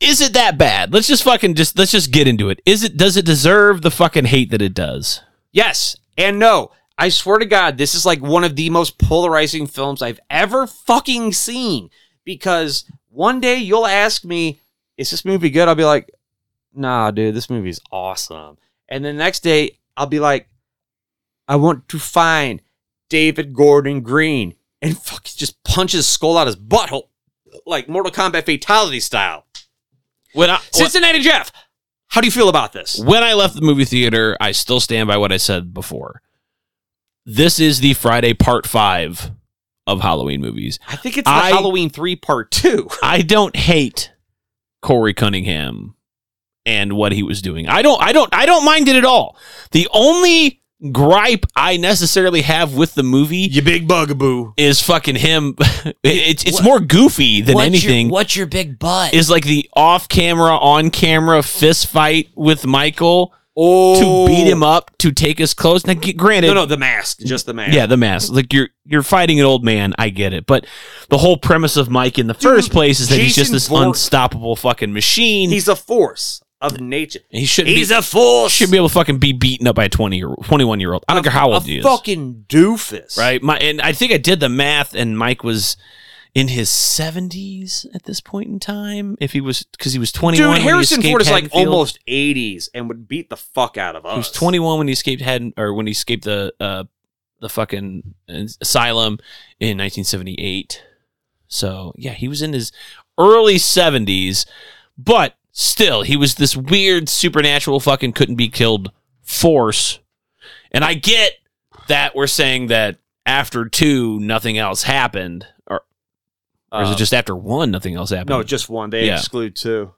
[SPEAKER 2] Is it that bad? Let's just fucking just let's just get into it. Is it does it deserve the fucking hate that it does?
[SPEAKER 1] Yes and no. I swear to God, this is like one of the most polarizing films I've ever fucking seen. Because one day you'll ask me, "Is this movie good?" I'll be like, "Nah, dude, this movie's awesome." And the next day I'll be like, "I want to find David Gordon Green and fucking just punch his skull out his butthole, like Mortal Kombat fatality style."
[SPEAKER 2] When I,
[SPEAKER 1] Cincinnati Jeff, how do you feel about this?
[SPEAKER 2] when I left the movie theater, I still stand by what I said before. This is the Friday part 5 of Halloween movies.
[SPEAKER 1] I think it's the
[SPEAKER 2] I-
[SPEAKER 1] Halloween 3 part 2.
[SPEAKER 2] I don't hate Corey Cunningham and what he was doing. I don't I don't I don't mind it at all. The only gripe I necessarily have with the movie
[SPEAKER 10] (laughs) You big bugaboo.
[SPEAKER 2] is fucking him. (laughs) It- it's it's more goofy than anything.
[SPEAKER 18] what's your big butt?
[SPEAKER 2] is like the off camera, on camera fist fight with Michael
[SPEAKER 1] Oh.
[SPEAKER 2] to beat him up to take his clothes. Now, g- granted,
[SPEAKER 1] No, no, the mask, just the mask.
[SPEAKER 2] yeah, the mask. Like you're you're fighting an old man. I get it, but the whole premise of Mike in the first place is that he's just
[SPEAKER 1] Jason
[SPEAKER 2] this
[SPEAKER 1] Voorhees-
[SPEAKER 2] unstoppable fucking machine.
[SPEAKER 1] He's a force of nature.
[SPEAKER 2] he shouldn't
[SPEAKER 1] He's
[SPEAKER 2] be,
[SPEAKER 1] a force.
[SPEAKER 2] should be able to fucking be beaten up by a twenty year twenty one year old. I don't care how
[SPEAKER 1] a
[SPEAKER 2] old he is.
[SPEAKER 1] fucking doofus.
[SPEAKER 2] right? My and I think I did the math, and Mike was in his seventies at this point in time. If he was because he was twenty
[SPEAKER 1] Dude,
[SPEAKER 2] one,
[SPEAKER 1] Harrison Ford is like almost 80s and would beat the fuck out of us.
[SPEAKER 2] He was twenty one when he escaped head or when he escaped the uh, the fucking uh, asylum in nineteen seventy eight. So yeah, he was in his early seventies, but still, he was this weird supernatural fucking couldn't be killed force. And I get that we're saying that after two, nothing else happened, or, or is
[SPEAKER 1] Uh,
[SPEAKER 2] it just after one, nothing else happened?
[SPEAKER 1] No, just one. They
[SPEAKER 2] Yeah.
[SPEAKER 1] exclude two.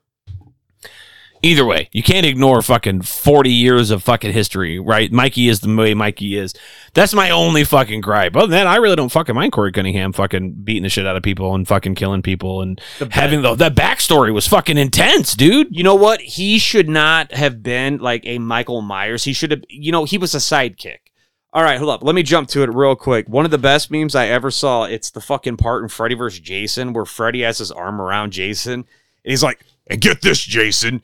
[SPEAKER 2] either way, you can't ignore fucking 40 years of fucking history, right? Mikey is the way Mikey is. That's my only fucking gripe. Other than that, I really don't fucking mind Corey Cunningham fucking beating the shit out of people and fucking killing people and having the that backstory was fucking intense, dude.
[SPEAKER 1] You know what? He should not have been like a Michael Myers. He should have, you know, he was a sidekick. All right, hold up. Let me jump to it real quick. One of the best memes I ever saw. It's the fucking part in Freddy vs. Jason where Freddy has his arm around Jason.
[SPEAKER 10] And he's like, and get this, Jason.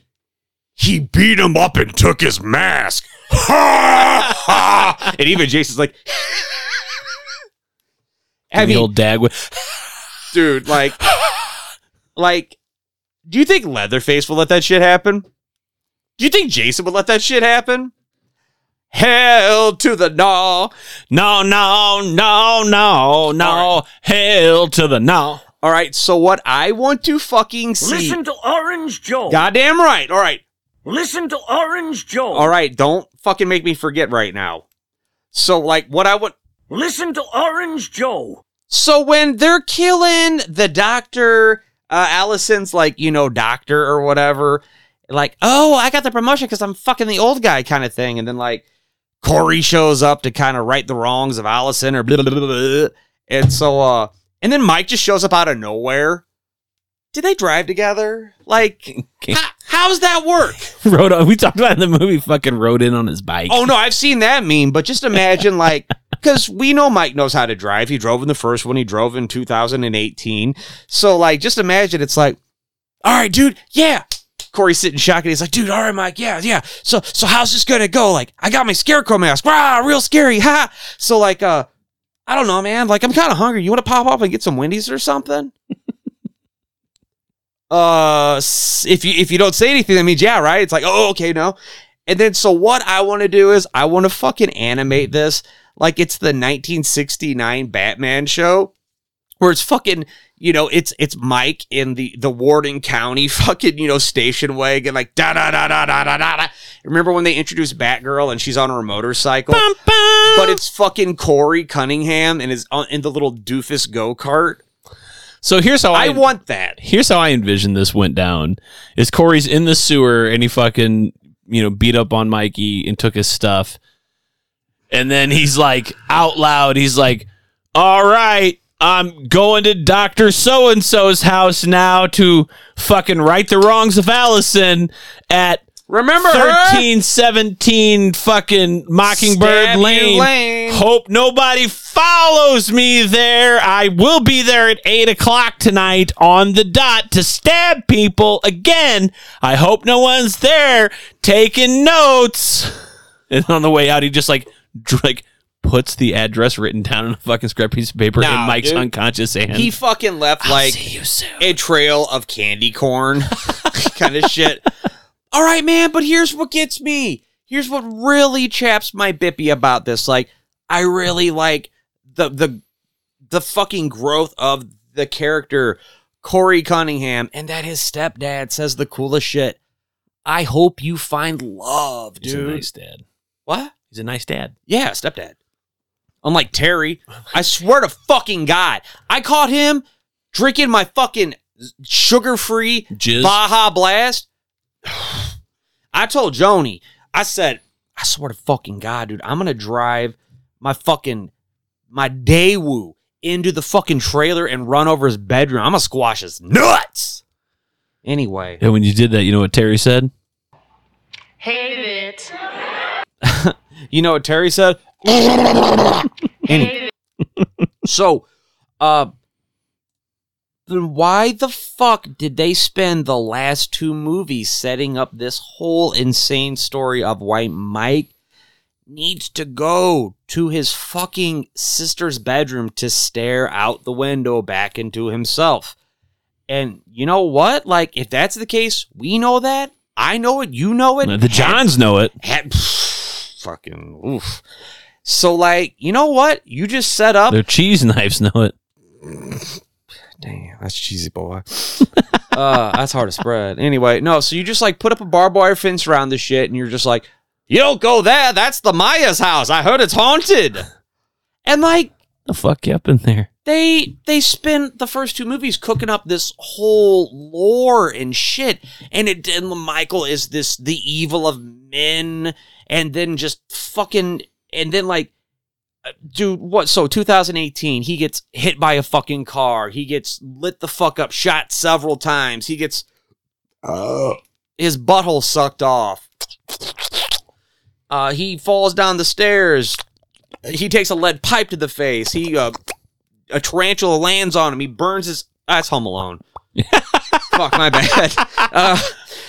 [SPEAKER 10] He beat him up and took his mask.
[SPEAKER 1] (laughs)
[SPEAKER 10] Ha ha!
[SPEAKER 1] And even Jason's like, I
[SPEAKER 2] And the
[SPEAKER 1] mean,
[SPEAKER 2] old dag with
[SPEAKER 1] dude, like, like, do you think Leatherface will let that shit happen? Do you think Jason would let that shit happen? Hell to the gnaw.
[SPEAKER 2] no, no, no, no, no, hell to the no. (laughs)
[SPEAKER 1] All right, so what I want to fucking see.
[SPEAKER 19] Listen to Orange Joe.
[SPEAKER 1] Goddamn right. All right.
[SPEAKER 19] Listen to Orange Joe.
[SPEAKER 1] All right, don't fucking make me forget right now. So like what I would
[SPEAKER 19] Listen to Orange Joe.
[SPEAKER 1] So when they're killing the doctor, uh, Allison's like, you know, doctor or whatever, like, oh, I got the promotion because I'm fucking the old guy kind of thing. And then like Corey shows up to kind of right the wrongs of Allison or blah, blah, blah, blah, blah. And so, uh, and then Mike just shows up out of nowhere did they drive together? Like,
[SPEAKER 2] Okay.
[SPEAKER 1] how, how's that work?
[SPEAKER 2] Rode on, we talked about it in the movie. Fucking rode in on his bike.
[SPEAKER 1] Oh no, I've seen that meme, but just imagine like because we know Mike knows how to drive. He drove in the first one. He drove in 2018. So like, just imagine it's like, all right, dude, yeah. Corey's sitting shocking. He's like, dude, all right, Mike, yeah, yeah. So so how's this gonna go? Like, I got my scarecrow mask. Wow, real scary. (laughs) Ha. So like, uh, I don't know, man. Like, I'm kind of hungry. You want to pop up and get some Wendy's or something? uh, s- if you if you don't say anything, that means yeah, right? It's like, oh, okay, no. And then, so what I want to do is I want to fucking animate this like it's the 1969 Batman show, where it's fucking you know it's it's Mike in the the Warden County (laughs) fucking you know station wagon like da da da da da da da. da. Remember when they introduced Batgirl and she's on her motorcycle?
[SPEAKER 2] Oh,
[SPEAKER 1] But it's fucking Corey Cunningham and is on, in the little doofus go kart.
[SPEAKER 2] So here's how I,
[SPEAKER 1] I want that.
[SPEAKER 2] here's how I envision this went down: is Corey's in the sewer and he fucking you know beat up on Mikey and took his stuff, and then he's like out loud, he's like, "All right, I'm going to Doctor So and So's house now to fucking right the wrongs of Allison at."
[SPEAKER 1] Remember her?
[SPEAKER 2] Thirteen seventeen fucking Mockingbird
[SPEAKER 1] Stabby
[SPEAKER 2] Lane.
[SPEAKER 1] Lane.
[SPEAKER 2] Hope nobody follows me there. I will be there at eight o'clock tonight on the dot to stab people again. I hope no one's there taking notes. And on the way out, he just like dr- like puts the address written down on a fucking scrap piece of paper
[SPEAKER 1] Nah,
[SPEAKER 2] in Mike's
[SPEAKER 1] dude.
[SPEAKER 2] unconscious hand.
[SPEAKER 1] He fucking left like
[SPEAKER 2] see you soon.
[SPEAKER 1] a trail of candy corn (laughs) kind of shit. All right, man, but here's what gets me. Here's what really chaps my bippy about this. Like, I really like the the the fucking growth of the character Corey Cunningham and that his stepdad says the coolest shit. I hope you find love,
[SPEAKER 2] He's a
[SPEAKER 1] dude.
[SPEAKER 2] nice dad.
[SPEAKER 1] what?
[SPEAKER 2] He's a nice dad.
[SPEAKER 1] Yeah, stepdad. Unlike Terry, I swear to fucking God, I caught him drinking my fucking sugar-free
[SPEAKER 2] Jizz.
[SPEAKER 1] Baja Blast. I told Joni, I said, I swear to fucking God, dude, I'm gonna drive my fucking my Daewoo into the fucking trailer and run over his bedroom. I'm gonna squash his nuts. Anyway,
[SPEAKER 2] And when you did that, you know what Terry said?
[SPEAKER 17] Hate it.
[SPEAKER 1] you know what Terry said?
[SPEAKER 17] Hate it.
[SPEAKER 1] So, uh, then why the fuck did they spend the last two movies setting up this whole insane story of why Mike needs to go to his fucking sister's bedroom to stare out the window back into himself? And you know what? Like, if that's the case, we know that. I know it. You know it.
[SPEAKER 2] The Johns know it.
[SPEAKER 1] Had- (sighs) fucking oof. So, like, you know what? You just set up
[SPEAKER 2] Their cheese knives know it.
[SPEAKER 1] Damn, that's cheesy, boy. uh, that's hard to spread. Anyway, no, so you just like put up a barbed wire fence around this shit, and you're just like, you don't go there. That's the Maya's house. I heard it's haunted. And like
[SPEAKER 2] The fuck you up in there?
[SPEAKER 1] they they spend the first two movies cooking up this whole lore and shit, and it and Michael is this the evil of men, and then just fucking and then like uh, dude, what? So 2018, he gets hit by a fucking car. He gets lit the fuck up, shot several times. He gets his butthole sucked off. Uh, he falls down the stairs. He takes a lead pipe to the face. He uh, a tarantula lands on him. He burns his. That's Home Alone. Fuck my bad. Uh,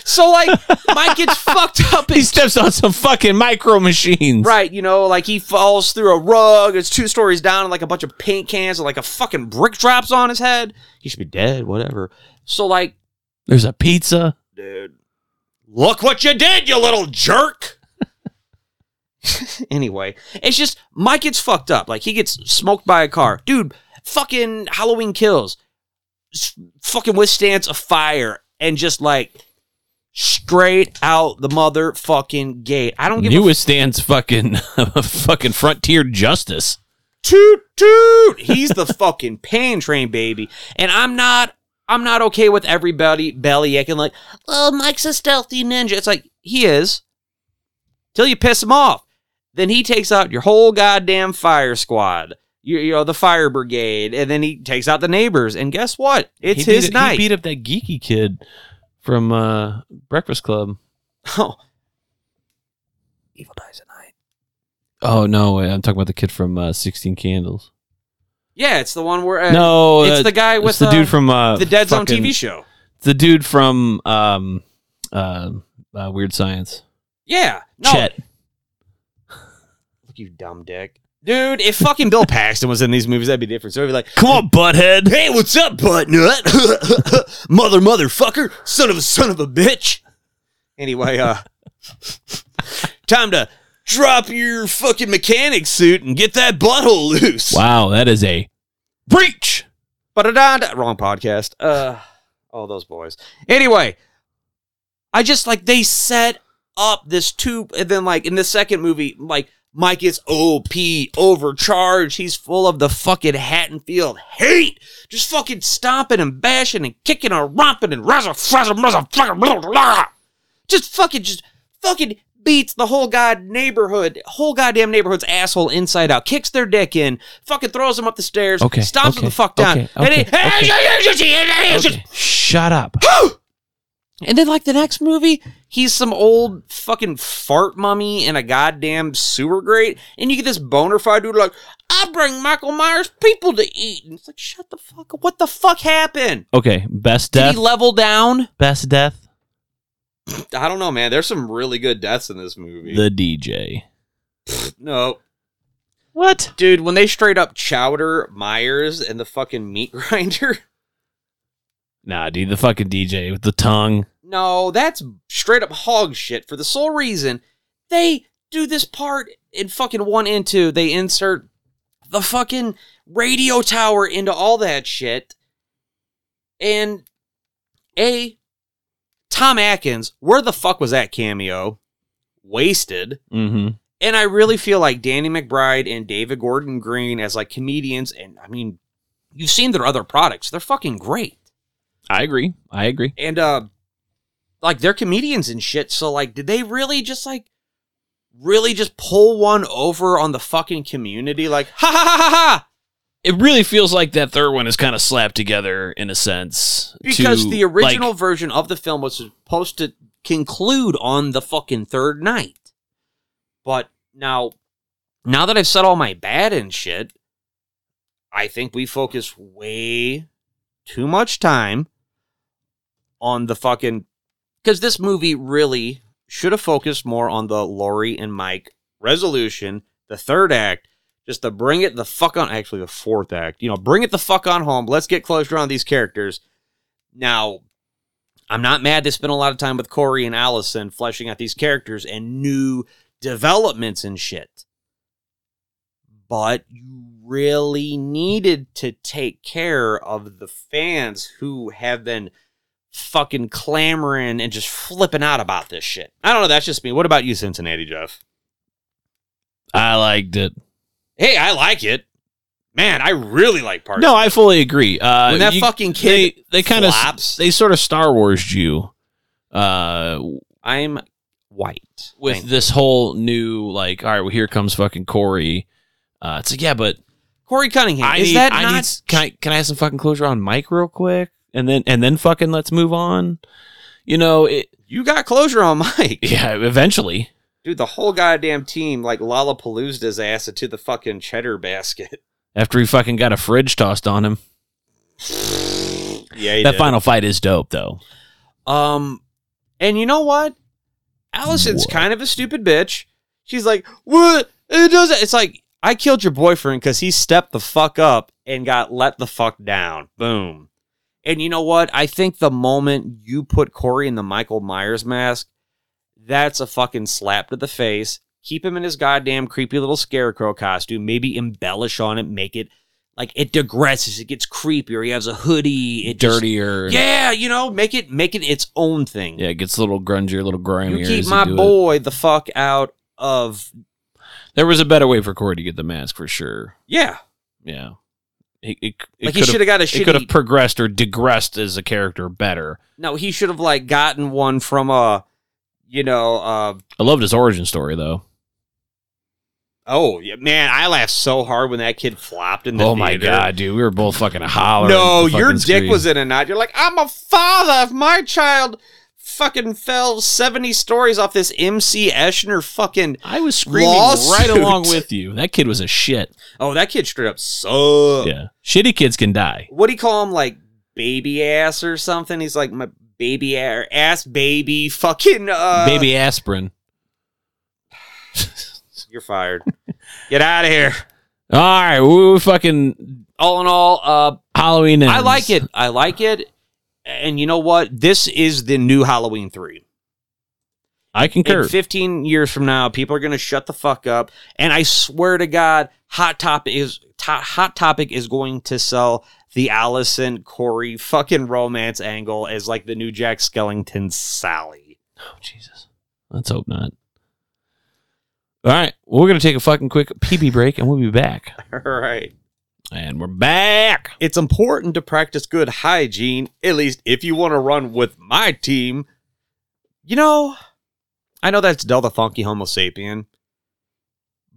[SPEAKER 1] so like, Mike gets fucked up.
[SPEAKER 2] He steps on some fucking micro machines.
[SPEAKER 1] Right, you know, like he falls through a rug. It's two stories down, and like a bunch of paint cans, and like a fucking brick drops on his head. He should be dead, whatever. So, like,
[SPEAKER 2] There's a pizza.
[SPEAKER 1] look what you did, you little jerk. (laughs) anyway, it's just Mike gets fucked up. Like he gets smoked by a car, dude. Fucking Halloween kills. S- fucking withstands a fire and just like straight out the motherfucking gate. I don't give a
[SPEAKER 2] Newest stands fucking (laughs) fucking frontier justice.
[SPEAKER 1] toot toot he's the (laughs) fucking pain train baby and i'm not i'm not okay with everybody belly aching like oh mike's a stealthy ninja it's like he is till you piss him off then he takes out your whole goddamn fire squad you, you know the fire brigade, and then he takes out the neighbors. And guess what?
[SPEAKER 2] He
[SPEAKER 1] It's
[SPEAKER 2] beat-
[SPEAKER 1] his night.
[SPEAKER 2] He beat up that geeky kid from uh, Breakfast Club.
[SPEAKER 1] (laughs) oh,
[SPEAKER 12] Evil dies at night.
[SPEAKER 2] Oh no, wait, I'm talking about the kid from uh, Sixteen Candles.
[SPEAKER 1] yeah, it's the one where uh,
[SPEAKER 2] no,
[SPEAKER 1] it's
[SPEAKER 2] uh,
[SPEAKER 1] the guy
[SPEAKER 2] it's
[SPEAKER 1] with um,
[SPEAKER 2] the dude from uh,
[SPEAKER 1] the Dead Zone
[SPEAKER 2] fucking-
[SPEAKER 1] TV show.
[SPEAKER 2] The dude from um, uh, uh, Weird Science.
[SPEAKER 1] Yeah, no,
[SPEAKER 2] Chet.
[SPEAKER 1] Look, you dumb dick. Dude, if fucking Bill Paxton was in these movies, that'd be different. So he'd be like,
[SPEAKER 2] Come on, butthead.
[SPEAKER 12] Hey, what's up, butt nut? (laughs) Mother, motherfucker, son of a son of a bitch.
[SPEAKER 1] anyway, uh,
[SPEAKER 12] Time to drop your fucking mechanic suit and get that butthole loose.
[SPEAKER 2] Wow, that is a breach.
[SPEAKER 1] ba-da-da-da, wrong podcast. Uh, all those boys. Anyway, I just like they set up this tube, and then like in the second movie, like Mike is OP, overcharged. He's full of the fucking Hattonfield hate, just fucking stomping and bashing and kicking and romping and razor, razor, razor, fucking, blah, blah, blah. just fucking, just fucking beats the whole god neighborhood, whole goddamn neighborhood's asshole inside out, kicks their dick in, fucking throws them up the stairs,
[SPEAKER 2] Okay,
[SPEAKER 1] stomps
[SPEAKER 2] okay,
[SPEAKER 1] them the fuck down,
[SPEAKER 2] okay,
[SPEAKER 1] and,
[SPEAKER 2] okay,
[SPEAKER 1] it-
[SPEAKER 2] Okay, Shut up.
[SPEAKER 1] (gasps) and then like the next movie, he's some old fucking fart mummy in a goddamn sewer grate, and you get this bona fide dude like, I bring Michael Myers people to eat, and it's like, shut the fuck up, what the fuck happened?
[SPEAKER 2] Okay, best
[SPEAKER 1] Did
[SPEAKER 2] death.
[SPEAKER 1] he level down?
[SPEAKER 2] best death.
[SPEAKER 1] I don't know, man. There's some really good deaths in this movie.
[SPEAKER 2] The DJ.
[SPEAKER 1] no,
[SPEAKER 2] What?
[SPEAKER 1] Dude, when they straight up chowder Myers and the fucking meat (laughs) grinder.
[SPEAKER 2] Nah, dude, the fucking DJ with the tongue.
[SPEAKER 1] No, that's straight up hog shit for the sole reason they do this part in fucking one and two. They insert the fucking radio tower into all that shit. And A, Tom Atkins, where the fuck was that cameo? Wasted.
[SPEAKER 2] Mm-hmm.
[SPEAKER 1] And I really feel like Danny McBride and David Gordon Green as like comedians, and I mean, you've seen their other products. They're fucking great.
[SPEAKER 2] I agree. I agree.
[SPEAKER 1] And uh like they're comedians and shit. So like, did they really just like really just pull one over on the fucking community? Like, ha ha ha ha ha
[SPEAKER 2] It really feels like that third one is kind of slapped together in a sense.
[SPEAKER 1] because
[SPEAKER 2] to,
[SPEAKER 1] the original
[SPEAKER 2] like-
[SPEAKER 1] version of the film was supposed to conclude on the fucking third night. But now, now that I've said all my bad and shit, I think we focus way too much time on the fucking because this movie really should have focused more on the Laurie and Mike resolution, the third act, just to bring it the fuck on. Actually, the fourth act, you know, bring it the fuck on home. Let's get closure on these characters. Now, I'm not mad they spent a lot of time with Corey and Allison fleshing out these characters and new developments and shit. But you really needed to take care of the fans who have been fucking clamoring and just flipping out about this shit. I don't know. That's just me. What about you, Cincinnati Jeff?
[SPEAKER 2] I liked it.
[SPEAKER 1] Hey, I like it. Man, I really like part.
[SPEAKER 2] No, I fully agree. Uh,
[SPEAKER 1] when that
[SPEAKER 2] you-
[SPEAKER 1] fucking kid,
[SPEAKER 2] they, they kind of
[SPEAKER 1] flops.
[SPEAKER 2] they sort of Star Wars you uh,
[SPEAKER 1] I'm white.
[SPEAKER 2] with
[SPEAKER 1] Thank-
[SPEAKER 2] this whole new like. All right, well here comes fucking Corey. Uh, it's like yeah, but
[SPEAKER 1] Corey Cunningham.
[SPEAKER 2] I
[SPEAKER 1] is
[SPEAKER 2] need,
[SPEAKER 1] that
[SPEAKER 2] I
[SPEAKER 1] not
[SPEAKER 2] need s- can I can I have some fucking closure on Mike real quick and then and then fucking let's move on. You know it.
[SPEAKER 1] You got closure on Mike.
[SPEAKER 2] (laughs) Yeah, eventually.
[SPEAKER 1] (laughs) Dude, the whole goddamn team like Lollapaloozed his ass into the fucking cheddar basket. (laughs)
[SPEAKER 2] After he fucking got a fridge tossed on him.
[SPEAKER 1] Yeah, he
[SPEAKER 2] that final fight is dope though.
[SPEAKER 1] Um, and you know what? Allison's
[SPEAKER 2] What?
[SPEAKER 1] kind of a stupid bitch. She's like, what? It doesn't. It's like, I killed your boyfriend because he stepped the fuck up and got let the fuck down. Boom. And you know what? I think the moment you put Corey in the Michael Myers mask, that's a fucking slap to the face. Keep him in his goddamn creepy little scarecrow costume. Maybe embellish on it, make it like it digresses, it gets creepier. He has a hoodie. It just-
[SPEAKER 2] Dirtier.
[SPEAKER 1] yeah, you know, make it make it its own thing.
[SPEAKER 2] Yeah, it gets a little grungier, a little grimier.
[SPEAKER 1] you
[SPEAKER 2] as
[SPEAKER 1] keep
[SPEAKER 2] they
[SPEAKER 1] my
[SPEAKER 2] do it.
[SPEAKER 1] boy the fuck out of
[SPEAKER 2] There was a better way for Corey to get the mask for sure.
[SPEAKER 1] yeah.
[SPEAKER 2] Yeah. It, it, it
[SPEAKER 1] Like he should
[SPEAKER 2] could've-
[SPEAKER 1] have got a
[SPEAKER 2] it could have
[SPEAKER 1] shitty.
[SPEAKER 2] progressed or digressed as a character better.
[SPEAKER 1] No, he should have like gotten one from a, you know, uh,
[SPEAKER 2] I loved his origin story though.
[SPEAKER 1] Oh yeah, man, I laughed so hard when that kid flopped in the
[SPEAKER 2] oh my
[SPEAKER 1] theater.
[SPEAKER 2] god, dude, we were both fucking hollering.
[SPEAKER 1] No,
[SPEAKER 2] at the
[SPEAKER 1] your
[SPEAKER 2] fucking
[SPEAKER 1] dick
[SPEAKER 2] screen.
[SPEAKER 1] was in a knot. You're like, I'm a father. If my child fucking fell 70 stories off this MC Eschner fucking.
[SPEAKER 2] I was screaming
[SPEAKER 1] Lawsuit.
[SPEAKER 2] right along with you. That kid was a shit.
[SPEAKER 1] Oh, that kid straight up sucked.
[SPEAKER 2] Yeah, shitty kids can die.
[SPEAKER 1] What do you call him? Like baby ass or something? He's like, my baby ass, ass baby fucking. Uh,
[SPEAKER 2] Baby aspirin.
[SPEAKER 1] You're fired. Get out of here.
[SPEAKER 2] All right, we were fucking
[SPEAKER 1] All in all, uh,
[SPEAKER 2] Halloween. Ends.
[SPEAKER 1] I like it. I like it. And you know what? This is the new Halloween 3.
[SPEAKER 2] I concur.
[SPEAKER 1] In 15 years from now, people are going to shut the fuck up. And I swear to God, Hot Topic is to, Hot Topic is going to sell the Allison Corey fucking romance angle as like the new Jack Skellington Sally. (laughs)
[SPEAKER 2] oh Jesus, let's hope not. All right, well, we're gonna take a fucking quick PB break, and we'll be back.
[SPEAKER 1] All right.
[SPEAKER 2] And we're back.
[SPEAKER 1] It's important to practice good hygiene, at least if you want to run with my team. You know, I know that's Del the Funky Homo Sapien,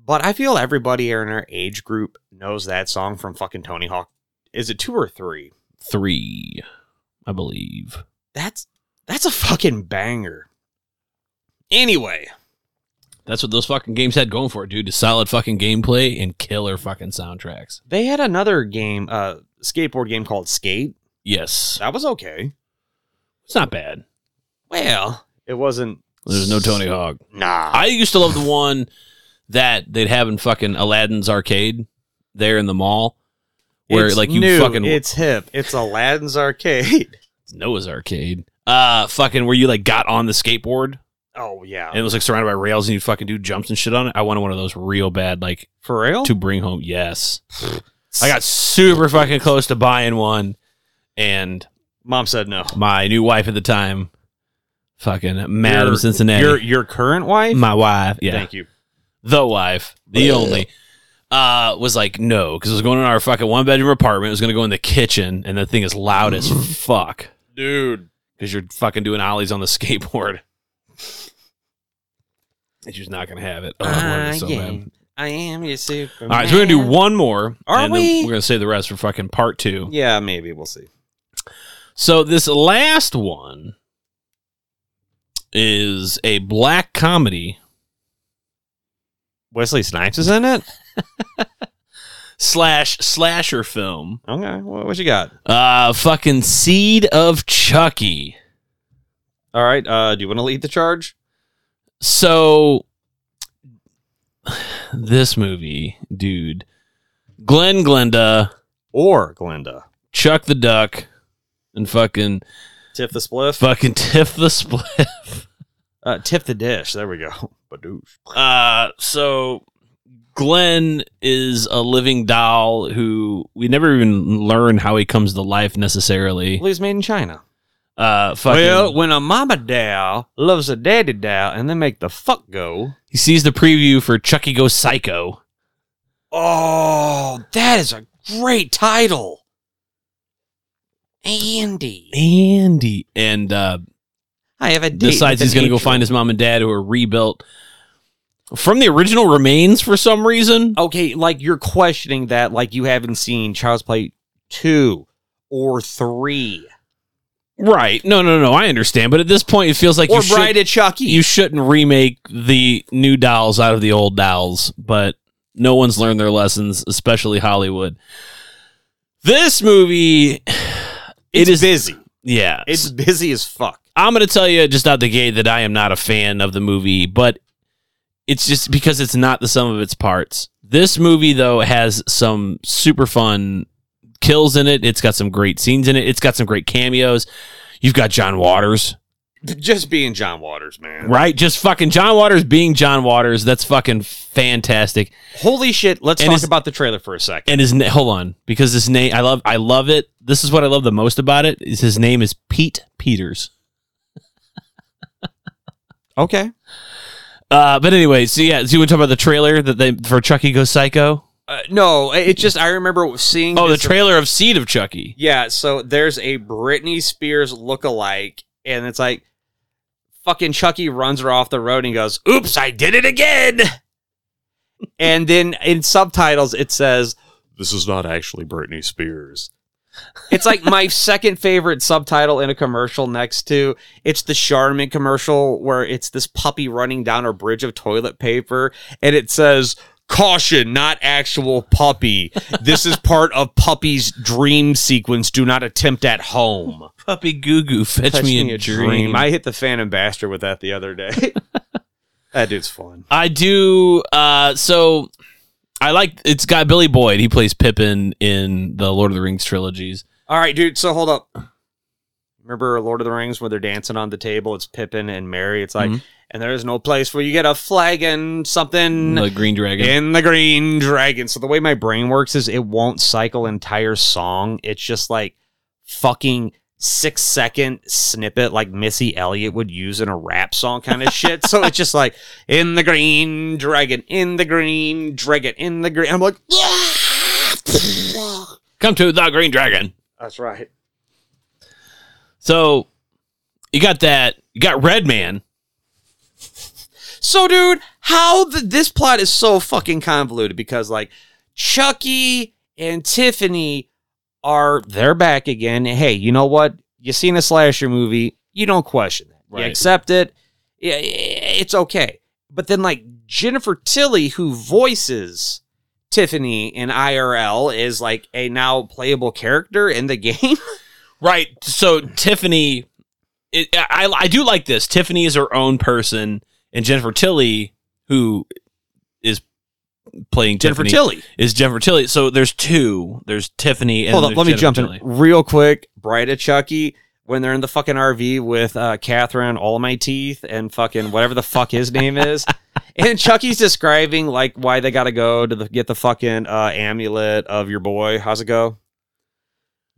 [SPEAKER 1] but I feel everybody here in our age group knows that song from fucking Tony Hawk. Is it two or three?
[SPEAKER 2] Three, I believe.
[SPEAKER 1] That's that's a fucking banger. Anyway,
[SPEAKER 2] That's what those fucking games had going for it, dude. Is solid fucking gameplay and killer fucking soundtracks.
[SPEAKER 1] they had another game, uh, skateboard game called Skate.
[SPEAKER 2] Yes,
[SPEAKER 1] That was okay.
[SPEAKER 2] it's not bad.
[SPEAKER 1] Well, it wasn't.
[SPEAKER 2] There's no Tony Hawk.
[SPEAKER 1] Nah.
[SPEAKER 2] I used to love the one that they'd have in fucking Aladdin's arcade there in the mall, where
[SPEAKER 1] It's
[SPEAKER 2] like you
[SPEAKER 1] new,
[SPEAKER 2] fucking
[SPEAKER 1] it's hip. It's Aladdin's arcade. (laughs)
[SPEAKER 2] Noah's arcade. Uh, fucking where you like got on the skateboard
[SPEAKER 1] Oh yeah.
[SPEAKER 2] and it was like surrounded by rails and you fucking do jumps and shit on it. I wanted one of those real bad, like
[SPEAKER 1] For real?
[SPEAKER 2] to bring home. Yes, I got super fucking close to buying one, and
[SPEAKER 1] Mom said no.
[SPEAKER 2] my new wife at the time, fucking Madam
[SPEAKER 1] Your-
[SPEAKER 2] Cincinnati,
[SPEAKER 1] Your your current wife?
[SPEAKER 2] my wife. Yeah,
[SPEAKER 1] Thank you.
[SPEAKER 2] the wife, the only, uh, was like, no, because it was going in our fucking one bedroom apartment. It was going to go in the kitchen, and the thing is loud
[SPEAKER 1] (laughs)
[SPEAKER 2] as fuck. Dude. Because you're fucking doing ollies on the (laughs) skateboard. And she's not going to have it. Oh, I
[SPEAKER 1] Uh,
[SPEAKER 2] wanted it so bad.
[SPEAKER 1] I am your super.
[SPEAKER 2] All right, so we're going to do one more.
[SPEAKER 1] Are
[SPEAKER 2] and then
[SPEAKER 1] we?
[SPEAKER 2] We're going to save the rest for fucking part two.
[SPEAKER 1] Yeah, maybe we'll see.
[SPEAKER 2] So this last one is a black comedy
[SPEAKER 1] Wesley Snipes is in it.
[SPEAKER 2] slash slasher film
[SPEAKER 1] Okay, what, what you got?
[SPEAKER 2] Uh, fucking Seed of Chucky.
[SPEAKER 1] All right, uh, do you want to lead the charge?
[SPEAKER 2] So, this movie, dude, Glenn Glenda,
[SPEAKER 1] Or Glenda,
[SPEAKER 2] Chuck the Duck, and fucking
[SPEAKER 1] Tiff the spliff,
[SPEAKER 2] fucking Tiff the Spliff.
[SPEAKER 1] uh, Tiff the dish. There we go. (laughs) Badoosh.
[SPEAKER 2] Uh, so Glenn is a living doll who we never even learn how he comes to life necessarily.
[SPEAKER 1] Well, he's made in China.
[SPEAKER 2] Uh, fucking,
[SPEAKER 1] Well, when a mama doll loves a daddy doll and they make the fuck go.
[SPEAKER 2] he sees the preview for Chucky Goes Psycho.
[SPEAKER 1] Oh, that is a great title. Andy.
[SPEAKER 2] Andy and uh,
[SPEAKER 1] I have a date.
[SPEAKER 2] decides he's going to go find his mom and dad who are rebuilt from the original remains for some reason.
[SPEAKER 1] Okay, like you're questioning that, like you haven't seen Child's Play two or three
[SPEAKER 2] Right. No, no, no. I understand. But at this point, it feels like
[SPEAKER 1] or
[SPEAKER 2] you,
[SPEAKER 1] Bride
[SPEAKER 2] should,
[SPEAKER 1] of Chucky.
[SPEAKER 2] you shouldn't remake the new dolls out of the old dolls. But no one's learned their lessons, especially Hollywood. This movie,
[SPEAKER 1] it's
[SPEAKER 2] it is.
[SPEAKER 1] busy.
[SPEAKER 2] yeah.
[SPEAKER 1] It's busy as fuck.
[SPEAKER 2] I'm going to tell you just out the gate that I am not a fan of the movie, but it's just because it's not the sum of its parts. This movie, though, has some super fun kills in it. It's got some great scenes in it. It's got some great cameos. You've got John Waters,
[SPEAKER 1] Just being John Waters, man.
[SPEAKER 2] right? Just fucking John Waters being John Waters. That's fucking fantastic.
[SPEAKER 1] Holy shit! Let's
[SPEAKER 2] And
[SPEAKER 1] talk
[SPEAKER 2] it's-
[SPEAKER 1] about the trailer for a second.
[SPEAKER 2] And his na- hold on because his name I love I love it. This is what I love the most about it is his name is Pete Peters.
[SPEAKER 1] Okay.
[SPEAKER 2] Uh, but anyway, so yeah, so you want to talk about the trailer that they for Chucky Goes Psycho?
[SPEAKER 1] Uh, no, it- it's just I remember seeing.
[SPEAKER 2] Oh, the
[SPEAKER 1] this-
[SPEAKER 2] trailer of Seed of Chucky.
[SPEAKER 1] Yeah, so there's a Britney Spears lookalike, and it's like fucking Chucky runs her off the road and he goes, Oops, I did it again. and then in subtitles it says
[SPEAKER 10] This is not actually Britney Spears.
[SPEAKER 1] it's like my second favorite subtitle in a commercial next to it's the Charmin commercial where it's this puppy running down a bridge of toilet paper and it says caution not actual puppy this is part of puppy's dream sequence do not attempt at home
[SPEAKER 2] Puppy Goo Goo, fetch,
[SPEAKER 1] Fetch
[SPEAKER 2] me, a, dream. I,
[SPEAKER 1] i hit the phantom bastard with that the
[SPEAKER 2] (laughs)
[SPEAKER 1] other day that dude's fun
[SPEAKER 2] do. Uh, so I like it's got Billy Boyd. He plays Pippin in the Lord of the Rings trilogies.
[SPEAKER 1] all right dude so hold up remember lord of the rings where they're dancing on the table it's pippin and mary it's like
[SPEAKER 2] Mhm.
[SPEAKER 1] and there is no place where you get a flagon something
[SPEAKER 2] The Green Dragon.
[SPEAKER 1] In the Green Dragon. So the way my brain works is it won't cycle entire song. It's just like fucking six second snippet like Missy Elliott would use in a rap song kind of shit. So it's just like in the Green Dragon, in the Green Dragon, in the Green. I'm like,
[SPEAKER 2] Come to the Green Dragon.
[SPEAKER 1] that's right.
[SPEAKER 2] So you got that. You got Red Man.
[SPEAKER 1] So, dude, how the, this plot is so fucking convoluted because like Chucky and Tiffany are they're back again. And hey, you know what? You seen a slasher movie, you don't question it. You
[SPEAKER 2] Right.
[SPEAKER 1] accept it. Yeah, it's okay. But then like Jennifer Tilly, who voices Tiffany in IRL, is like a now playable character in the (laughs) game.
[SPEAKER 2] Right. So Tiffany, it, I I do like this. Tiffany is her own person, and Jennifer Tilly, who is playing
[SPEAKER 1] Jennifer
[SPEAKER 2] Tiffany,
[SPEAKER 1] Tilly.
[SPEAKER 2] is Jennifer Tilly. So there's two. There's Tiffany and
[SPEAKER 1] Hold up,
[SPEAKER 2] there's
[SPEAKER 1] let me
[SPEAKER 2] Jennifer
[SPEAKER 1] jump
[SPEAKER 2] Tilly.
[SPEAKER 1] in real quick. Bride of Chucky when they're in the fucking RV with uh, Catherine, all my teeth, and fucking whatever the fuck his
[SPEAKER 2] (laughs)
[SPEAKER 1] name is, and Chucky's describing like why they got to go to the, get the fucking uh, amulet of your boy. How's it go?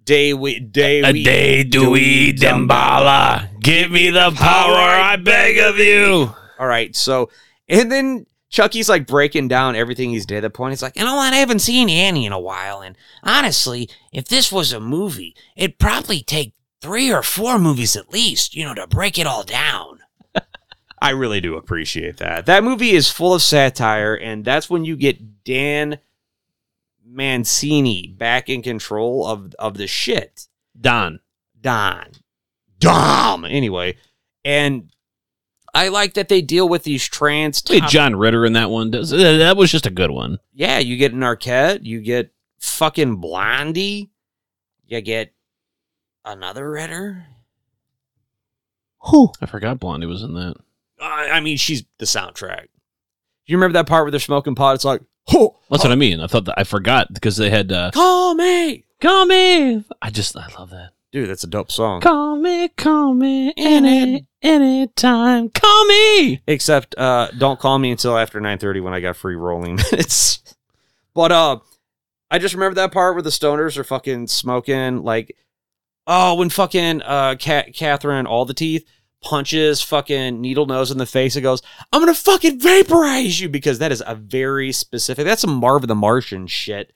[SPEAKER 1] Day we day
[SPEAKER 2] A
[SPEAKER 1] we
[SPEAKER 2] day do we Dembala. Give me the power, I beg of you.
[SPEAKER 1] All right, so and then Chucky's like breaking down everything he's did. At the point, he's like,
[SPEAKER 12] You know what? I haven't seen Annie in a while, and honestly, if this was a movie, it'd probably take three or four movies at least, you know, to break it all down.
[SPEAKER 1] (laughs) I really do appreciate that. That movie is full of satire, and that's when you get Dan Mancini back in control of of the shit.
[SPEAKER 2] Don.
[SPEAKER 1] Don. Dom. Anyway, and I like that they deal with these trans.
[SPEAKER 2] Hey,
[SPEAKER 1] top-
[SPEAKER 2] John Ritter in that one. That was- That was just a good one.
[SPEAKER 1] yeah, you get an Arquette, you get fucking Blondie, you get another Ritter.
[SPEAKER 2] I forgot Blondie was in that.
[SPEAKER 1] I, I mean, she's the soundtrack. Do you remember that part where they're smoking pot? It's like, oh,
[SPEAKER 2] That's what I mean. I thought that I forgot because they had uh,
[SPEAKER 1] call me.
[SPEAKER 2] Call Me. I just I love that.
[SPEAKER 1] Dude, that's a dope song.
[SPEAKER 2] Call me, call me any anytime. Call me.
[SPEAKER 1] except uh don't call me until after 9:30 when I got free rolling (laughs) minutes. but uh I just remember that part where the stoners are fucking smoking like oh when fucking uh Cat Catherine all the teeth punches fucking needle nose in the face and goes I'm going to fucking vaporize you because that is a very specific that's some Marvin the Martian shit.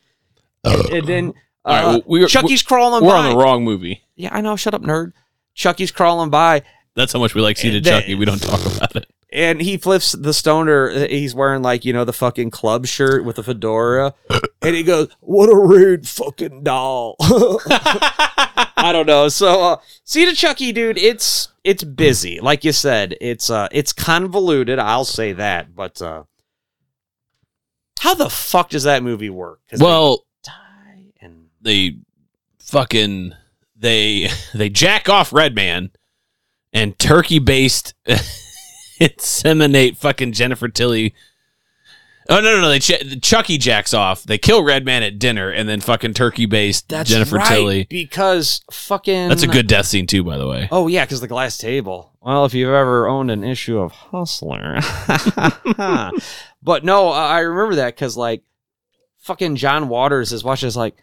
[SPEAKER 1] and, and then uh,
[SPEAKER 2] All right, well, we are-
[SPEAKER 1] Chucky's crawling
[SPEAKER 2] We're
[SPEAKER 1] by.
[SPEAKER 2] on the wrong movie.
[SPEAKER 1] Yeah, I know. Shut up, nerd. Chucky's crawling by,
[SPEAKER 2] That's how much we like Seated
[SPEAKER 1] They-
[SPEAKER 2] Chucky. We don't talk about it.
[SPEAKER 1] and he flips the stoner. uh, He's wearing like you know the fucking club shirt with a fedora, and he goes, "What a rude fucking doll." (laughs) I don't know. So, uh, see the Chucky dude. It's it's busy, like you said. It's uh it's convoluted. I'll say that, but uh how the fuck does that movie work? 'Cause they
[SPEAKER 2] Well,
[SPEAKER 1] die and
[SPEAKER 2] they fucking they (laughs) they jack off Redman and turkey based (laughs) inseminate fucking Jennifer Tilly. Oh no no no! They ch- Chucky jacks off. They kill Redman at dinner and then fucking turkey based
[SPEAKER 1] that's
[SPEAKER 2] Jennifer
[SPEAKER 1] right,
[SPEAKER 2] Tilly.
[SPEAKER 1] because fucking
[SPEAKER 2] That's a good death scene too, by the way.
[SPEAKER 1] Oh yeah, because the glass table. Well, if you've ever owned an issue of Hustler, (laughs) but no, I I remember that because like fucking John Waters is watching is like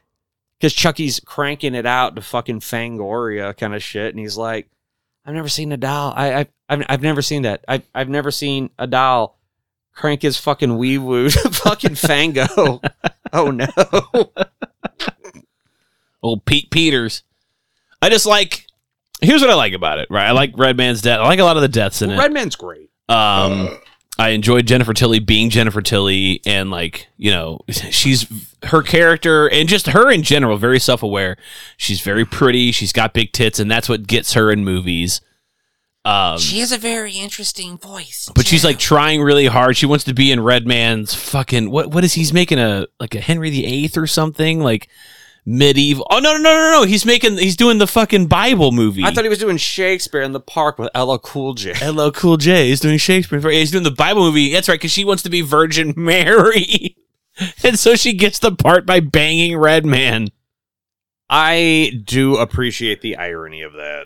[SPEAKER 1] because Chucky's cranking it out to fucking Fangoria kind of shit, and he's like, "I've never seen a doll. I, I I've I've never seen that. I I've never seen a doll crank his fucking wee woo (laughs) to fucking Fango. (laughs) oh no."
[SPEAKER 2] Old Pete Peters. I just like. Here's what I like about it, right? I like Redman's death. I like a lot of the deaths in it.
[SPEAKER 1] Redman's great.
[SPEAKER 2] Um, I enjoyed Jennifer Tilly being Jennifer Tilly, and like you know, (laughs) she's her character and just her in general very self aware. She's very pretty. She's got big tits, and that's what gets her in movies. Um,
[SPEAKER 12] She has a very interesting voice.
[SPEAKER 2] but she's
[SPEAKER 12] too.
[SPEAKER 2] like trying really hard. She wants to be in Redman's fucking what? What is he's making a like a Henry the Eighth or something like medieval? Oh no no no no no! He's making he's doing the fucking Bible movie.
[SPEAKER 1] I thought he was doing Shakespeare in the park with LL Cool J.
[SPEAKER 2] LL Cool J is doing Shakespeare. He's doing the Bible movie. That's right, because she wants to be Virgin (laughs) Mary. (laughs) And so she gets the part by banging Red Man.
[SPEAKER 1] I do appreciate the irony of that.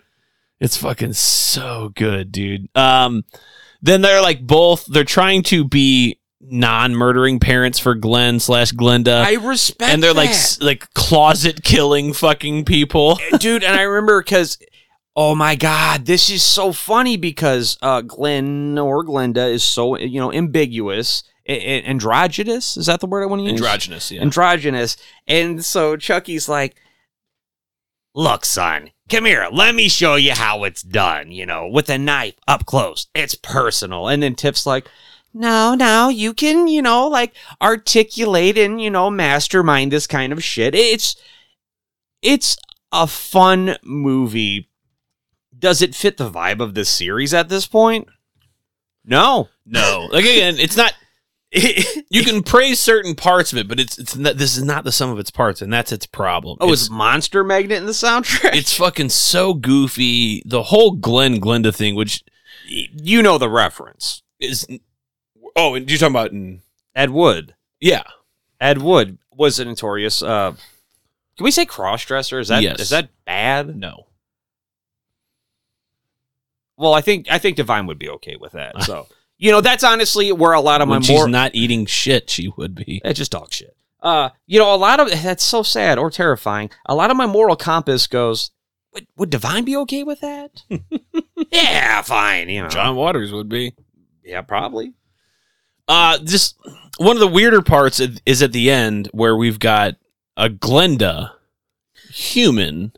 [SPEAKER 2] It's fucking so good, dude. Um, then they're like both, they're trying to be non murdering parents for Glenn slash Glenda.
[SPEAKER 1] I respect
[SPEAKER 2] and they're like,
[SPEAKER 1] that.
[SPEAKER 2] s- like closet killing fucking people.
[SPEAKER 1] dude and i remember because oh my god this is so funny because uh glenn or glenda is so you know ambiguous a- a- androgynous is that the word i want to use
[SPEAKER 2] Androgynous, yeah.
[SPEAKER 1] androgynous and so chucky's like
[SPEAKER 20] Look, son, come here. Let me show you how it's done, you know, with a knife up close. It's personal. And then Tip's like,
[SPEAKER 1] no no you can you know like articulate and you know mastermind this kind of shit it's it's a fun movie does it fit the vibe of this series at this point no
[SPEAKER 2] No, like again, it's not. (laughs) you can praise certain parts of it, but it's it's not, this is not the sum of its parts, and that's its problem.
[SPEAKER 1] Oh, is Monster Magnet in the soundtrack?
[SPEAKER 2] it's fucking so goofy. The whole Glenn Glenda thing, which
[SPEAKER 1] (laughs) you know the reference.
[SPEAKER 2] is oh, and you're talking about in,
[SPEAKER 1] Ed Wood.
[SPEAKER 2] yeah,
[SPEAKER 1] Ed Wood was a notorious. Uh, can we say crossdresser? Is that is
[SPEAKER 2] Yes.
[SPEAKER 1] that bad?
[SPEAKER 2] no,
[SPEAKER 1] Well, I think I think Divine would be okay with
[SPEAKER 2] (laughs)
[SPEAKER 1] that. So you know that's honestly where a lot of my
[SPEAKER 2] when she's
[SPEAKER 1] more
[SPEAKER 2] not eating shit, she would be.
[SPEAKER 1] it's just dog shit. Uh, you know a lot of that's so sad or terrifying. A lot of my moral compass goes. Would, would Divine be okay with
[SPEAKER 2] (laughs)
[SPEAKER 1] that? yeah, fine. You know,
[SPEAKER 2] Waters would be.
[SPEAKER 1] yeah, probably.
[SPEAKER 2] Uh, just one of the weirder parts is- is at the end where we've got a Glenda human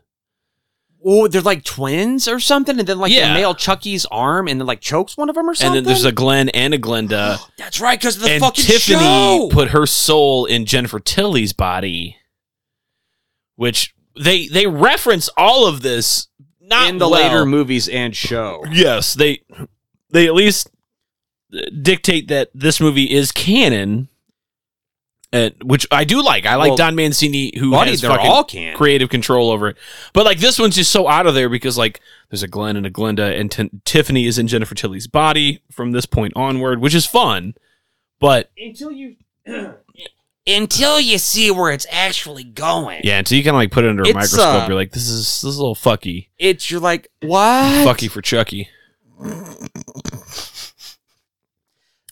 [SPEAKER 1] Oh, they're like twins or something, and then like
[SPEAKER 2] Yeah.
[SPEAKER 1] the male Chucky's arm, and then like chokes one of them or something.
[SPEAKER 2] And then there's a Glenn and a
[SPEAKER 12] (gasps)
[SPEAKER 2] Glenda.
[SPEAKER 12] That's right, because of the
[SPEAKER 2] and
[SPEAKER 12] fucking
[SPEAKER 2] Tiffany
[SPEAKER 12] show.
[SPEAKER 2] put her soul in Jennifer Tilly's body, which they they reference all of this not
[SPEAKER 1] in the
[SPEAKER 2] well.
[SPEAKER 1] later movies and show.
[SPEAKER 2] Yes, they they at least dictate that this movie is canon, uh, which I do like. I like
[SPEAKER 1] Well,
[SPEAKER 2] Don Mancini, who
[SPEAKER 1] Buddy,
[SPEAKER 2] has
[SPEAKER 1] they're
[SPEAKER 2] fucking
[SPEAKER 1] all can.
[SPEAKER 2] creative control over it. But like this one's just so out of there because like there's a Glenn and a Glenda, and Tin- Tiffany is in Jennifer Tilly's body from this point onward, which is fun. But
[SPEAKER 12] Until you see where it's actually going.
[SPEAKER 2] yeah, until you kind of like put it under a
[SPEAKER 1] It's,
[SPEAKER 2] microscope,
[SPEAKER 1] uh,
[SPEAKER 2] you're like, this is this is a little fucky,
[SPEAKER 1] It's you're like what?
[SPEAKER 2] fucky for Chucky.
[SPEAKER 12] Don't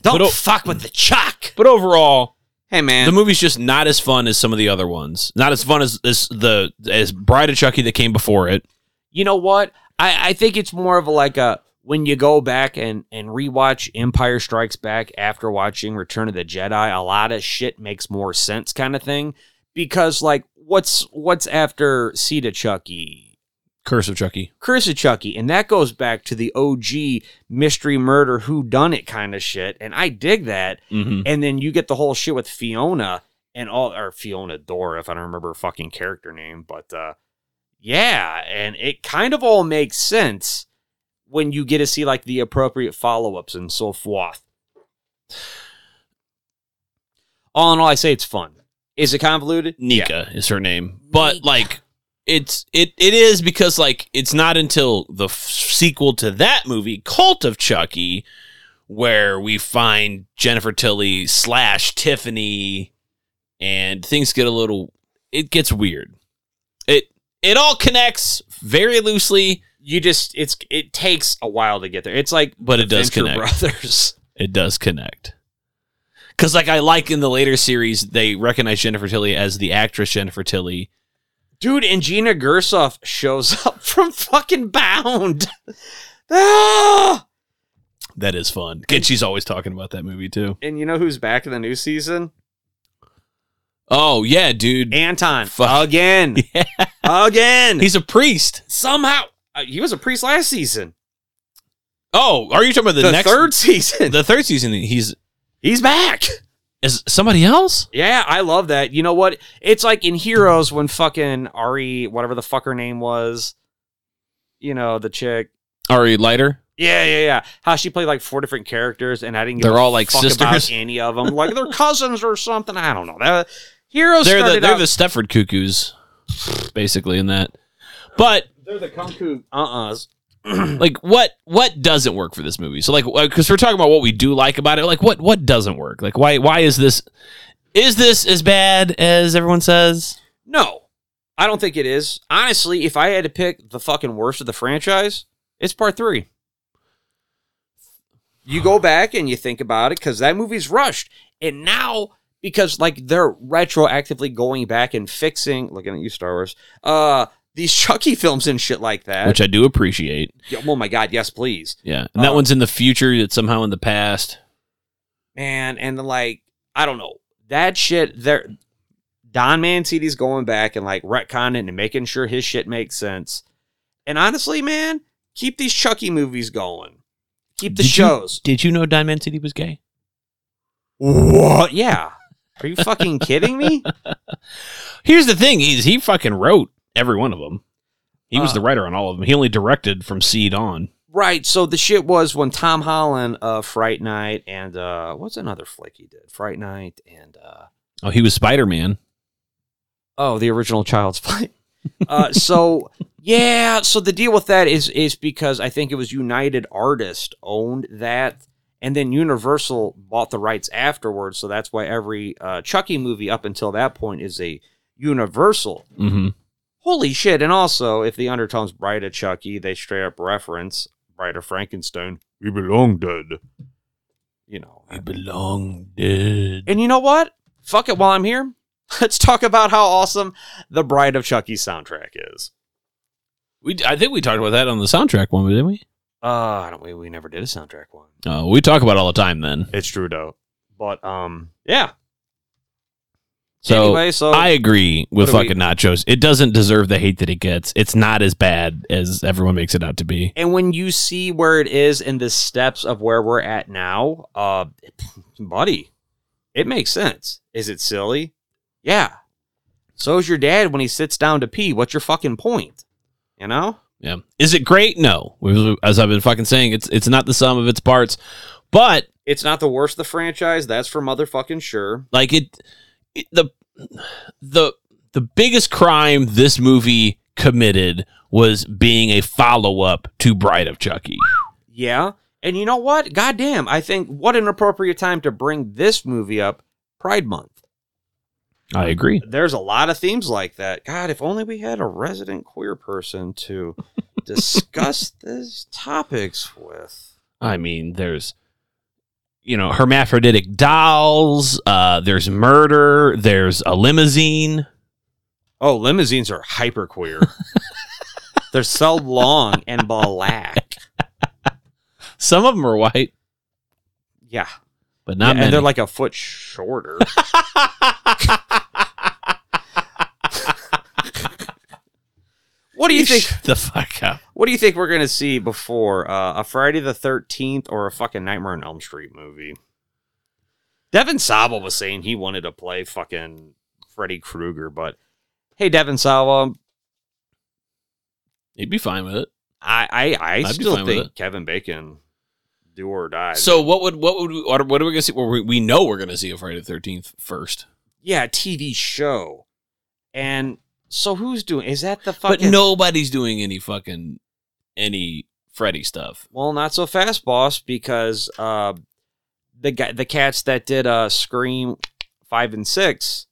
[SPEAKER 2] But o-
[SPEAKER 12] fuck with the chuck.
[SPEAKER 2] But overall,
[SPEAKER 1] Hey man,
[SPEAKER 2] the movie's just not as fun as some of the other ones. Not as fun as, as the as Bride of Chucky that came before it.
[SPEAKER 1] you know what? I I think it's more of a, like a when you go back and and rewatch Empire Strikes Back after watching Return of the Jedi, a lot of shit makes more sense kind of thing because like what's what's after Seed of Chucky?
[SPEAKER 2] Curse of Chucky.
[SPEAKER 1] Curse of Chucky, and that goes back to the OG mystery murder who done it kind of shit, and I dig that.
[SPEAKER 2] Mm-hmm.
[SPEAKER 1] And then you get the whole shit with Fiona and all, or Fiona Dora, if I don't remember her fucking character name, but uh, yeah, and it kind of all makes sense when you get to see like the appropriate follow ups and so forth. All in all, I say it's fun. Is it convoluted?
[SPEAKER 2] Nika is her name, but like it's it it is because like it's not until the f- sequel to that movie, Cult of Chucky, where we find Jennifer Tilly slash Tiffany, and things get a little it gets weird. It it all connects very loosely,
[SPEAKER 1] You just it's it takes a while to get there. It's like
[SPEAKER 2] but it does
[SPEAKER 1] Venture
[SPEAKER 2] connect.
[SPEAKER 1] Brothers. (laughs)
[SPEAKER 2] it does connect. Cause like I like in the later series, they recognize Jennifer Tilly as the actress Jennifer Tilly.
[SPEAKER 1] Dude, and Gina Gersoff shows (laughs) up from fucking Bound. (laughs) Ah!
[SPEAKER 2] That is fun, and she's always talking about that movie too.
[SPEAKER 1] And you know who's back in the new (laughs) season?
[SPEAKER 2] Oh yeah, dude,
[SPEAKER 1] Anton.
[SPEAKER 2] Fuck.
[SPEAKER 1] (laughs) Again.
[SPEAKER 2] (laughs) Yeah.
[SPEAKER 1] Again.
[SPEAKER 2] he's a priest.
[SPEAKER 1] somehow. uh, he was a priest last season.
[SPEAKER 2] Oh, are you talking about the,
[SPEAKER 1] The
[SPEAKER 2] next
[SPEAKER 1] third season,
[SPEAKER 2] The third season, he's
[SPEAKER 1] he's back.
[SPEAKER 2] is somebody else.
[SPEAKER 1] Yeah, I love that. You know what? It's like in Heroes when fucking Ari, whatever the fuck her name was, you know, the chick.
[SPEAKER 2] Ari Lighter.
[SPEAKER 1] Yeah, yeah, yeah. How she played like four different characters, and I didn't. Give
[SPEAKER 2] They're
[SPEAKER 1] a
[SPEAKER 2] all, like,
[SPEAKER 1] fuck about
[SPEAKER 2] sisters?
[SPEAKER 1] any of them, like they're cousins or something. I don't know. That Heroes.
[SPEAKER 2] They're the
[SPEAKER 1] started
[SPEAKER 2] they're
[SPEAKER 1] out-
[SPEAKER 2] the Stefford Cuckoos, basically in that. But
[SPEAKER 1] they're the Kunku uh-uhs.
[SPEAKER 2] like, what what doesn't work for this movie? So like, because we're talking about what we do like about it. Like, what what doesn't work? Like, why why is this is this as bad as everyone says?
[SPEAKER 1] No, I don't think it is. Honestly, if I had to pick the fucking worst of the franchise, it's part three. You go back and you think about it because that movie's rushed. And now, because like they're retroactively going back and fixing, looking at you, Star Wars, uh, these Chucky films and shit like that.
[SPEAKER 2] Which I do appreciate.
[SPEAKER 1] Yeah, oh my God, yes, please.
[SPEAKER 2] Yeah, and that
[SPEAKER 1] Uh,
[SPEAKER 2] one's in the future. It's somehow in the past.
[SPEAKER 1] man, and then like I don't know that shit. There, Don Mancini's going back and like retconning and making sure his shit makes sense. And honestly, man, keep these Chucky movies going. Keep the
[SPEAKER 2] Did you-
[SPEAKER 1] shows.
[SPEAKER 2] Did you know Diamond City was gay?
[SPEAKER 1] What? Yeah. Are you fucking
[SPEAKER 2] (laughs)
[SPEAKER 1] kidding me?
[SPEAKER 2] Here's the thing: is he fucking wrote every one of them. He was
[SPEAKER 1] Uh,
[SPEAKER 2] the writer on all of them. He only directed from Seed on.
[SPEAKER 1] Right. So the shit was when Tom Holland of Fright Night and uh what's another flick he did? Fright Night and uh
[SPEAKER 2] Oh, he was Spider Man.
[SPEAKER 1] Oh, the original Child's Play. (laughs) Uh, so yeah, so the deal with that is is because I think it was United Artist owned that, and then Universal bought the rights afterwards. So that's why every uh, Chucky movie up until that point is a Universal.
[SPEAKER 2] Mm-hmm.
[SPEAKER 1] Holy shit! And also, if the undertones bright of Chucky, they straight up reference Brighter Frankenstein.
[SPEAKER 7] We belong dead.
[SPEAKER 1] You know,
[SPEAKER 2] belong dead.
[SPEAKER 1] and you know what? Fuck it. While I'm here, (laughs) let's talk about how awesome the Bride of Chucky soundtrack is.
[SPEAKER 2] We, I think we talked about that on the soundtrack one, didn't we?
[SPEAKER 1] Uh, I don't. We, we never did a soundtrack one.
[SPEAKER 2] Oh, we talk about it all the time then.
[SPEAKER 1] It's true though. But um, yeah.
[SPEAKER 2] So
[SPEAKER 1] anyway, so
[SPEAKER 2] I agree with
[SPEAKER 1] What do we-
[SPEAKER 2] fucking nachos. It doesn't deserve the hate that it gets. It's not as bad as everyone makes it out to be.
[SPEAKER 1] and when you see where it is in the steps of where we're at now, uh, (laughs) buddy, it makes sense. Is it silly? Yeah. So is your dad when he sits down to pee. What's your fucking point? You know?
[SPEAKER 2] Yeah. Is it great? No. As I've been fucking saying, it's it's not the sum of its parts, but
[SPEAKER 1] It's not the worst of the franchise. That's for motherfucking sure.
[SPEAKER 2] like it, it the the the biggest crime this movie committed was being a follow-up to Bride of Chucky.
[SPEAKER 1] Yeah. And you know what? Goddamn, I think what an appropriate time to bring this movie up Pride Month.
[SPEAKER 2] I agree.
[SPEAKER 1] there's a lot of themes like that. God, if only we had a resident queer
[SPEAKER 2] (laughs)
[SPEAKER 1] person to discuss these topics with.
[SPEAKER 2] I mean, there's you know, hermaphroditic dolls, uh there's murder, there's a limousine.
[SPEAKER 1] Oh, limousines are hyper queer.
[SPEAKER 2] (laughs)
[SPEAKER 1] They're so long and black.
[SPEAKER 2] Some of them are white,
[SPEAKER 1] Yeah.
[SPEAKER 2] but not
[SPEAKER 1] and they're
[SPEAKER 2] many.
[SPEAKER 1] like a foot shorter.
[SPEAKER 2] (laughs)
[SPEAKER 1] what do you think?
[SPEAKER 2] Shut the fuck up.
[SPEAKER 1] What do you think we're gonna see before uh, a Friday the Thirteenth or a fucking Nightmare on Elm Street movie? Devin Sawa was saying he wanted to play fucking Freddy Krueger, but hey, Devin Sawa,
[SPEAKER 2] He'd be fine with it.
[SPEAKER 1] I I, I
[SPEAKER 2] be
[SPEAKER 1] still
[SPEAKER 2] fine with
[SPEAKER 1] think
[SPEAKER 2] it.
[SPEAKER 1] Kevin Bacon do or die.
[SPEAKER 2] So what would what would we, what are what are we gonna see? Well, we, we know we're gonna see a Friday the Thirteenth first,
[SPEAKER 1] yeah, TV show, and so who's doing? Is that the
[SPEAKER 2] but
[SPEAKER 1] fucking?
[SPEAKER 2] nobody's doing any fucking any Freddy stuff.
[SPEAKER 1] Well, not so fast, boss, because uh, the guy, the cats that did uh, Scream five and six,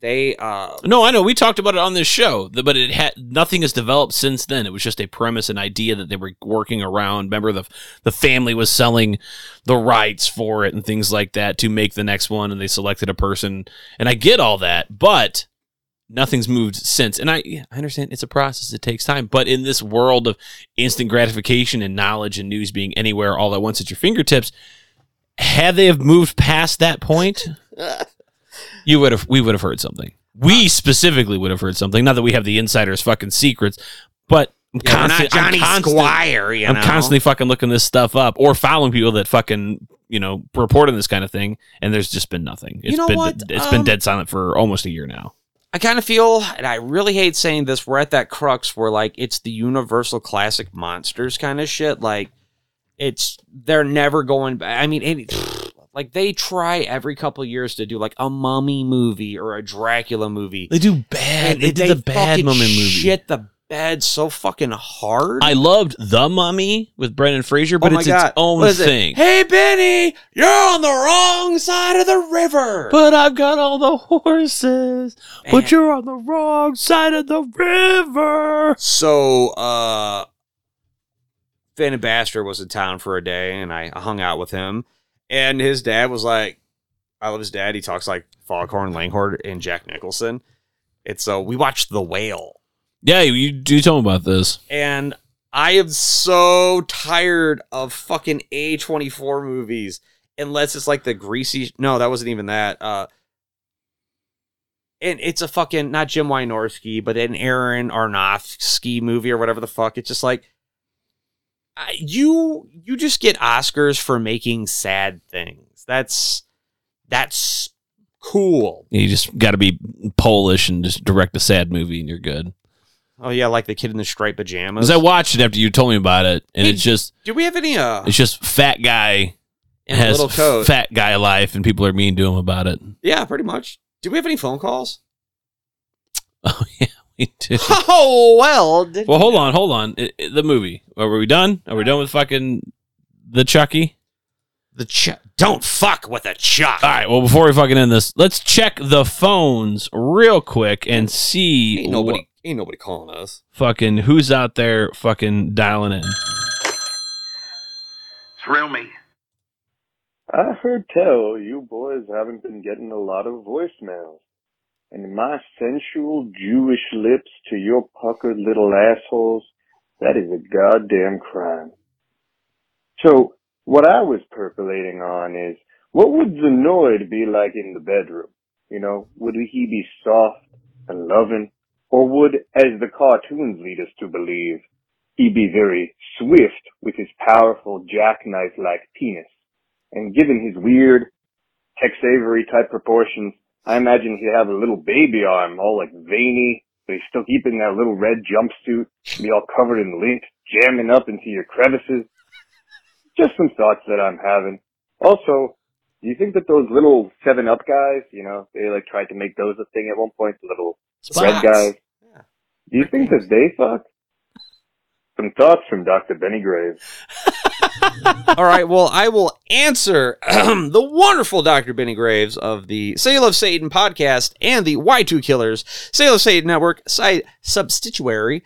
[SPEAKER 1] they uh,
[SPEAKER 2] No, I know we talked about it on this show, th- but it had nothing has developed since then. It was just a premise, an idea that they were working around. Remember the the family was selling the rights for it and things like that to make the next one, and they selected a person. And I get all that, but nothing's moved since. And I yeah, I understand it's a process; it takes time. But in this world of instant gratification and knowledge and news being anywhere all at once at your fingertips, had they have moved past that point, you would have we would have heard something. We specifically would have heard something. Not that we have the insider's fucking secrets, but Yeah,
[SPEAKER 1] We're not Johnny Squire, you
[SPEAKER 2] I'm
[SPEAKER 1] know?
[SPEAKER 2] constantly fucking looking this stuff up or following people that fucking you know report on this kind of thing, and there's just been nothing. It's
[SPEAKER 1] know
[SPEAKER 2] been
[SPEAKER 1] what?
[SPEAKER 2] it's been
[SPEAKER 1] Um,
[SPEAKER 2] dead silent for almost a year now.
[SPEAKER 1] I kind of feel, and I really hate saying this, we're at that crux where like it's the universal classic monsters kind of shit. Like it's they're never going back. I mean, any, like they try every couple years to do like a mummy movie or a Dracula movie.
[SPEAKER 2] They do bad. They, did the bad
[SPEAKER 1] fucking
[SPEAKER 2] mummy movie.
[SPEAKER 1] Shit, the bed so fucking hard.
[SPEAKER 2] I loved the mummy with Brendan Fraser, but
[SPEAKER 1] Oh my
[SPEAKER 2] it's
[SPEAKER 1] God.
[SPEAKER 2] its own
[SPEAKER 1] What is it?
[SPEAKER 2] thing.
[SPEAKER 1] Hey Benny, you're on the wrong side of the river.
[SPEAKER 2] But I've got all the horses,
[SPEAKER 1] Man.
[SPEAKER 2] but you're on the wrong side of the river.
[SPEAKER 1] So, uh, Finn and Baxter was in town for a day, and I hung out with him. And his dad was like, I love his dad. He talks like Foghorn Langhorn and Jack Nicholson. And so we watched The Whale.
[SPEAKER 2] Yeah, you, you do tell me about this.
[SPEAKER 1] And I am so tired of fucking A24 movies. Unless it's like the greasy. No, that wasn't even that. Uh, and it's a fucking not Jim Wynorski, but an Aaron Arnofsky movie or whatever the fuck. It's just like I- you you just get Oscars for making sad things. That's that's cool.
[SPEAKER 2] You just got to be Polish and just direct a sad movie, and you're good.
[SPEAKER 1] Oh yeah, like the kid in the striped pajamas.
[SPEAKER 2] Because I watched it after you told me about it, and
[SPEAKER 1] Hey,
[SPEAKER 2] it's just
[SPEAKER 1] Do we have any uh
[SPEAKER 2] it's just fat guy
[SPEAKER 1] in a
[SPEAKER 2] has
[SPEAKER 1] little coat?
[SPEAKER 2] fat guy life, and people are mean to him about it. (laughs)
[SPEAKER 1] yeah, pretty much. Do we have any phone calls?
[SPEAKER 2] Oh yeah, we
[SPEAKER 1] (laughs)
[SPEAKER 2] do.
[SPEAKER 1] Oh well. did-
[SPEAKER 2] well, hold on, hold on. I- I- the movie. Are we done? Are we done with fucking the Chucky?
[SPEAKER 1] The chuck. Don't fuck with a chuck.
[SPEAKER 2] All right. Well, before we fucking end this, let's check the phones real quick and see
[SPEAKER 1] Ain't
[SPEAKER 2] what
[SPEAKER 1] nobody. Ain't nobody calling us.
[SPEAKER 2] fucking who's out there fucking dialing in.
[SPEAKER 18] Thrill me.
[SPEAKER 21] I heard tell you boys haven't been getting a lot of voicemails. And my sensual Jewish lips to your puckered little assholes, that is a goddamn crime. So, what I was percolating on is, what would Zenoid be like in the bedroom? You know, would he be soft and loving? Or would, as the cartoons lead us to believe, he be very swift with his powerful jackknife-like penis? And given his weird Tex Avery type proportions, I imagine he'd have a little baby arm, all like veiny, but he's still keeping that little red jumpsuit, be all covered in lint, jamming up into your crevices. Just some thoughts that I'm having. Also, do you think that those little Seven Up guys, you know, they like tried to make those a thing at one point, the little red guys? (laughs) Do you think that they fuck? Some thoughts from Dr. Benny Graves.
[SPEAKER 1] (laughs) All right. Well, I will answer (clears throat) the wonderful Dr. Benny Graves of the Sale of Satan podcast and the Y2 Killers Sale of Satan Network site substituary,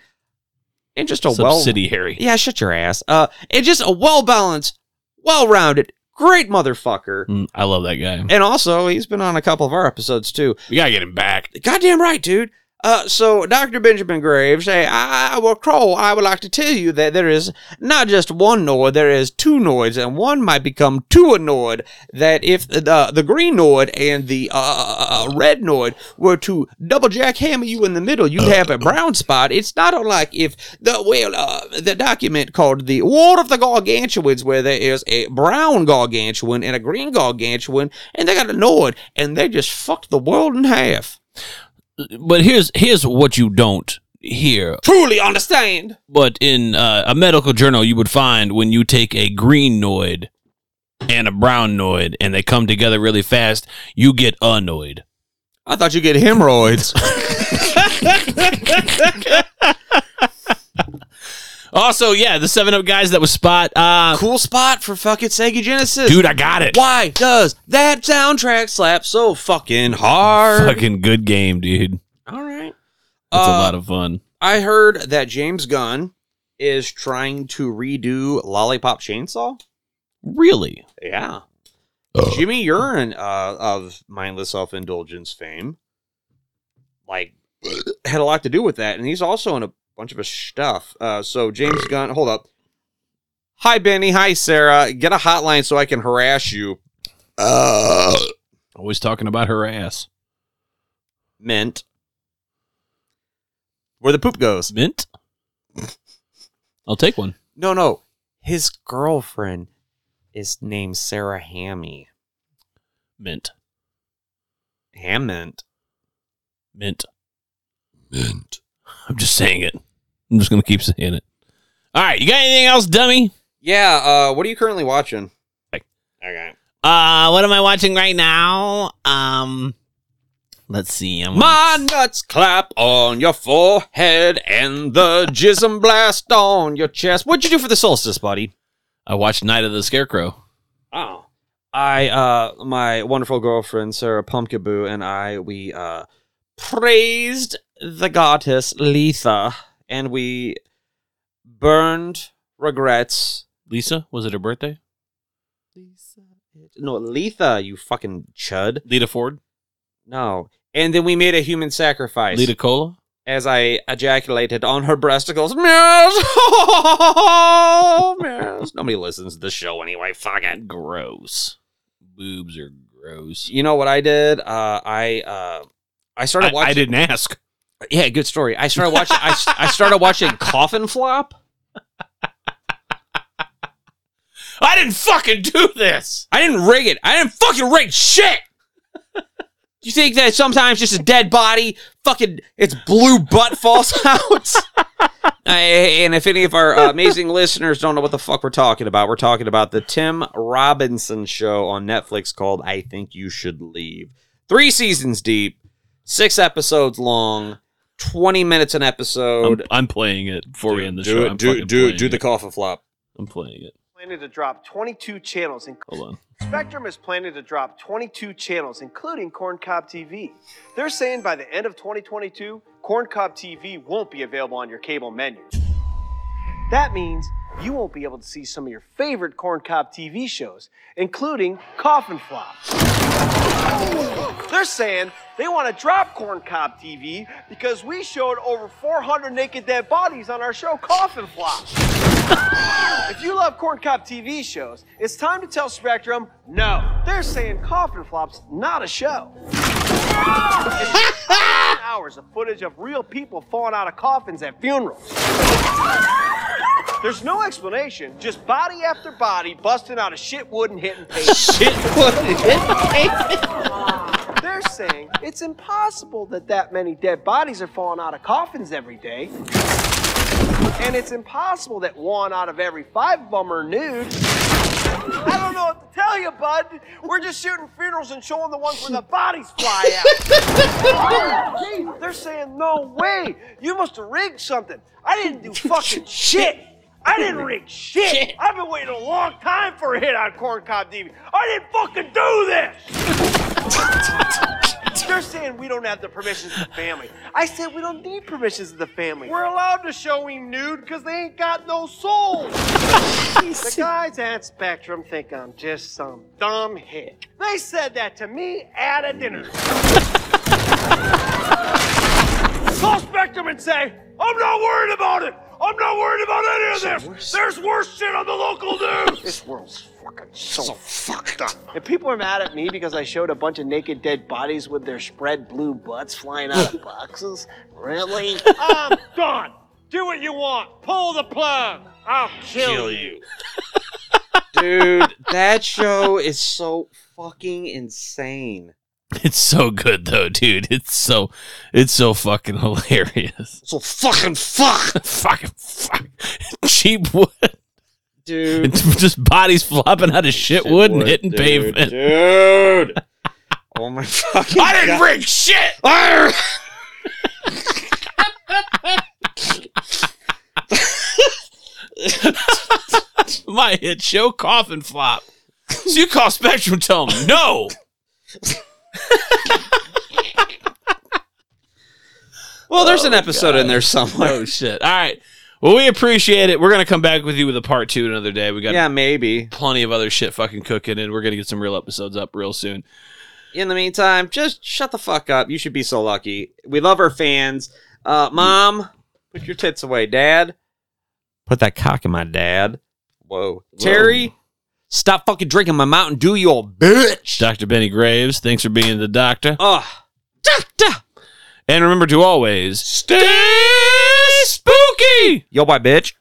[SPEAKER 1] and just a well
[SPEAKER 2] Subsidiary.
[SPEAKER 1] yeah, shut your ass. Uh, and just a well balanced, well rounded, great motherfucker.
[SPEAKER 2] Mm, I love that guy.
[SPEAKER 1] And also, he's been on a couple of our episodes too.
[SPEAKER 2] We gotta get him back.
[SPEAKER 1] Goddamn right, dude. Uh, so Dr. Benjamin Graves, hey, I, I well, Crow, I would like to tell you that there is not just one Noid, there is two Noids, and one might become two annoyed. That if the the green Noid and the uh, red Noid were to double jackhammer you in the middle, you'd have a brown spot. It's not unlike if the well uh, the document called the War of the Gargantuans, where there is a brown gargantuan and a green gargantuan, and they got a Noid, and they just fucked the world in half
[SPEAKER 2] But here's here's what you don't hear.
[SPEAKER 1] truly understand.
[SPEAKER 2] But in uh, a medical journal, you would find when you take a green noid and a brown noid, and they come together really fast, you get annoyed.
[SPEAKER 1] I thought you get (laughs) hemorrhoids.
[SPEAKER 2] (laughs)
[SPEAKER 12] (laughs)
[SPEAKER 2] Also, yeah, the seven up guys that was spot. Uh,
[SPEAKER 1] cool spot for fucking Sega Genesis.
[SPEAKER 2] dude, I got it.
[SPEAKER 1] Why does that soundtrack slap so fucking hard?
[SPEAKER 2] Fucking good game, dude.
[SPEAKER 1] All right.
[SPEAKER 2] That's
[SPEAKER 1] Uh,
[SPEAKER 2] a lot of fun.
[SPEAKER 1] I heard that James Gunn is trying to redo Lollipop Chainsaw.
[SPEAKER 2] Really?
[SPEAKER 1] Yeah. Jimmy Urine uh, of Mindless Self Indulgence fame, like, had a lot to do with that. And he's also in a bunch of his stuff. Uh, so, James Gunn, hold up. Hi, Benny. Hi, Sarah. Get a hotline so I can harass you.
[SPEAKER 2] Always talking about her ass. (laughs)
[SPEAKER 1] Mint. Where the poop goes.
[SPEAKER 2] Mint? I'll take one.
[SPEAKER 1] No, no. His girlfriend is named Sarah Hammy.
[SPEAKER 2] Mint.
[SPEAKER 1] Hammond.
[SPEAKER 2] Mint. Mint. I'm just saying it. I'm just gonna keep saying it. All right, you got anything else, dummy?
[SPEAKER 1] Yeah, uh, what are you currently watching?
[SPEAKER 2] Like-
[SPEAKER 1] okay.
[SPEAKER 2] Uh, what am I watching right now? Um, let's see. I'm
[SPEAKER 1] My nuts clap on your forehead and the jism blast on your chest. What'd you do for the solstice, buddy?
[SPEAKER 2] I watched Night of the Scarecrow.
[SPEAKER 1] Oh. I uh my wonderful girlfriend Sarah Pumpkaboo and I we uh praised the goddess Letha and we burned regrets.
[SPEAKER 2] Lisa, was it her birthday?
[SPEAKER 1] No, Letha, you fucking chud.
[SPEAKER 2] Lita Ford?
[SPEAKER 1] No. And then we made a human sacrifice
[SPEAKER 2] Lita Cola?
[SPEAKER 1] as I ejaculated on her breasticles. Meows! (laughs) Meows. Nobody listens to the show anyway. Fuck it.
[SPEAKER 2] Gross. Boobs are gross.
[SPEAKER 1] You know what I did? Uh, I uh, I started
[SPEAKER 2] I,
[SPEAKER 1] watching.
[SPEAKER 2] I didn't ask.
[SPEAKER 1] Yeah, good story. I started watching. I, s- I started watching Coffin Flop.
[SPEAKER 2] I didn't fucking do this.
[SPEAKER 1] I didn't rig it. I didn't fucking rig shit. Do you think that sometimes just a dead body, fucking its blue butt falls (laughs) out? Uh, and if any of our uh, amazing listeners don't know what the fuck we're talking about, we're talking about the Tim Robinson show on Netflix called "I Think You Should Leave." Three seasons deep, six episodes long, twenty minutes an
[SPEAKER 2] I'm,
[SPEAKER 1] episode.
[SPEAKER 2] I'm playing it before we end the
[SPEAKER 1] do
[SPEAKER 2] show.
[SPEAKER 1] it.
[SPEAKER 2] I'm
[SPEAKER 1] Do
[SPEAKER 2] fucking
[SPEAKER 1] do
[SPEAKER 2] playing
[SPEAKER 1] do the
[SPEAKER 2] it.
[SPEAKER 1] coffin flop.
[SPEAKER 2] I'm playing it.
[SPEAKER 18] planning to drop 22 channels, and
[SPEAKER 2] Hold on.
[SPEAKER 18] Spectrum is planning to drop 22 channels, including Corncob TV. They're saying by the end of 2022, Corncob TV won't be available on your cable menu. That means you won't be able to see some of your favorite Corncob TV shows, including Coffin Flop. They're saying they want to drop Corncob TV because we showed over 400 naked dead bodies on our show Coffin Flop. If you love corn cob TV shows, it's time to tell Spectrum no. They're saying Coffin Flop's not a show. It's hours of footage of real people falling out of coffins at funerals. There's no explanation, just body after body busting out of shit wood and hitting paper. They're saying it's impossible that that many dead bodies are falling out of coffins every day. And it's impossible that one out of every five of them are nude. I don't know what to tell you, bud. We're just shooting funerals and showing the ones where the bodies fly out. (laughs) Jeez, They're saying, no way. You must have rigged something. I didn't do fucking (laughs) shit. I didn't rig shit. I've been waiting a long time for a hit on Corncob TV. I didn't fucking do this. They're saying we don't have the permissions of the family. I said we don't need permissions of the family. We're allowed to show him nude because they ain't got no (laughs) soul. the guys at Spectrum think I'm just some dumb hick. They said that to me at a dinner. Call Spectrum and say, I'm not worried about it. I'm not worried about any of this. There's worse shit on the local news. this world's fucking so, fucked up. If people are mad at me because I showed a bunch of naked dead bodies with their spread blue butts flying out of (laughs) boxes, really? I'm done. Do what you want. Pull the plug. I'll kill, you.
[SPEAKER 1] Dude, that show is so fucking insane.
[SPEAKER 2] (laughs) It's so good though, dude. It's so it's so fucking hilarious. (laughs)
[SPEAKER 1] So fucking fuck,
[SPEAKER 2] fucking fuck. Cheap wood.
[SPEAKER 1] dude.
[SPEAKER 2] It's just bodies flopping out of shit, wood and hitting
[SPEAKER 1] dude,
[SPEAKER 2] pavement.
[SPEAKER 1] Dude. (laughs) Oh my fucking I didn't God.
[SPEAKER 2] Break
[SPEAKER 1] (laughs)
[SPEAKER 2] shit. My hit show coffin flop. So you call Spectrum, tell them no.
[SPEAKER 1] Well, there's an episode in there somewhere.
[SPEAKER 2] Oh shit. All right. Well, we appreciate it. We're gonna come back with you with a part two another day. We got
[SPEAKER 1] Yeah, maybe.
[SPEAKER 2] plenty of other shit fucking cooking, and we're gonna get some real episodes up real soon.
[SPEAKER 1] In the meantime, just shut the fuck up. You should be so lucky. We love our fans. Uh, Mom, put your tits away. Dad, put that cock in my dad. Whoa. Terry, stop fucking drinking my Mountain Dew, you old bitch.
[SPEAKER 2] Dr. Benny Graves, thanks for being the doctor.
[SPEAKER 1] Ugh. Doctor.
[SPEAKER 2] And remember to always stay spooky.
[SPEAKER 1] Yo, my bitch.